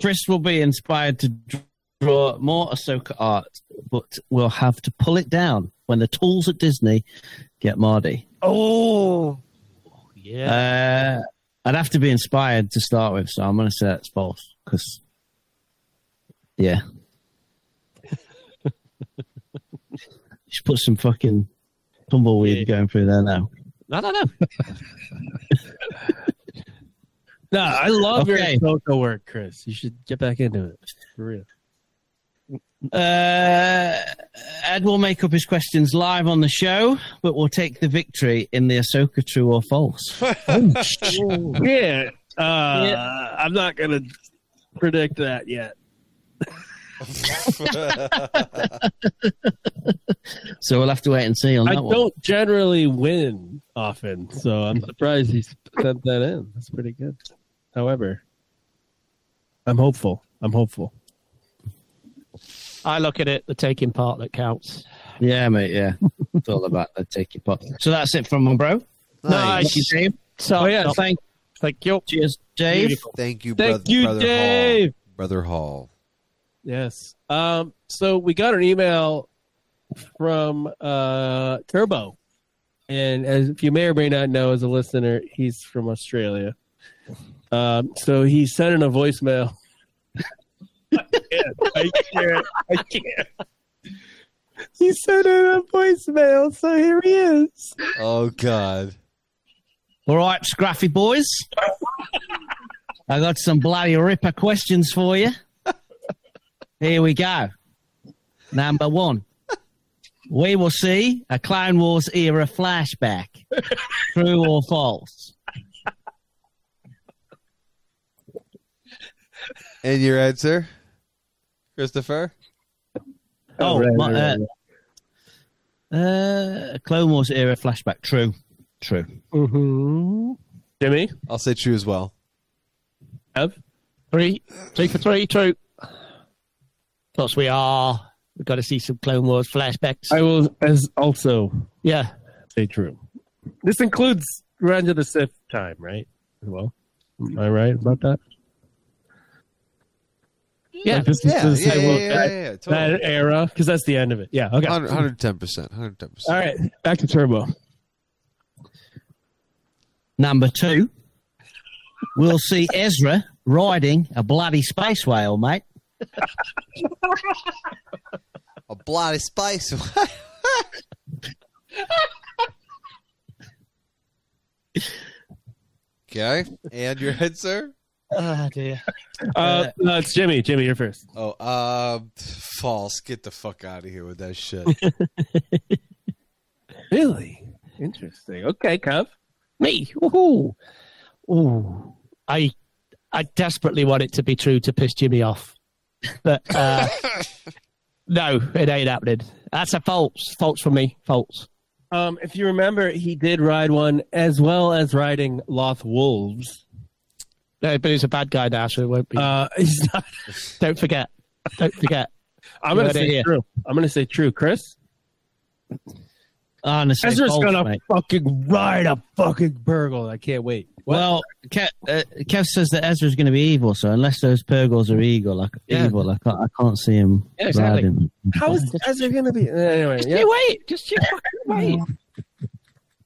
I: Chris will be inspired to draw more Ahsoka art, but will have to pull it down when the tools at Disney get Mardy.
J: oh, yeah.
I: Uh, I'd have to be inspired to start with, so I'm going to say that's false. Because, yeah, just put some fucking tumbleweed
J: Yeah.
I: going through there now.
J: I don't know.
G: No, I love
I: Okay.
G: your Ahsoka work, Chris. You should get back into it. For real.
I: Uh, Ed will make up his questions live on the show, but will take the victory in the Ahsoka true or false.
G: Yeah. Uh, I'm not gonna predict that yet.
I: so we'll have to wait and see on
G: I
I: that one.
G: don't generally win often, so I'm surprised he sent that in. That's pretty good. However, I'm hopeful. I'm hopeful.
H: I look at it, the taking part that counts.
I: Yeah, mate. Yeah, it's all about the taking part. So that's it from my bro. Thank you, Dave.
J: So,
G: Oh, yeah.
I: Thank,
J: Thank you.
I: cheers, Dave.
F: Thank you,
G: Thank
F: brother,
G: you,
F: brother
G: Dave.
F: Hall. Brother Hall.
G: Yes. Um. So we got an email from uh Turbo, and as if you may or may not know, as a listener, he's from Australia. Um. So he sent in a voicemail. I can't. I can't. I can't. He sent in a voicemail, so here he is.
F: Oh God.
I: All right, Scruffy boys. I got some bloody ripper questions for you. Here we go. Number one. We will see a Clone Wars era flashback. True or false?
F: And your answer, Christopher?
I: Oh,
G: right,
I: my,
G: right,
I: uh, uh, Clone Wars era flashback. True. True.
G: Mm-hmm. Jimmy,
F: I'll say true as well.
G: Ev,
H: Three, three for three, true. Plus, we are. We've got to see some Clone Wars flashbacks.
G: I will as also
H: yeah.
G: say true. This includes Revenge of the Sith time, right? As well, am I right about that?
H: Yeah.
G: Like, this is-
F: Yeah,
G: this is-
F: yeah, yeah,
G: well,
F: yeah,
G: that,
F: yeah, yeah, totally.
G: that era, because that's the end of it. Yeah. Okay.
F: Hundred- 110%. 110%.
G: All right. Back to Turbo.
I: Number two. We'll see Ezra riding a bloody space whale, mate.
F: A bloody spice. okay. And your answer?
H: Oh, dear.
G: Uh, no, it's Jimmy. Jimmy, you're first.
F: Oh, uh, false. Get the fuck out of here with that shit.
G: Really? Interesting. Okay, Kev.
H: Me. Woohoo. Ooh. I I desperately want it to be true to piss Jimmy off. But uh, no, it ain't happening. That's a false. False for me. False.
G: Um, if you remember, he did ride one as well as riding Loth Wolves.
H: No, but he's a bad guy now, so it won't be.
G: Uh, he's not.
H: Don't forget. Don't forget.
G: I'm gonna
H: heard it
G: say
H: here.
G: true. I'm gonna say true, Chris.
I: Honestly,
G: Ezra's
I: false,
G: gonna
I: mate.
G: fucking ride a fucking burgle. I can't wait.
I: Well, Kev, uh, Kev says that Ezra's going to be evil, so unless those Purgles are evil, I, c-
G: Yeah.
I: evil, I can't, I can't see him
G: Yeah, exactly.
I: riding.
G: how is Ezra gonna be? Uh, Anyway, yeah.
H: wait. Just you fucking wait.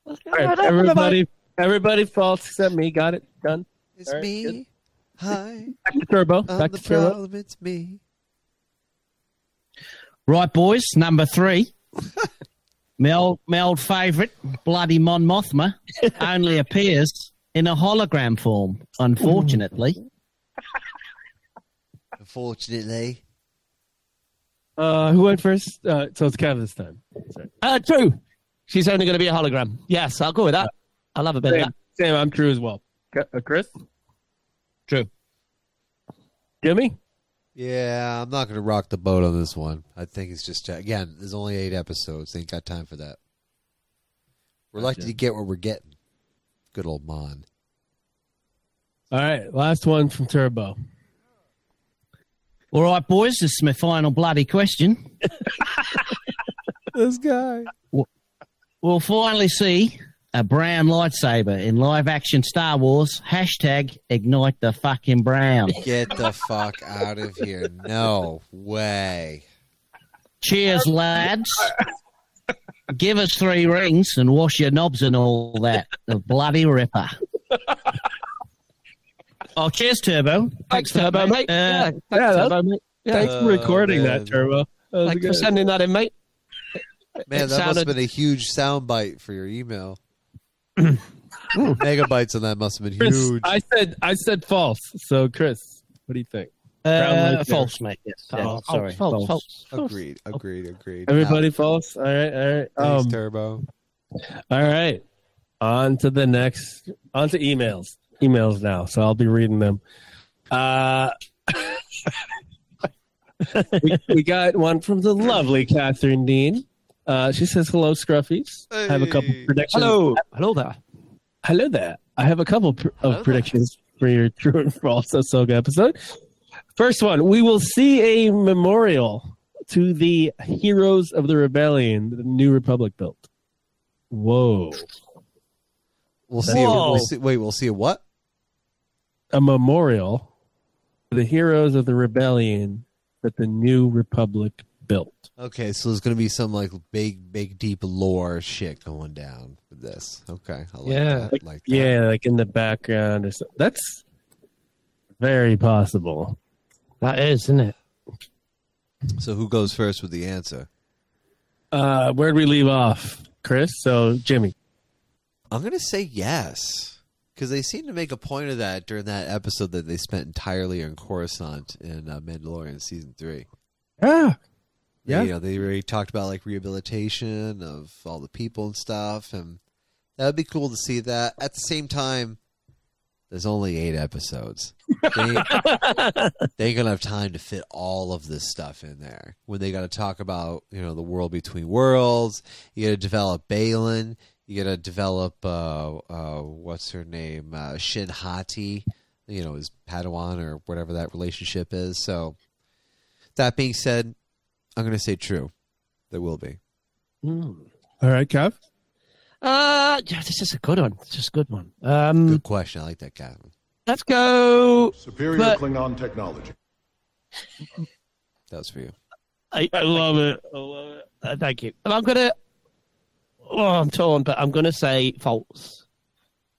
G: All right, everybody, everybody false except me. Got it done.
F: It's
G: All right,
F: me.
G: good.
F: Hi.
G: Back to turbo.
F: I'm
G: Back
F: the
G: to turbo.
F: problem. It's me.
I: Right, boys, number three. my old, my old favourite, bloody Mon Mothma, only appears in a hologram form, unfortunately.
F: Unfortunately.
G: Uh, who went first? Uh, so it's Kev this time.
H: Uh, true. She's only going to be a hologram. Yes, I'll go with that. I'll have a bit of
G: Same,
H: that.
G: same. I'm true as well. Ke- uh, Chris,
H: True.
G: Jimmy.
F: Yeah, I'm not going to rock the boat on this one. I think it's just, again, there's only eight episodes. Ain't got time for that. We're lucky to get what we're getting. Good old Mon.
G: All right, last one from Turbo.
I: All right, boys, this is my final bloody question.
G: This guy.
I: We'll finally see a brown lightsaber in live action Star Wars. Hashtag ignite the fucking brown.
F: Get the fuck out of here. No way.
I: Cheers,
H: Um,
I: lads. Give us three rings and wash your knobs and all that. The bloody ripper. Oh, cheers, Turbo.
H: Thanks, Turbo, mate.
I: Uh,
H: yeah, thanks,
G: yeah, that-
H: Turbo, mate. Yeah.
G: Thanks for recording
F: Oh, man.
G: that, Turbo. That was
H: Thanks for
G: good.
H: sending that in, mate.
F: Man,
H: It
F: that must have
H: sounded-
F: been a huge soundbite for your email. Megabytes on that must have been
G: Chris,
F: huge.
G: I said I said false. So Chris, what do you think? Brown
I: Uh,
G: lightsaber.
I: false, mate. Yes.
H: Yeah,
I: Oh, sorry.
H: False, false, false.
F: Agreed, agreed, agreed.
G: Everybody false. All right, all right.
F: Now, thanks,
G: Um,
F: Turbo.
G: all right. On to the next. On to emails. Emails now. So I'll be reading them. Uh, we, we got one from the lovely Catherine Dean. Uh, she says, "Hello, Scruffies. I have a couple
F: Hey.
G: predictions.
J: Hello.
H: Hello there.
G: Hello there. I have a couple pr- of predictions for your true and false Ahsoka episode. First one, we will see a memorial to the heroes of the rebellion that the New Republic built. Whoa.
F: We'll see. A,
G: Whoa.
F: we'll see. Wait, we'll see a what?
G: A memorial to the heroes of the rebellion that the New Republic built.
F: Okay, so there's gonna be some like big, big, deep lore shit going down with this. Okay, I like
H: Yeah.
F: that. Like that.
G: Yeah, like in the background or something. That's very possible.
H: That is, isn't it?
F: So who goes first with the answer?
G: Uh, where'd we leave off, Chris? So, Jimmy.
F: I'm gonna say yes because they seem to make a point of that during that episode that they spent entirely on Coruscant in uh, Mandalorian season three.
G: Yeah.
F: They,
G: Yeah.
F: you know, they already talked about like rehabilitation of all the people and stuff, and that would be cool to see that. At the same time, there's only eight episodes. They, they ain't gonna have time to fit all of this stuff in there. When they got to talk about you know the world between worlds, you got to develop Balin, you got to develop uh, uh, what's her name uh, Shin Hati, you know his Padawan or whatever that relationship is. So that being said, I'm going to say true. There will be.
G: All right, Kev.
H: Uh, yeah, this is a good one. This is a good one. Um,
I: Mm.
F: Good question. I like that, Captain.
H: let's go.
B: Superior
H: But-
B: Klingon technology.
F: That was for you.
H: I, I love it. I love it. Uh, thank you. And I'm gonna. Oh, I'm torn, but I'm gonna say false.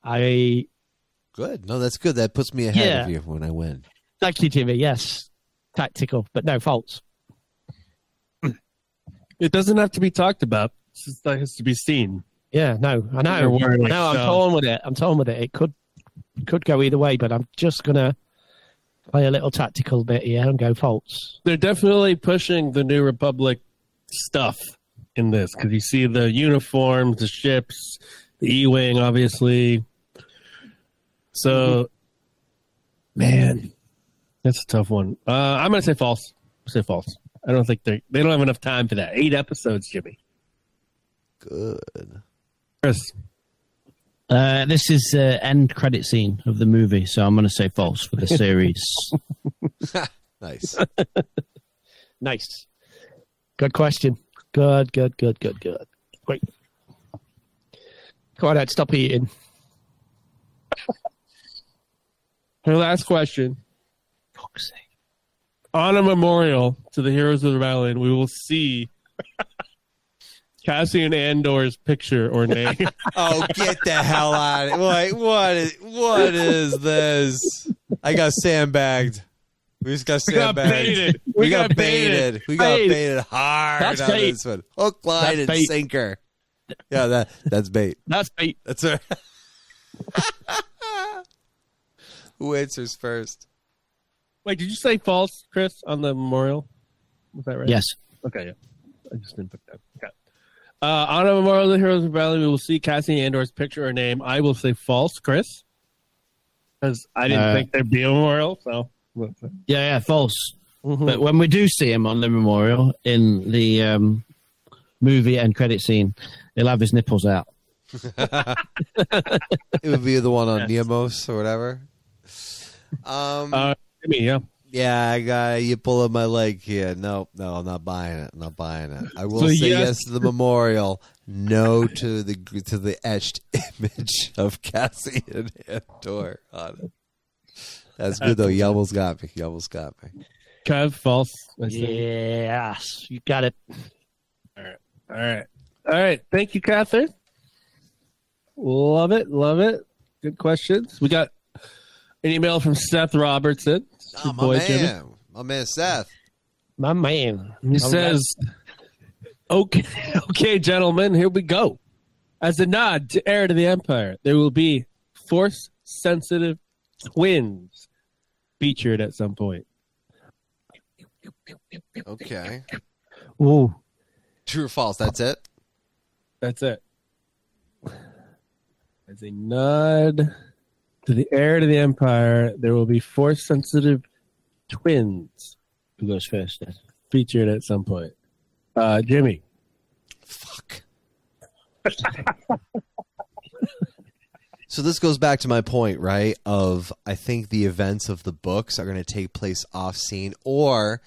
H: I
F: Good. No, that's good. That puts me ahead of
H: Yeah.
F: you when I win.
H: thank you, Jimmy. Yes, tactical, but no false.
G: It doesn't have to be talked about. It's just that has to be seen.
H: Yeah, no, I know.
G: You're worried,
H: I know. I'm
G: so-
H: torn with it. I'm torn with it. It could could go either way, but I'm just gonna play a little tactical bit here and go false.
G: They're definitely pushing the New Republic stuff in this because you see the uniforms, the ships, the E Wing, obviously. So, man, that's a tough one. Uh, I'm going to say false. say false. I don't think they they don't have enough time for that. Eight episodes, Jimmy.
F: Good.
G: Chris,
I: Uh, this is uh, end credit scene of the movie, so I'm going to say false for the series.
F: Nice.
J: Nice.
H: Good question. Good, good, good, good, good. Great. Go on, Ed, stop eating.
G: her last question.
I: Fuck's sake.
G: on a memorial to the heroes of the rebellion, we will see Cassian Andor's picture or name.
F: Oh, get the hell out of it. Wait, what is, what is this? I got sandbagged. We just got
G: got
F: sandbagged.
G: baited.
F: We,
G: We
F: got,
G: got
F: baited. We got
H: Bait.
F: baited hard
H: That's
F: on
H: bait.
F: this one. Hook, line,
H: That's
F: and
H: bait.
F: sinker. Yeah, that that's bait.
H: That's bait.
F: That's right. Who answers first?
G: Wait, did you say false, Chris, on the memorial? Was that right?
I: Yes.
G: Okay. Yeah. I just didn't put that. Okay. Uh, on a memorial to the heroes of the rebellion, we will see Cassian Andor's picture or name. I will say false, Chris, because I didn't
I: Uh,
G: think there'd be a memorial. So
I: Yeah, yeah, false.
H: Mm-hmm.
I: But when we do see him on the memorial in the um, movie end credit scene, he'll have his nipples out.
F: It would be the one on Neomos or whatever. Um,
G: uh, Jimmy, yeah.
F: yeah, I got you pull up my leg here. No, no, I'm not buying it. I'm not buying it. I will
G: So
F: say yes.
G: yes-
F: to the memorial, no to the to the etched image of Cassie and Andor on it. That's good though. You almost got me. You almost got me.
G: Kev, false. I said.
H: Yes, you got it.
G: All right. All right. Thank you, Catherine. Love it. Love it. Good questions. We got an email from Seth Robertson.
F: Oh, my
G: Boy,
F: man,
G: Jimmy.
F: my man Seth.
H: My man.
G: He says, okay, okay, gentlemen, here we go. As a nod to Heir to the Empire, there will be force sensitive twins featured at some point.
F: Okay,
G: Ooh.
F: true or false? That's it.
G: That's it. As a nod to the heir to the empire, there will be force sensitive twins
I: Who goes first? Ed?
G: featured at some point. Uh, Jimmy,
F: Fuck. so this goes back to my point, right? Of I think the events of the books are going to take place off scene or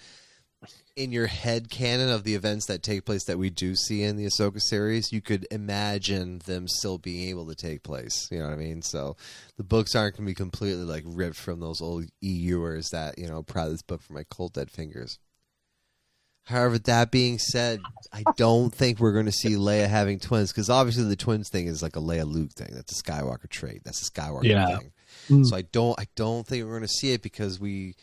F: in your head canon of the events that take place that we do see in the Ahsoka series, you could imagine them still being able to take place. You know what I mean? So the books aren't going to be completely like ripped from those old EUers that, you know, pry this book from my cold dead fingers. However, that being said, I don't think we're going to see Leia having twins because obviously the twins thing is like a Leia Luke thing. That's a Skywalker trait. That's a Skywalker
G: Yeah.
F: thing. So I don't, I don't think we're going to see it because we,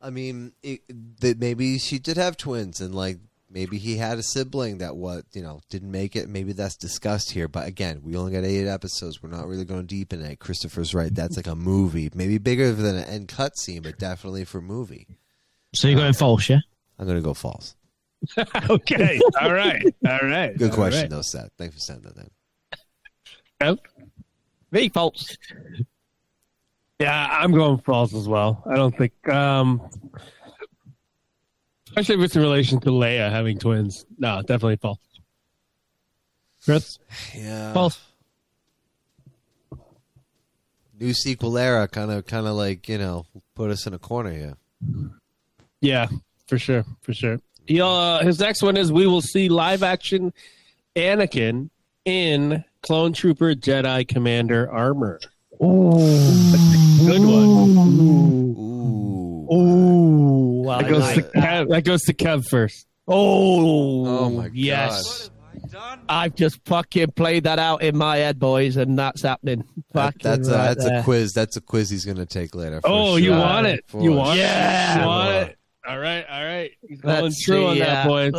F: I mean, it, that maybe she did have twins and like maybe he had a sibling that what you know didn't make it. Maybe that's discussed here. But again, we only got eight episodes. We're not really going deep in it. Christopher's right. That's like a movie, maybe bigger than an end cut scene, but definitely for movie.
I: So you're going false, yeah?
F: I'm going to go false.
G: okay, all right, all right.
F: Good
G: All
F: question,
G: right.
F: though, Seth. Thanks for sending that in.
G: Kev?
H: Me false.
G: Yeah, I'm going false as well. I don't think, um, especially if it's in relation to Leia having twins. No, definitely false. Chris,
F: Yeah.
I: False.
F: New sequel era kind of, kind of like you know, put us in a corner here.
G: Yeah, for sure, for sure. He, uh, his next one is we will see live action Anakin in Clone Trooper Jedi Commander armor. Oh, good one.
F: Ooh.
H: Ooh, well,
G: That goes,
H: I,
G: to
H: like,
G: Kev, that goes to Kev first.
H: oh,
F: Oh my
H: yes. I've just fucking played that out in my head, boys, and that's happening.
F: That-
H: Fucking
F: that's a,
H: right
F: that's
H: there.
F: a quiz. That's a quiz he's gonna take later. for
G: Oh, you
F: sure.
G: want it?
F: For
G: You want it?
H: Yeah.
G: You want it? All right, all right. He's
H: Let's
G: going true on
H: see,
G: that
H: uh,
G: point.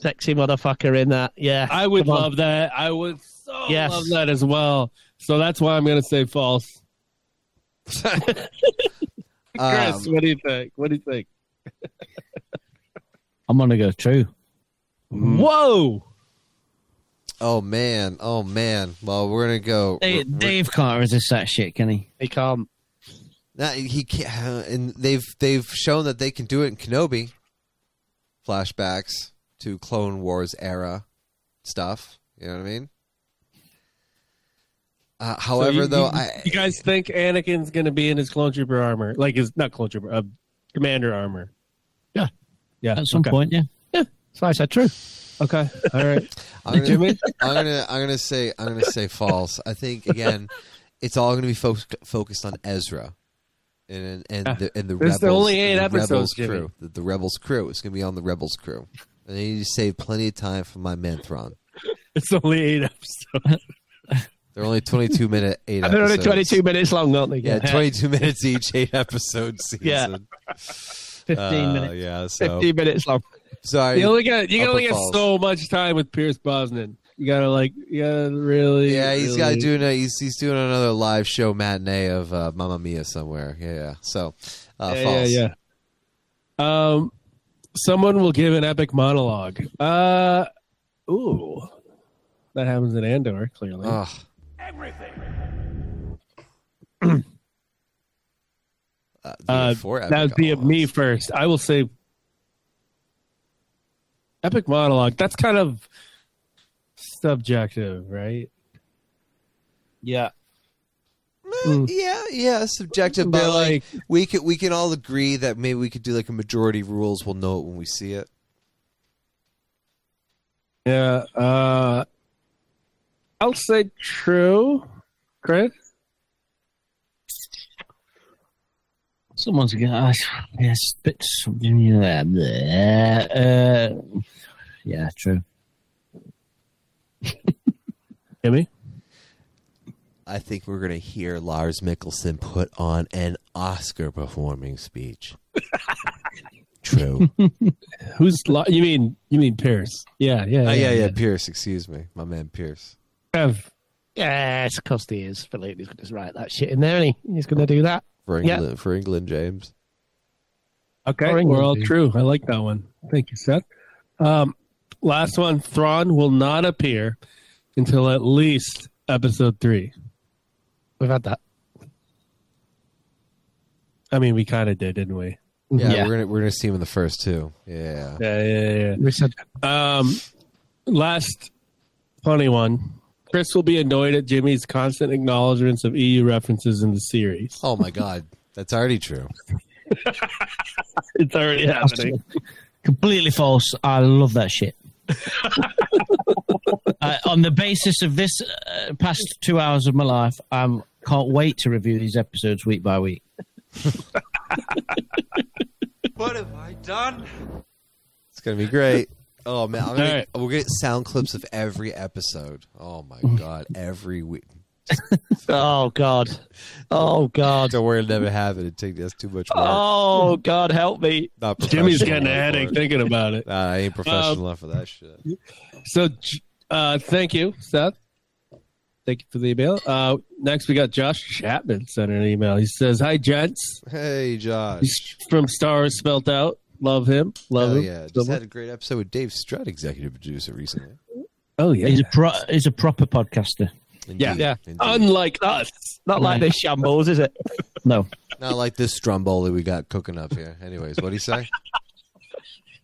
H: Sexy motherfucker in that. Yeah.
G: I would
H: Come on.
G: love that. I would so
H: Yes.
G: love that as well. So that's why I'm going to say false. Chris,
F: Um,
G: what do you think? What do you think?
I: I'm going to go true.
F: hmm.
J: Whoa!
F: Oh man, oh man. Well, we're gonna go.
I: Dave, Dave can't resist that shit, can he?
H: He can't.
F: Nah, he can't, uh, and they've they've shown that they can do it in Kenobi. Flashbacks to Clone Wars era stuff. You know what I mean? Uh,
G: So
F: however,
G: you-
F: though,
G: you,
F: I
G: you guys think Anakin's gonna be in his clone trooper armor, like his not clone trooper, uh, commander armor.
H: Yeah.
G: yeah.
I: At some
G: okay.
I: point, yeah.
H: So I said true.
G: Okay, all right.
F: I'm gonna,
G: Jimmy?
F: I'm gonna I'm gonna say I'm gonna say false. I think again, it's all gonna be fo- focused on Ezra, and and and the, and the rebels.
G: There's the only eight
F: and the
G: episodes,
F: rebels
G: Jimmy.
F: crew. The, the rebels crew is gonna be on the rebels crew, and I need to save plenty of time for my Mantron.
G: It's only eight episodes.
F: They're only 22 minute eight.
J: And they're only
F: episodes.
J: 22 minutes long, aren't they?
F: Yeah, 22 minutes each, eight episode season. Yeah, 15
I: minutes.
F: Yeah, uh, so
J: 15 minutes long.
F: sorry.
G: You only got you can
F: Upper
G: only get
F: falls.
G: so much time with Pierce Brosnan. You gotta like, you gotta really.
F: Yeah, he's
G: really...
F: got doing a, he's he's doing another live show matinee of uh, Mamma Mia somewhere. Yeah, yeah. So uh,
G: yeah,
F: false.
G: yeah, yeah. Um, someone will give an epic monologue. Uh, ooh, that happens in Andor clearly.
F: Ugh. Everything.
G: Uh, that would be me first. I will say epic monologue. That's kind of subjective, right?
I: Yeah.
G: Mm.
F: Yeah, yeah, subjective, but
G: They're
F: like, we could we can all agree that maybe we could do like a majority rules. We'll know it when we see it.
G: Yeah. Uh, I'll say true. Chris?
I: Someone's going to yes, bit something you know, there. Uh, yeah, true.
G: Jimmy?
F: I think we're gonna hear Lars Mickelson put on an Oscar performing speech. True.
G: Who's lo- you mean you mean Pierce? Yeah, yeah,
F: Oh, yeah, yeah, Pierce. Excuse me, my man Pierce.
G: Trev.
H: Yes, of course he is. Phil Healy's going to write that shit in there, and he? he's going to do that.
F: for
H: Yeah.
F: England for England, James.
G: Okay,
H: Or
G: we're all
H: English.
G: true. I like that one. Thank you, Seth. Um, last one. Thrawn will not appear until at least episode three.
H: We've had that.
G: I mean, we kind of did, didn't we?
F: Yeah,
I: Yeah.
F: we're gonna we're gonna see him in the first two. Yeah.
G: Yeah, yeah,
H: We said
G: yeah. Um, last funny one. Chris will be annoyed at Jimmy's constant acknowledgments of EU references in the series.
F: Oh my God, that's already true.
G: It's already happening.
I: Completely false. I love that shit. uh, on the basis of this uh, past two hours of my life, I am can't wait to review these episodes week by week.
F: It's gonna be great. Oh man, I'm gonna,
G: All right.
F: we'll get sound clips of every episode. Oh my
G: Mm.
F: God, every week.
H: Oh God! Oh God!
F: Don't worry, it'll never happen. It take that's too much work.
H: Oh God! Help me!
F: Not
G: Jimmy's
F: professional
G: getting a
F: enough
G: headache
F: for it.
G: thinking about it.
F: Nah, I ain't professional enough for that shit.
G: So, J- uh, thank you, Seth. Thank you for the email. Uh, next, we got Josh Chapman sent an email. He says, "Hi, gents.
F: Hey, Josh.
G: He's from Star Wars spelt out. Love him. Love
F: Hell
G: him.
F: yeah,
G: Love
F: just
G: him.
F: had a great episode with Dave Strutt, executive producer, recently.
G: oh yeah,
I: He's a pro- he's a proper podcaster.
F: Indeed,
G: yeah. Uh,
F: indeed.
G: Unlike us,
J: Not like
I: Right.
J: this shambles, is it?
I: No.
F: Not like this stromboli we got cooking up here. Anyways, what do you say?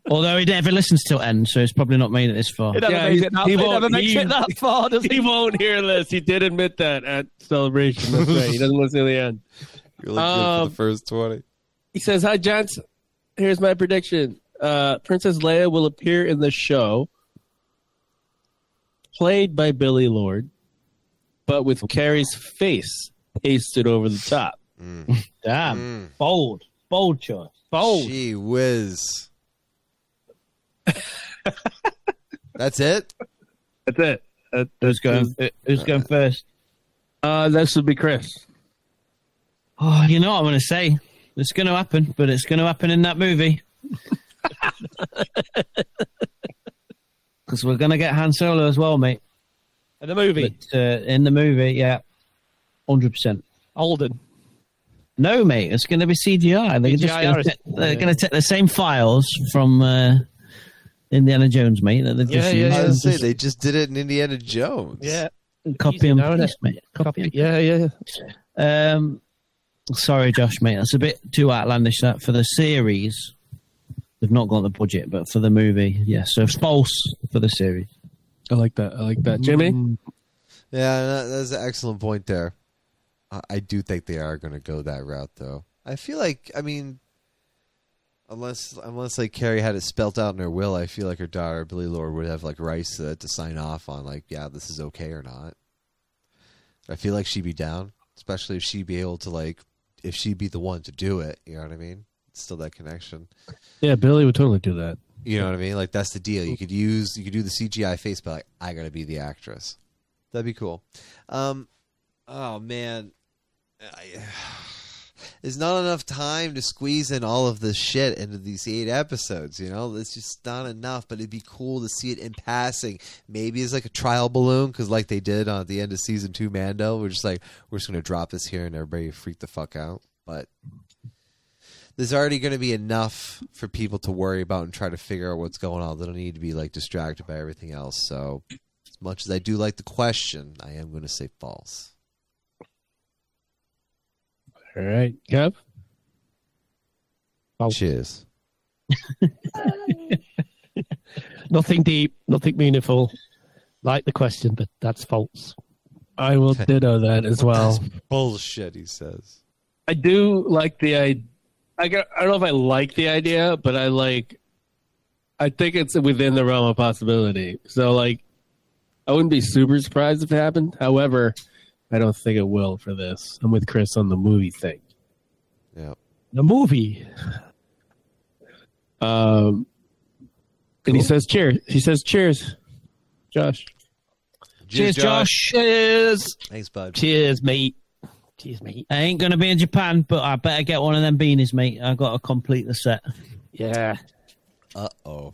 I: Although he never listens till end, so it's probably not made it this far.
J: It never
G: Yeah,
J: makes
G: he-
J: it that,
G: he
J: it
G: won't-
J: never makes
G: he-
J: it that far, does
G: he
J: he?
G: won't hear this. He did admit that at celebration. That's right. He doesn't listen to the end.
F: Really good for
G: Um,
F: the first twenty.
G: He says, "Hi, gents. Here's my prediction. Uh, Princess Leia will appear in the show, played by Billy Lord, but with Carrie's face pasted over the top. Mm.
I: Damn. Bold. Bold choice.
F: Oh,
I: Bold.
F: gee whiz. That's it.
G: That's it.
I: Who's going, who's going first?
G: Uh, this would be Chris.
I: Oh, you know what I'm going to say. It's going to happen, but it's going to happen in that movie. Because we're going to get Han Solo as well, mate.
J: In the movie.
I: But, uh, in the movie, yeah. 100%.
J: Alden.
I: No, mate, it's going to be CGI. They're
J: CGI
I: just going to
J: artist.
I: take, they're going to take the same files from uh, Indiana Jones, mate. That they've just
F: I
I: used.
F: was gonna
I: Just
F: say they just did it in Indiana Jones.
H: Yeah.
I: copy
H: easy
I: and
H: now, isn't it?
I: paste, mate. Copy. and-
H: Yeah, yeah.
I: Um, sorry, Josh, mate. That's a bit too outlandish. That for the series, they've not got the budget, but for the movie, yeah. So false for the series.
G: I like that. I like that. Jimmy?
I: Mm.
F: Yeah, that, that's an excellent point there. I, I do think they are going to go that route, though. I feel like, I mean, unless unless like Carrie had it spelt out in her will, I feel like her daughter Billy Lord would have like rights to, to sign off on like, yeah, this is okay or not. I feel like she'd be down, especially if she'd be able to like, if she'd be the one to do it. You know what I mean? It's still that connection.
G: Yeah, Billy would totally do that.
F: You know what I mean? Like that's the deal. You could use you could do the CGI face, but like I gotta be the actress. That'd be cool. Um, oh man, I, there's not enough time to squeeze in all of this shit into these eight episodes. You know, it's just not enough. But it'd be cool to see it in passing. Maybe it's like a trial balloon because like they did on at the end of season two, Mando. We're just like we're just gonna drop this here and everybody freak the fuck out. But there's already going to be enough for people to worry about and try to figure out what's going on. They don't need to be like distracted by everything else. So, as much as I do like the question, I am going to say false.
G: All right. Kev?
F: Cheers.
H: Nothing deep, nothing meaningful. Like the question, but that's false.
G: I will ditto that as well.
F: Bullshit, he says.
G: I do like the I. I, got, I don't know if I like the idea, but I like. I think it's within the realm of possibility. So like, I wouldn't be super surprised if it happened. However, I don't think it will for this. I'm with Chris on the movie thing.
F: Yeah.
H: The movie.
G: Um, and he says cheers. He says cheers, Josh.
I: Cheers, Josh. Cheers.
F: Thanks, bud.
H: Cheers, mate. Cheers, mate.
I: I ain't gonna be in Japan, but I better get one of them beanies, mate. I got to complete the set.
H: Yeah.
F: Uh oh.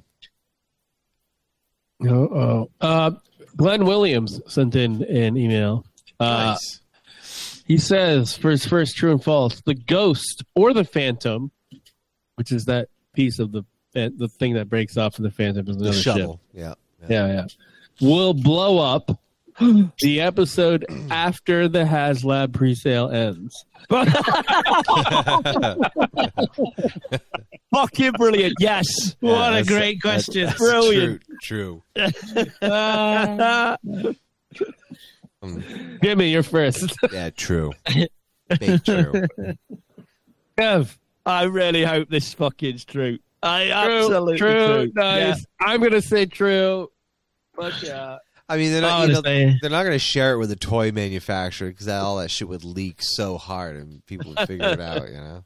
G: Oh, uh, Glenn Williams sent in an email. Uh,
F: Nice.
G: He says for his first true and false, the ghost or the phantom, which is that piece of the the thing that breaks off of the phantom is
F: The
G: another
F: shovel. Yeah.
G: ship. Yeah, yeah. Will blow up the episode after the HasLab presale ends.
J: Fucking brilliant. Yes.
I: what a
F: that's-
I: great question.
F: That's
J: Brilliant.
F: True. true. Mm,
G: Give me your first.
F: yeah, true. Big true.
G: Kev,
J: I really hope this fucking's true. I
G: true,
J: absolutely
G: true,
J: true.
G: nice. I'm gonna say true. Fuck yeah.
F: I mean, they're not, you know,
I: Honestly.
F: they're not going to share it with the toy manufacturer because that, all that shit would leak so hard and people would figure it out, you know?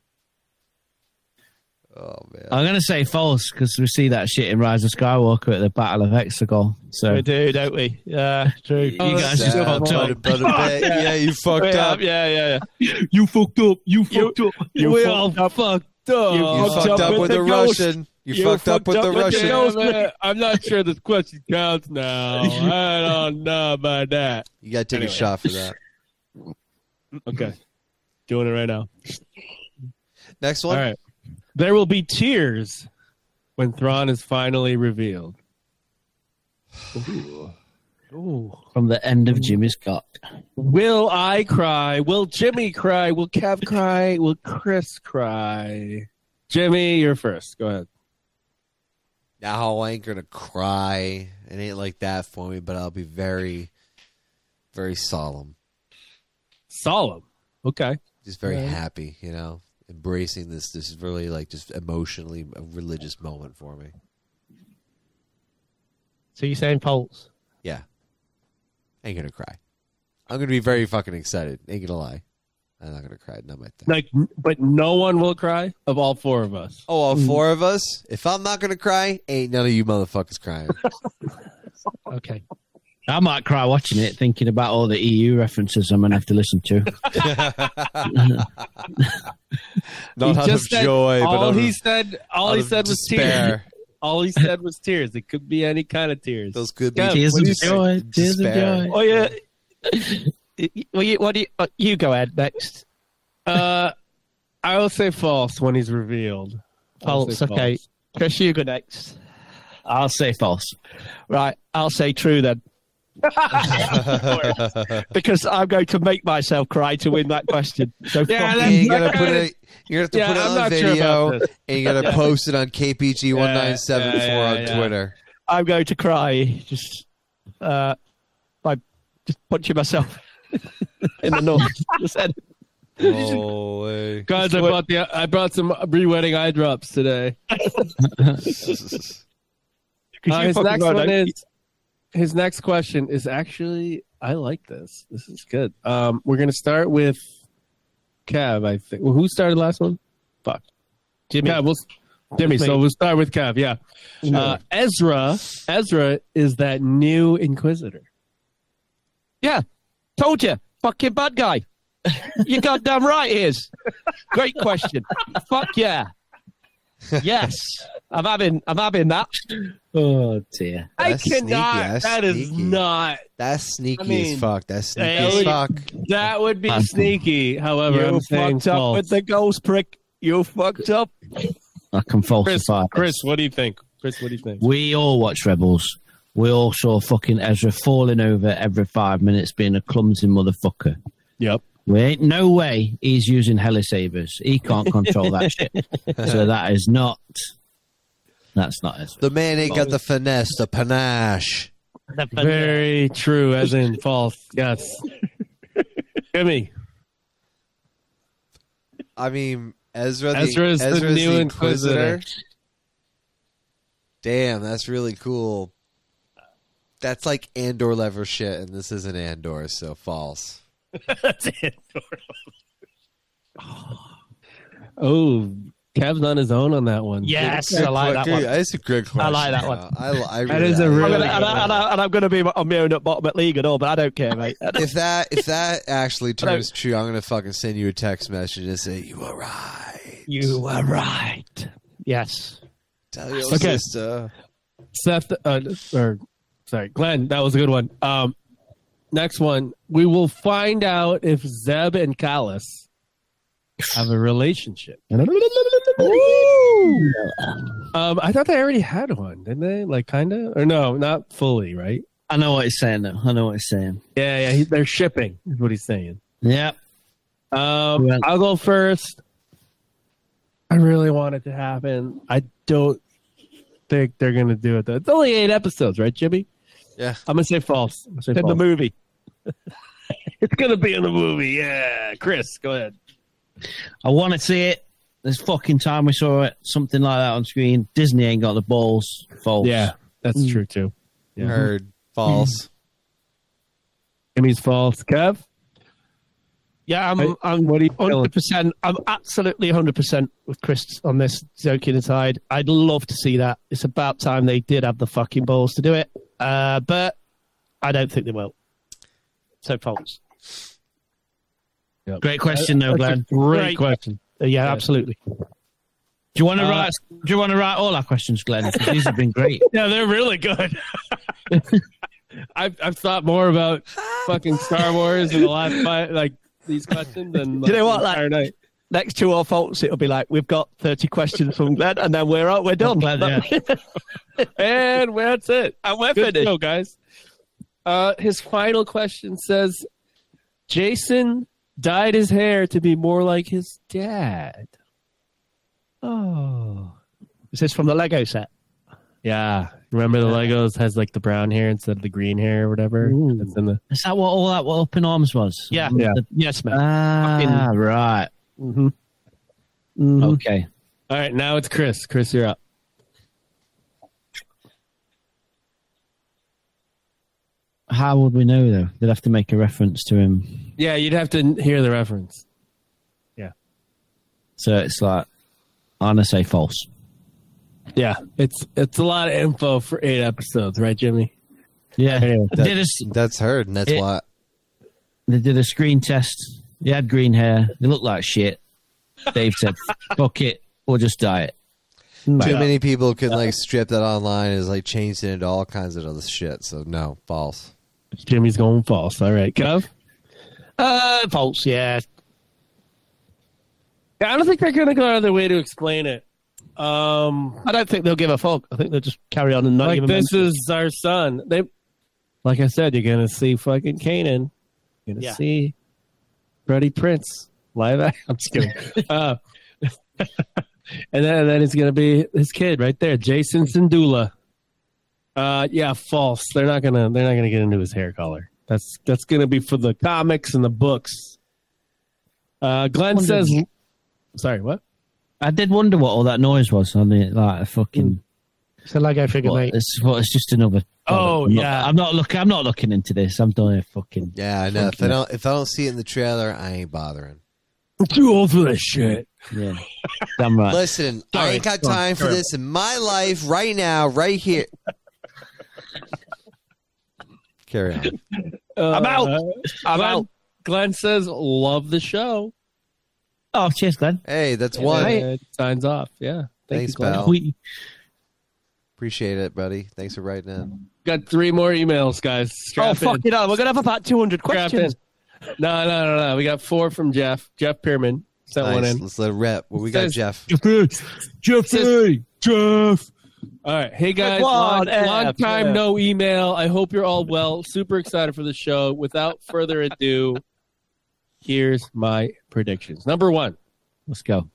F: Oh, man.
I: I'm gonna say false because we see that shit in Rise of Skywalker at the Battle of Exegol. So
J: We do, don't we? Yeah, true.
I: you guys just
F: Sad
I: fucked
F: about
I: up.
F: it, but a bit. yeah, you fucked
J: yeah,
F: up.
J: yeah, yeah,
I: You fucked up. You
J: fucked
I: up.
J: You
G: we
J: fucked
G: all
J: up.
G: fucked up.
J: You
F: You fucked, up, with the
J: ghost.
F: Russian. You,
J: You
F: fucked, up
J: fucked
F: with
J: up
F: the
J: with the
F: Russian.
J: ghost.
G: man, I'm not sure this question counts now. I don't know about that.
F: You got to take a shot for that.
G: Okay. Doing it right now.
F: Next
G: All
F: one.
G: right. There will be tears when Thrawn is finally revealed.
I: From the end of Jimmy's cock.
G: Will I cry? Will Jimmy cry? Will Kev cry? Will Chris cry? Jimmy, you're first. Go ahead.
F: Now I ain't going to cry. It ain't like that for me, but I'll be very, very solemn.
G: Solemn. Okay.
F: Just very
G: Right.
F: happy, you know? Embracing this, this really like just emotionally a religious moment for me.
H: So you're saying false?
F: Yeah. Ain't gonna cry. I'm gonna be very fucking excited. Ain't gonna lie. I'm not gonna cry. Not my thing.
G: Like, but no one will cry of all four of us.
F: Oh, all four of us? If I'm not gonna cry, ain't none of you motherfuckers crying.
H: Okay.
I: I might cry watching it, thinking about all the EU references I'm gonna have to listen to.
F: not
G: He
F: out of
G: just said
F: joy, but
G: all
F: out of-
G: he said, all
F: out
G: he
F: of
G: said was tears.
F: despair.
G: All he said was tears. It could be any kind of tears.
F: Those could be
G: Yeah,
I: Tears
F: what
I: of
F: do you say?
I: joy, tears of
F: Despair.
I: joy.
J: Oh yeah.
H: Well, you, what do you, uh, you go ahead next.
G: uh, I will say false when he's revealed. I will
H: False.
G: say
H: Okay. Chris, you go next.
I: I'll say false.
J: Right, I'll say true then. because I'm going to make myself cry to win that question. So
G: Yeah,
J: fuck
G: that's-
F: And
J: you.
F: you gotta put it. You have to
G: Yeah,
F: put it
G: I'm
F: on
G: not sure about
F: video, and you gotta post it on KPG one nine seven
G: Yeah, yeah,
F: four on
G: yeah, yeah.
F: Twitter.
J: I'm going to cry just uh, by just punching myself in the nose. Just said,
F: Holy!
G: Guys, I brought the I brought some re-wedding eye drops today. Uh, his next one is his next question is actually I like this. This is good. Um, we're gonna start with Cav. I think. Well, who started last one? Fuck, Jimmy. Cav, we'll, Jimmy. So we'll start with Cav. Yeah. Uh, Ezra. Ezra is that new Inquisitor.
J: Yeah, told you, fucking bad guy. you goddamn right he is. Great question. Fuck yeah. Yes, I'm having, I'm having that.
I: Oh dear.
F: That's
G: I
F: sneaky,
G: cannot.
F: that's
G: that is
F: sneaky.
G: not.
F: That's sneaky
G: mean,
F: as fuck. That's sneaky
G: yeah,
F: as
G: we-
F: fuck.
G: That would be sneaky. However,
J: You
G: I'm saying
J: fucked up
G: false.
J: with the ghost prick. You fucked up.
I: I can
G: Chris,
I: falsify. this.
G: Chris, what do you think? Chris, what do you think?
I: We all watch Rebels. We all saw fucking Ezra falling over every five minutes, being a clumsy motherfucker.
G: Yep.
I: We ain't no way he's using helisavers. He can't control that shit. So that is not. That's not Ezra.
F: The man ain't got the finesse, the panache.
G: Very true, as in false. Yes. Jimmy,
F: I mean, Ezra. The,
G: Ezra's the
F: Ezra's
G: new
F: the
G: Inquisitor.
F: Damn, that's really cool. That's like Andor level shit, and this isn't Andor, so false.
G: Oh, Kev's on his own on that one.
J: Yes, I like that one.
F: That's a good question.
J: like that one.
F: I, li- I
G: That
F: really
G: is a
F: like
G: really
J: I'm
F: that.
J: gonna, and, I, and, I, and I'm going to be on my own at bottom at league and all, but I don't care, mate.
F: if that if that actually turns true, I'm gonna fucking send you a text message and say you were right.
J: You were right. Yes.
F: Tell your
G: Okay.
F: sister.
G: Seth, uh, or sorry, Glenn, that was a good one. Um, next one, we will find out if Zeb and Callus have a relationship. Um, I thought they already had one, didn't they? Like, kinda, or no, not fully, right?
I: I know what he's saying, though. I know what he's saying.
G: Yeah, yeah, he, they're shipping. Is what he's saying.
I: Yep.
G: Um,
I: Well-
G: I'll go first. I really want it to happen. I don't think they're gonna do it though. It's only eight episodes, right, Jimmy?
F: Yeah.
G: I'm gonna say false. I'm gonna say
J: In the
G: false.
J: movie.
G: it's gonna be in the movie. Yeah, Chris, go ahead.
I: I want to see it. This fucking time we saw it, something like that on screen. Disney ain't got the balls. False.
G: Yeah, that's true too. Yeah.
F: Heard false.
G: Jimmy's false. Kev,
J: Yeah, I'm,
G: Hey,
J: I'm
G: what are you feeling?
J: 100%. I'm absolutely 100% with Chris on this, joking aside. I'd love to see that. It's about time they did have the fucking balls to do it. Uh, but I don't think they will. So false.
I: Great question, though, Glenn.
G: great,
J: Great.
G: question.
J: Uh, yeah, absolutely.
I: Do you want to
G: Uh,
I: write? Do you want to write all our questions, Glenn? 'Cause These have been great.
G: Yeah, they're really good. I've I've thought more about fucking Star Wars in the last five, like these questions than like,
J: know what,
G: the
J: like-
G: entire night.
J: Next two are false. It'll be like, we've got 30 questions from Glenn, and then we're out. We're done.
I: Glenn, yeah.
G: And that's it.
J: and we're
G: Good
J: finished.
G: show, guys. Uh, his final question says, "Jason dyed his hair to be more like his dad."
J: Oh. Is this from the Lego set?
G: Yeah, remember the Legos has like the brown hair instead of the green hair or whatever.
J: Ooh.
G: That's in the-
I: Is that what all that what up in arms was?
J: Yeah.
G: Yeah.
J: Yes, mate.
I: Ah,
J: Fucking-
I: right.
J: Mhm.
G: Mm-hmm.
J: Mhm.
I: Okay.
G: All right, now it's Chris. Chris, you're up.
I: How would we know though? They'd have to make a reference to him.
G: Yeah, you'd have to hear the reference.
I: So it's like, I'm gonna say false.
G: Yeah, it's it's a lot of info for eight episodes, right, Jimmy?
I: Yeah.
F: That-
I: They did a s-
F: that's heard, and that's
I: It-
F: why.
I: they did a screen test. They had green hair. They looked like shit. Dave said, "Fuck it, we'll just dye it."
F: Too many people can like strip that online and is like changed it into all kinds of other shit. So no, false.
G: Jimmy's going false. All right, Kev.
J: Uh, false, yeah.
G: Yeah, I don't think they're gonna go out of their way to explain it. Um,
J: I don't think they'll give a fuck. I think they'll just carry on and not
G: like
J: even.
G: this
J: mention it.
G: is our son. They, like I said, you're gonna see fucking Canaan. You're gonna
J: Yeah.
G: see Freddie Prince live. act- I'm just kidding. uh, and then, and then it's gonna be his kid right there, Jason Sindula. Uh, yeah, false. They're not gonna. They're not gonna get into his hair color. That's that's gonna be for the comics and the books. Uh, Glenn
I: Wonder-
G: says, "Sorry, what?"
I: I did wonder what all that noise was on the like a fucking.
J: Mm. It's a Lego figure,
I: What,
J: mate.
I: it's, what, it's just another.
G: Oh,
I: I'm not-
G: yeah.
I: I'm not looking. I'm not looking into this. I'm doing a fucking.
F: Yeah, I know. If I don't if I don't see it in the trailer, I ain't bothering.
G: Too old for this shit.
I: Yeah, damn right.
F: Listen, I ain't got time for this in my life right now, right here. Carry on.
G: I'm
J: out.
G: I'm out. Uh, Glenn says, "Love the show."
I: Oh, cheers, Glenn.
F: Hey, that's one.
G: Uh, signs off. Yeah.
F: Thanks,
G: you, Glenn.
F: pal.
I: We-
F: Appreciate it, buddy. Thanks for writing in.
G: Got three more emails, guys. Strap
J: Oh fuck
G: in.
J: it on! We're gonna have about two hundred
G: Strap in.
J: questions.
G: No, no, no, no. We got four from Jeff. Jeff Pierman sent one
F: Nice.
G: in.
F: Let's let it rep. What we got,
G: Says-
F: Jeff?
G: Jeffrey. Jeff. All right. Hey, guys.
J: Come
G: Long,
J: on, F,
G: long time
J: Jeff.
G: no email. I hope you're all well. Super excited for the show. Without further ado, here's my predictions. Number one.
I: Let's go.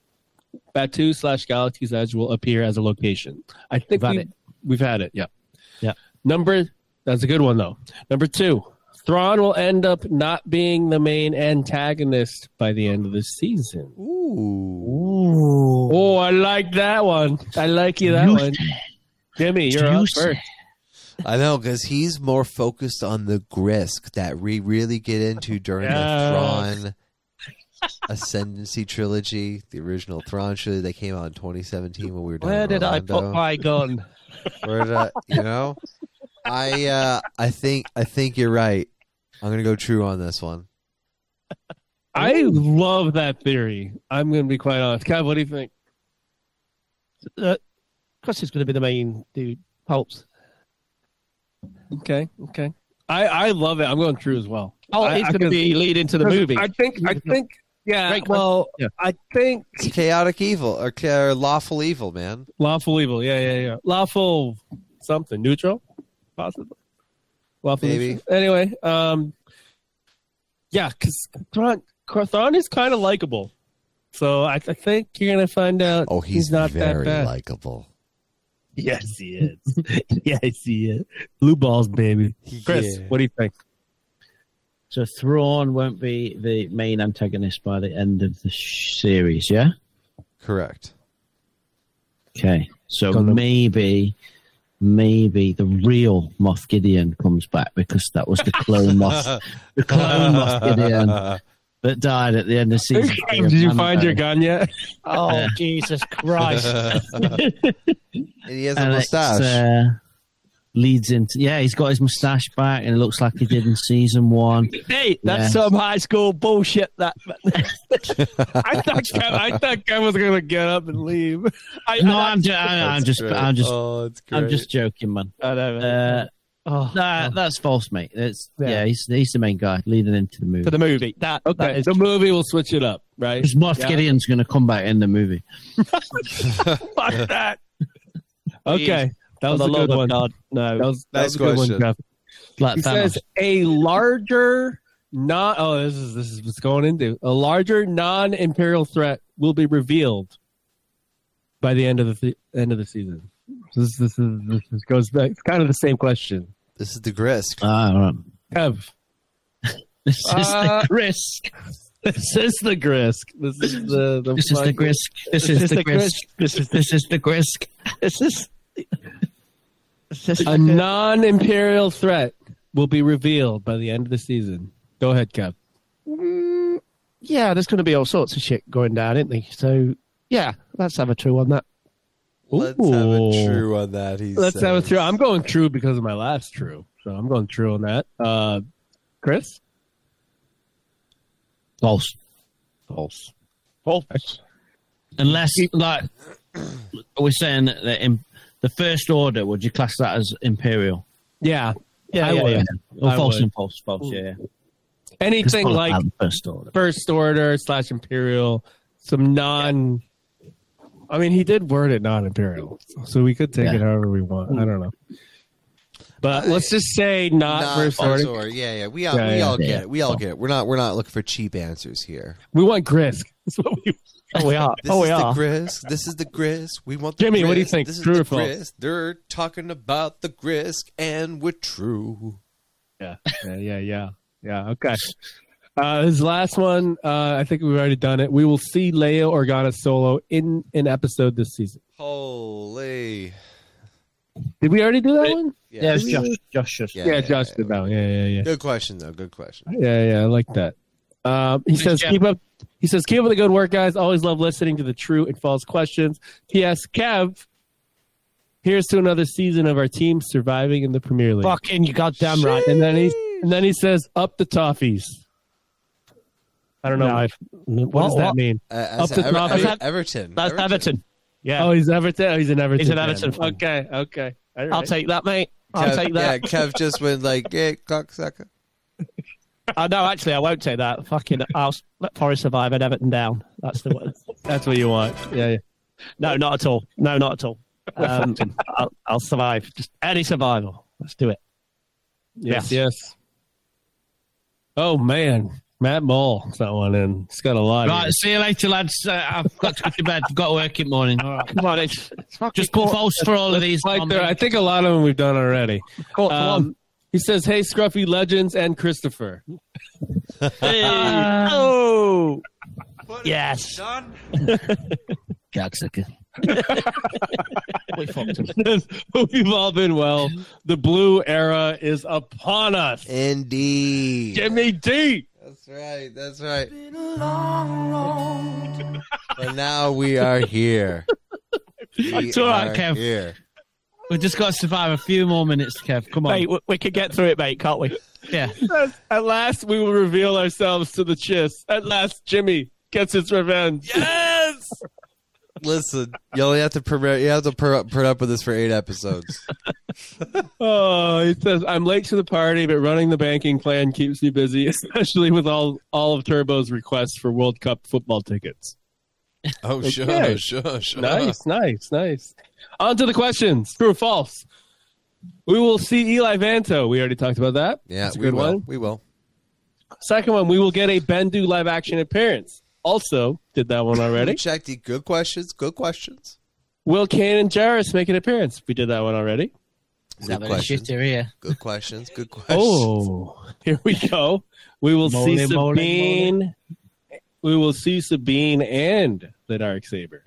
G: Batu slash Galaxy's Edge will appear as a location. I think
I: We've had
G: we,
I: it.
G: we've had it. Yeah.
I: Yeah.
G: Number, that's a good one, though. Number two, Thrawn will end up not being the main antagonist by the end of the season.
F: Ooh.
G: Oh, I like that one. I like you that
I: You
G: one. Jimmy, you're up
I: Juicy.
G: first.
F: I know, because he's more focused on the grisk that we really get into during the
G: Yes.
F: Thrawn Ascendancy trilogy, the original Thrawn trilogy that came out in 2017 when we were doing
G: Where did I
F: Orlando.
G: put my gun?
F: Where did I, you know, I uh, I think I think you're right. I'm gonna go true on this one.
G: I love that theory. I'm going to be quite honest. Kev, what do you think?
J: Uh, Chris is gonna be the main dude. Pulps.
G: Okay. Okay. I, I love it. I'm going true as well.
J: Oh,
G: I-
J: he's
G: I
J: gonna
G: can-
J: be lead into the movie.
G: I think. I think. Yeah.
J: Great question.
G: well,
J: Yeah.
G: I think
F: It's chaotic evil or, ca- or lawful evil, man.
G: lawful evil. Yeah, yeah, yeah. Lawful something neutral, possibly. Lawful.
F: Maybe.
G: neutral. Anyway, um, yeah, because Thrawn, Thrawn is kind of likable, so I, I think you're gonna find out.
F: Oh, he's,
G: not
F: very
G: that bad.
F: likable.
G: yes, he is. yes, he is. Blue balls, baby. Chris,
F: Yeah.
G: what do you think?
I: So Thrawn won't be the main antagonist by the end of the sh- series. Yeah.
F: Correct.
I: Okay. So
G: Gonna-
I: maybe, maybe the real Moff Gideon comes back because that was the clone Moff, the clone Moff Gideon that died at the end of season. three of
G: Did you
I: Mando.
G: find your gun yet?
J: oh Jesus Christ!
F: and he has a
I: And it's,
F: mustache.
I: uh, leads into yeah, he's got his mustache back, and it looks like he did in season one.
J: Hey,
I: Yeah.
J: that's some high school bullshit. That
G: I thought Kev, I thought Kev was gonna get up and leave.
J: I,
I: No,
J: I,
I: I'm just, I'm
F: That's
I: just,
F: great.
I: I'm just,
F: Oh, it's
I: I'm
F: great.
I: just joking, man.
J: I know. mate.
I: Uh,
J: oh,
I: nah, that's false, mate. It's yeah.
J: Yeah.
I: he's he's the main guy leading into the movie.
J: for the movie. That that
G: Okay,
J: is
G: the movie will switch it up, right?
I: Because Moff
G: Yeah.
I: Gideon's going to come back in the movie.
J: fuck that.
G: Okay, that was
J: For
G: a
J: the love
G: good
J: of
G: one. That
J: God, no.
G: was, that
F: Nice
G: was a good one,
F: question.
G: Jeff.
I: Like
G: He
I: Thanos.
G: says a larger, not oh, this is this is what's going into a larger non-imperial threat will be revealed by the end of the end of the season. This this is this is, goes back. It's kind of the same question,
F: this is the grisk.
I: ah, all right.
G: Kev.
I: This is
G: Uh,
J: Ah,
I: the Grisk.
G: This is the grisk. This is the, the
I: This is the
G: fucking-
I: Grisk. This is the Grisk.
J: This is
I: This is the Grisk.
J: this is this is
G: A non-imperial threat will be revealed by the end of the season. Go ahead, Kev.
J: Mm, yeah. There's going to be all sorts of shit going down, isn't there? So yeah, let's have a true on that.
F: Let's have a
G: Ooh.
F: true on that. He
G: Let's have a
F: says.
G: true. I'm going true because of my last true. So I'm going true on that. Uh, Chris?
I: False.
G: False. False.
I: Unless, like, we're saying that the, im- the First Order, would you class that as Imperial?
G: Yeah.
J: Yeah,
G: I
J: yeah,
G: would.
J: yeah.
I: Or
G: I
I: false
G: would.
I: and false, false, yeah. yeah. It's
G: Anything
I: all
G: like
I: about the First Order.
G: First Order slash Imperial, some non I mean, he did word it non-imperial, so we could take
I: Yeah.
G: it however we want. I don't know, but let's just say
F: Uh,
G: not,
F: Not
G: first order.
F: first order. Yeah, yeah. We all,
G: Yeah,
F: we
G: yeah,
F: all
I: yeah.
F: get it. We all get it. We're not, we're not looking for cheap answers here.
G: We want Grisk. That's what we.
J: Oh, we are.
F: This
J: oh,
F: is
J: we
F: the
J: are.
F: grist. This is the grist. We want the
G: Jimmy, what do you
F: grist.
G: think?
F: This is
G: True
F: the
G: or false?
F: grist. They're talking about the grist, and we're true.
G: Yeah, yeah, yeah, yeah. yeah okay. Uh, his last one, uh, I think we've already done it. We will see Leia Organa solo in an episode this season.
F: Holy.
G: Did we already do that one?
I: Yeah, it's Josh. Josh. Josh.
G: Yeah, Josh did that one. Yeah, yeah, yeah.
F: Good question, though. Good question.
G: Yeah, yeah, I like that. Um, he says,
I: Jeff.
G: keep up. He says, keep up the good work, guys. Always love listening to the true and false questions. P.S. Kev, here's to another season of our team surviving in the Premier League.
J: Fucking, you goddamn right.
G: And then he and then he says, up the toffees. I don't know.
J: No, I've-
G: what does that mean?
F: Uh, as
G: Up to
F: Ever-
G: top-
F: Ever-
J: that's-
F: Everton.
J: That's Everton. Yeah.
G: Oh, he's Everton. Oh, he's an Everton.
J: He's an
G: fan.
J: Everton fan.
G: Okay, okay. All right.
J: I'll take that, mate. I'll
F: Kev,
J: take that.
F: Yeah, Kev just went like, yeah, cocksucker.
J: Oh, no, actually, I won't take that. Fucking, I'll let Forest survive and Everton down. That's the one.
G: That's what you want. Yeah, yeah.
J: No, not at all. No, not at all. Um, I'll, I'll survive. Just any survival. Let's do it.
G: Yes, yes. Oh man, Matt Ball, that one in. It's got a lot.
I: Right,
G: Right.
I: see you later, lads. Uh, I've got to go to bed. I've got to work in the morning. All right.
J: Come on, it's, it's fucking
I: Just put false for all of these.
G: Like
I: on
G: there,
I: me.
G: I think a lot of them we've done already.
J: cool. Come on.
G: Um, he says, "Hey, Scruffy Legends and Christopher."
J: oh, yes.
I: Cocksucker.
J: We fucked him.
G: Hope you've all been well. The blue era is upon us.
F: Indeed.
G: Jimmy D.
F: That's right. That's right. but now we are here. We
I: It's all right,
F: are
I: Kev.
F: Here.
I: We've just got to survive a few more minutes, Kev. Come on.
J: Mate, we, we could get through it, mate, can't we?
I: yeah.
G: At last, we will reveal ourselves to the chis. At last, Jimmy gets his revenge. Yes.
F: Listen, you only have to permit, you have to put up with this for eight episodes.
G: Oh, he says, I'm late to the party, but running the banking plan keeps me busy, especially with all, all of Turbo's requests for World Cup football tickets.
F: Oh
G: Okay.
F: sure, sure, sure.
G: Nice, nice, nice. On to the questions. True or false? We will see Eli Vanto. We already talked about that.
F: Yeah,
G: That's a
F: we
G: good
F: will.
G: one.
F: We will.
G: Second one, we will get a Bendu live action appearance. Also, did that one
F: Ready?
G: already.
F: Check the good questions. Good questions.
G: will Kane and Jarvis make an appearance? We did that one already.
F: Good
I: Having a
F: questions.
I: shitter here.
F: Good questions. Good questions.
G: Oh, here we go. We will
I: Mole,
G: see
I: mole,
G: Sabine. We will see Sabine and the Dark Saber.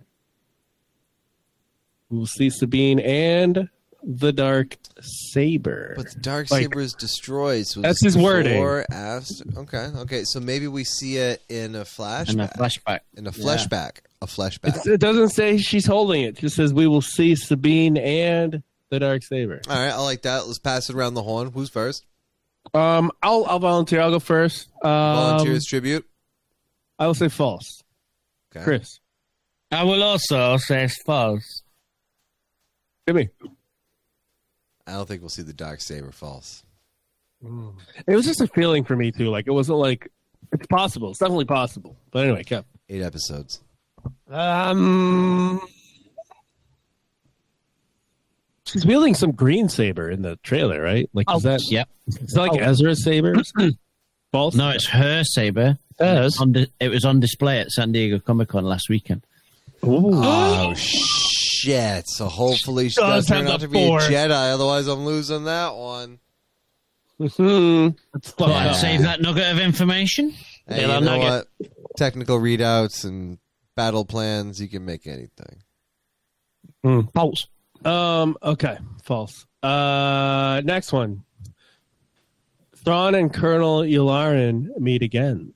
G: We will see Sabine and the Dark Saber.
F: But the dark
G: Like-
F: saber is destroyed. So
G: That's
F: it's
G: his wording.
F: before, after- okay, okay. So maybe we see it in a flashback.
I: And a flashback.
F: In a flashback. A flashback.
G: It's- it doesn't say she's holding it. It just says we will see Sabine and the Dark Saber.
F: All right, I like that. Let's pass it around the horn. Who's first?
G: Um, I'll I'll volunteer. I'll go first. Um,
F: Volunteers tribute.
G: I will say false.
F: Okay.
G: Chris,
I: I will also say it's false.
G: Jimmy.
F: I don't think we'll see the dark saber false.
G: It was just a feeling for me too. Like it wasn't like it's possible. It's definitely possible. But anyway, Kev.
F: Eight episodes.
G: Um, she's wielding some green saber in the trailer, right? Like is that
I: Yep.
G: is that like Ezra's saber? False.
I: No, it's her saber.
G: Hers?
I: On di- it was on display at San Diego Comic Con last weekend.
F: Oh shit! So hopefully she
J: Does
F: doesn't turn
J: have
F: out
J: the
F: to be a
J: force.
F: Jedi. Otherwise, I'm losing that one.
G: Mhm.
I: But
G: Yeah.
I: I'd save that nugget of information.
F: Hey,
J: Yeah,
F: you
J: I'm
F: know
J: not
F: what? Technical readouts and battle plans. You can make anything.
J: Pulse.
G: Um. Okay. False. Uh. Next one. Thrawn and Colonel Yularen meet again.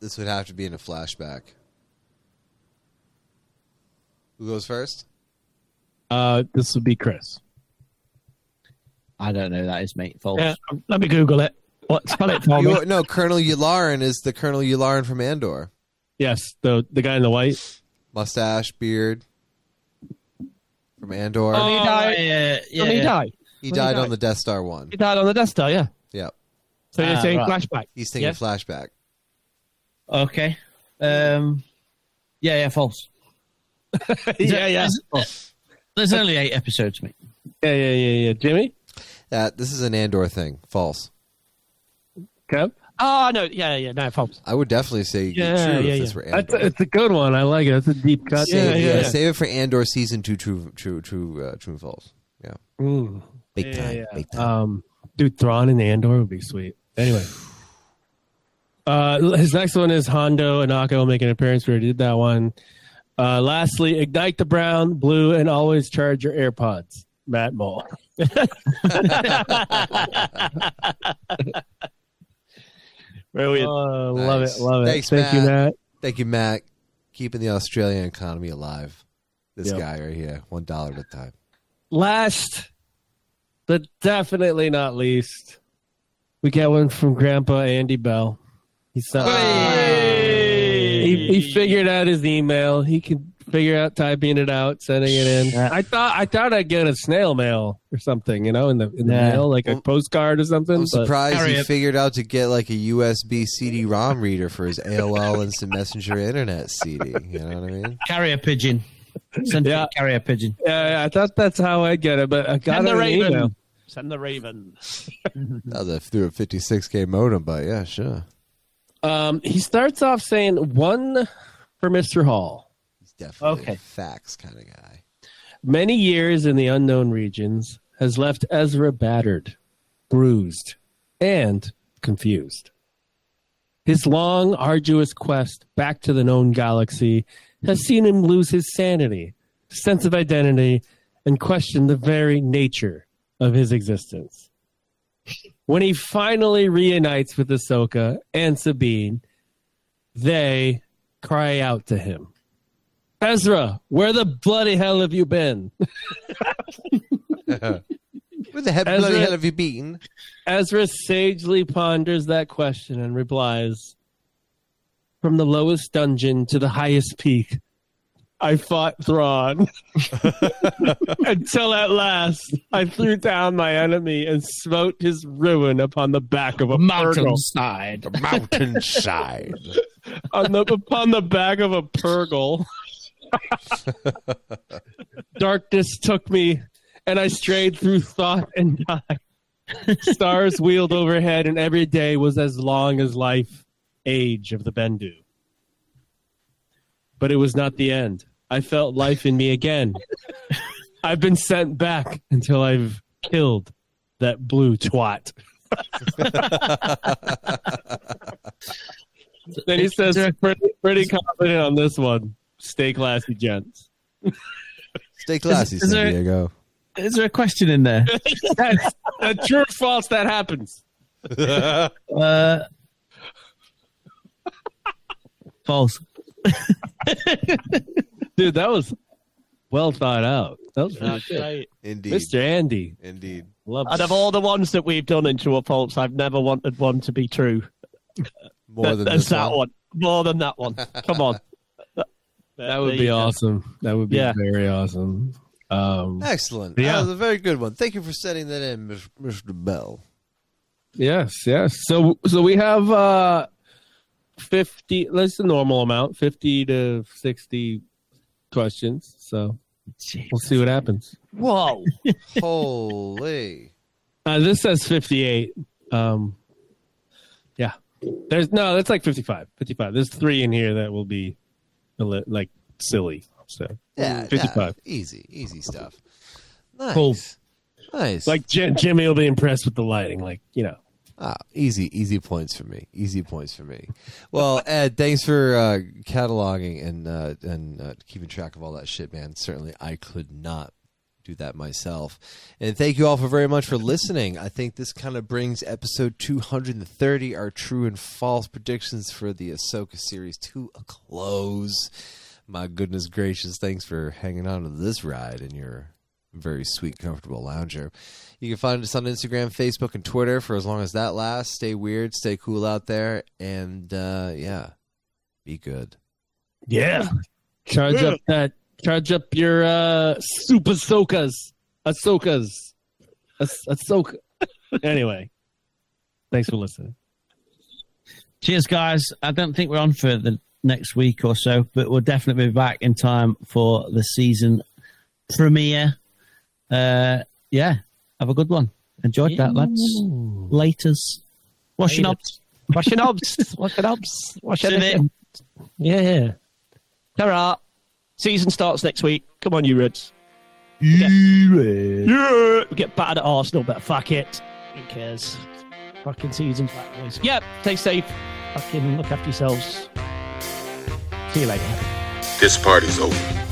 F: This would have to be in a flashback. Who goes first?
G: Uh. This would be Chris.
I: I don't know. That is mate false.
J: Yeah, let me Google it. What? Spell it
G: Oh,
J: for me.
F: You- no, Colonel Yularen is the Colonel Yularen from Andor.
G: Yes. The the guy in the white.
F: Mustache, beard. From Andor.
I: Oh,
J: died.
I: yeah, yeah,
J: Did he
I: yeah.
J: die?
F: he
J: he
F: died
J: died.
F: on the Death Star 1.
J: He died on the Death Star, yeah.
F: Yep.
J: So you're
I: Ah,
J: saying
I: right.
J: flashback.
F: He's thinking
J: Yeah.
F: flashback.
I: Okay. Um, yeah, yeah, false.
G: yeah, yeah,
I: There's, there's only eight episodes, mate.
G: yeah, yeah, yeah, yeah. Jimmy,
F: Uh, this is an Andor thing. False.
G: Kev,
J: Oh, no. Yeah, yeah. No, false.
F: I would definitely say
J: Yeah,
F: true
J: yeah,
F: if this
J: yeah.
F: were
G: that's
F: Andor.
G: a, it's a good one. I like it. That's a deep cut.
F: save,
G: yeah,
F: yeah,
G: yeah.
F: save it for Andor season two. True, true, true, uh, true and false. Yeah,
G: Mm.
F: big
G: Yeah,
F: time,
G: yeah.
F: big time.
G: Um, dude, Thrawn and Andor would be sweet. Anyway, uh, his next one is Hondo and Akko make an appearance. We already did that one. Uh, lastly, ignite the brown, blue, and always charge your AirPods. Matt Mole.
J: Brilliant.
G: Oh, Love
F: Nice.
G: it, love it.
F: Thanks,
G: Thank you,
F: Matt.
G: Matt.
F: Thank you, Matt, keeping the Australian economy alive. This
G: Yep.
F: guy right here, one dollar at a time.
G: Last, but definitely not least, we got one from Grandpa Andy Bell. He sent. He, he figured out his email. He can figure out typing it out, sending it in. I thought I thought I'd get a snail mail or something, you know, in the in the
I: Yeah.
G: mail, like a postcard or something.
F: I'm
G: but-
F: surprised he
I: Harriet-
F: figured out to get like a USB CD-ROM reader for his AOL Instant Messenger Internet CD. You know what I mean?
I: Carrier pigeon. Send
G: Yeah.
I: yeah. carrier pigeon.
G: yeah, yeah, I thought that's how I get it, but I got
J: Send
G: it
J: the
G: in the
J: Raven.
G: email.
J: Send the Raven.
F: That was a, through a 56k modem, but yeah, sure.
G: Um, he starts off saying one for Mr. Hall.
F: He's definitely
I: Okay.
F: a facts kind of guy.
G: Many years in the unknown regions has left Ezra battered, bruised, and confused. His long, arduous quest back to the known galaxy has seen him lose his sanity, sense of identity, and question the very nature of his existence. When he finally reunites with Ahsoka and Sabine, they cry out to him. Ezra, where the bloody hell have you been?
F: Where the heck
G: Ezra-
F: bloody hell have you been?
G: Ezra sagely ponders that question and replies From the lowest dungeon to the highest peak, I fought Thrawn. Until at last, I threw down my enemy and smote his ruin upon the back of a purgle.
I: Mountainside.
F: Mountainside.
G: on the, upon the back of a purgle. Darkness took me, and I strayed through thought and time. Stars wheeled overhead, and every day was as long as life, age of the Bendu. But it was not the end. I felt life in me again. I've been sent back until I've killed that blue twat. then he says, pretty, pretty confident on this one. Stay classy, gents.
F: Stay classy,
I: Is- is
F: San
I: there-
F: Diego.
I: Is there a question in there?
G: That's uh, true or false that happens.
I: Uh, false.
G: Dude, that was well thought out. That was really good.
J: Right.
F: Indeed.
G: Mr. Andy.
F: Indeed.
G: Love
J: Out of all the ones that we've done into a false, I've never wanted one to be true.
F: More
J: That-
F: than
J: that's
F: this
J: that
F: one.
J: one. More than that one. Come on.
G: that would be awesome. That would be
J: Yeah.
G: very awesome. Um,
F: Excellent.
G: Yeah.
F: That was a very good one. Thank you for setting that in, Mis- Mr. Bell.
G: yes, yes. So so we have uh 50 that's the normal amount, 50 to 60 questions. So we'll see what happens.
J: Whoa.
F: Holy.
G: Uh, this says 58. Um, yeah. There's no, that's like 55. 55. There's three in here that will be a li- like silly. So
F: Yeah,
G: 55.
F: yeah, easy, easy stuff. Nice.
G: Cool.
F: Nice.
G: Like Jim, Jimmy will be impressed with the lighting. Like, you know,
F: Ah, easy, easy points for me. Easy points for me. Well, Ed, thanks for uh, cataloging and uh, and uh, keeping track of all that shit, man. Certainly, I could not do that myself. And thank you all for very much for listening. I think this kind of brings episode 230, our true and false predictions for the Ahsoka series, to a close. My goodness gracious, thanks for hanging on to this ride in your very sweet, comfortable lounger. You can find us on Instagram, Facebook, and Twitter for as long as that lasts. Stay weird, stay cool out there, and uh, yeah, be good.
G: yeah. Charge up that, charge up your uh, super sokas, Ahsokas. Ahs- Ahsoka. anyway, thanks for listening.
I: Cheers, guys. I don't think we're on for the next week or so, but we'll definitely be back in time for the season premiere. Uh, yeah, have a good one. Enjoyed that, lads. Laters. Wash
K: Later.
I: your knobs.
H: Wash your knobs. Wash your knobs. Wash
I: Sit
H: everything.
I: in.
H: Yeah, yeah. All right. Season starts next week. Come on, you Reds. You Reds. Yeah. We get battered at Arsenal, but fuck it. Who cares? Fucking season back, boys. Yep. Stay safe. Fucking look after yourselves. See you later.
C: This party's over.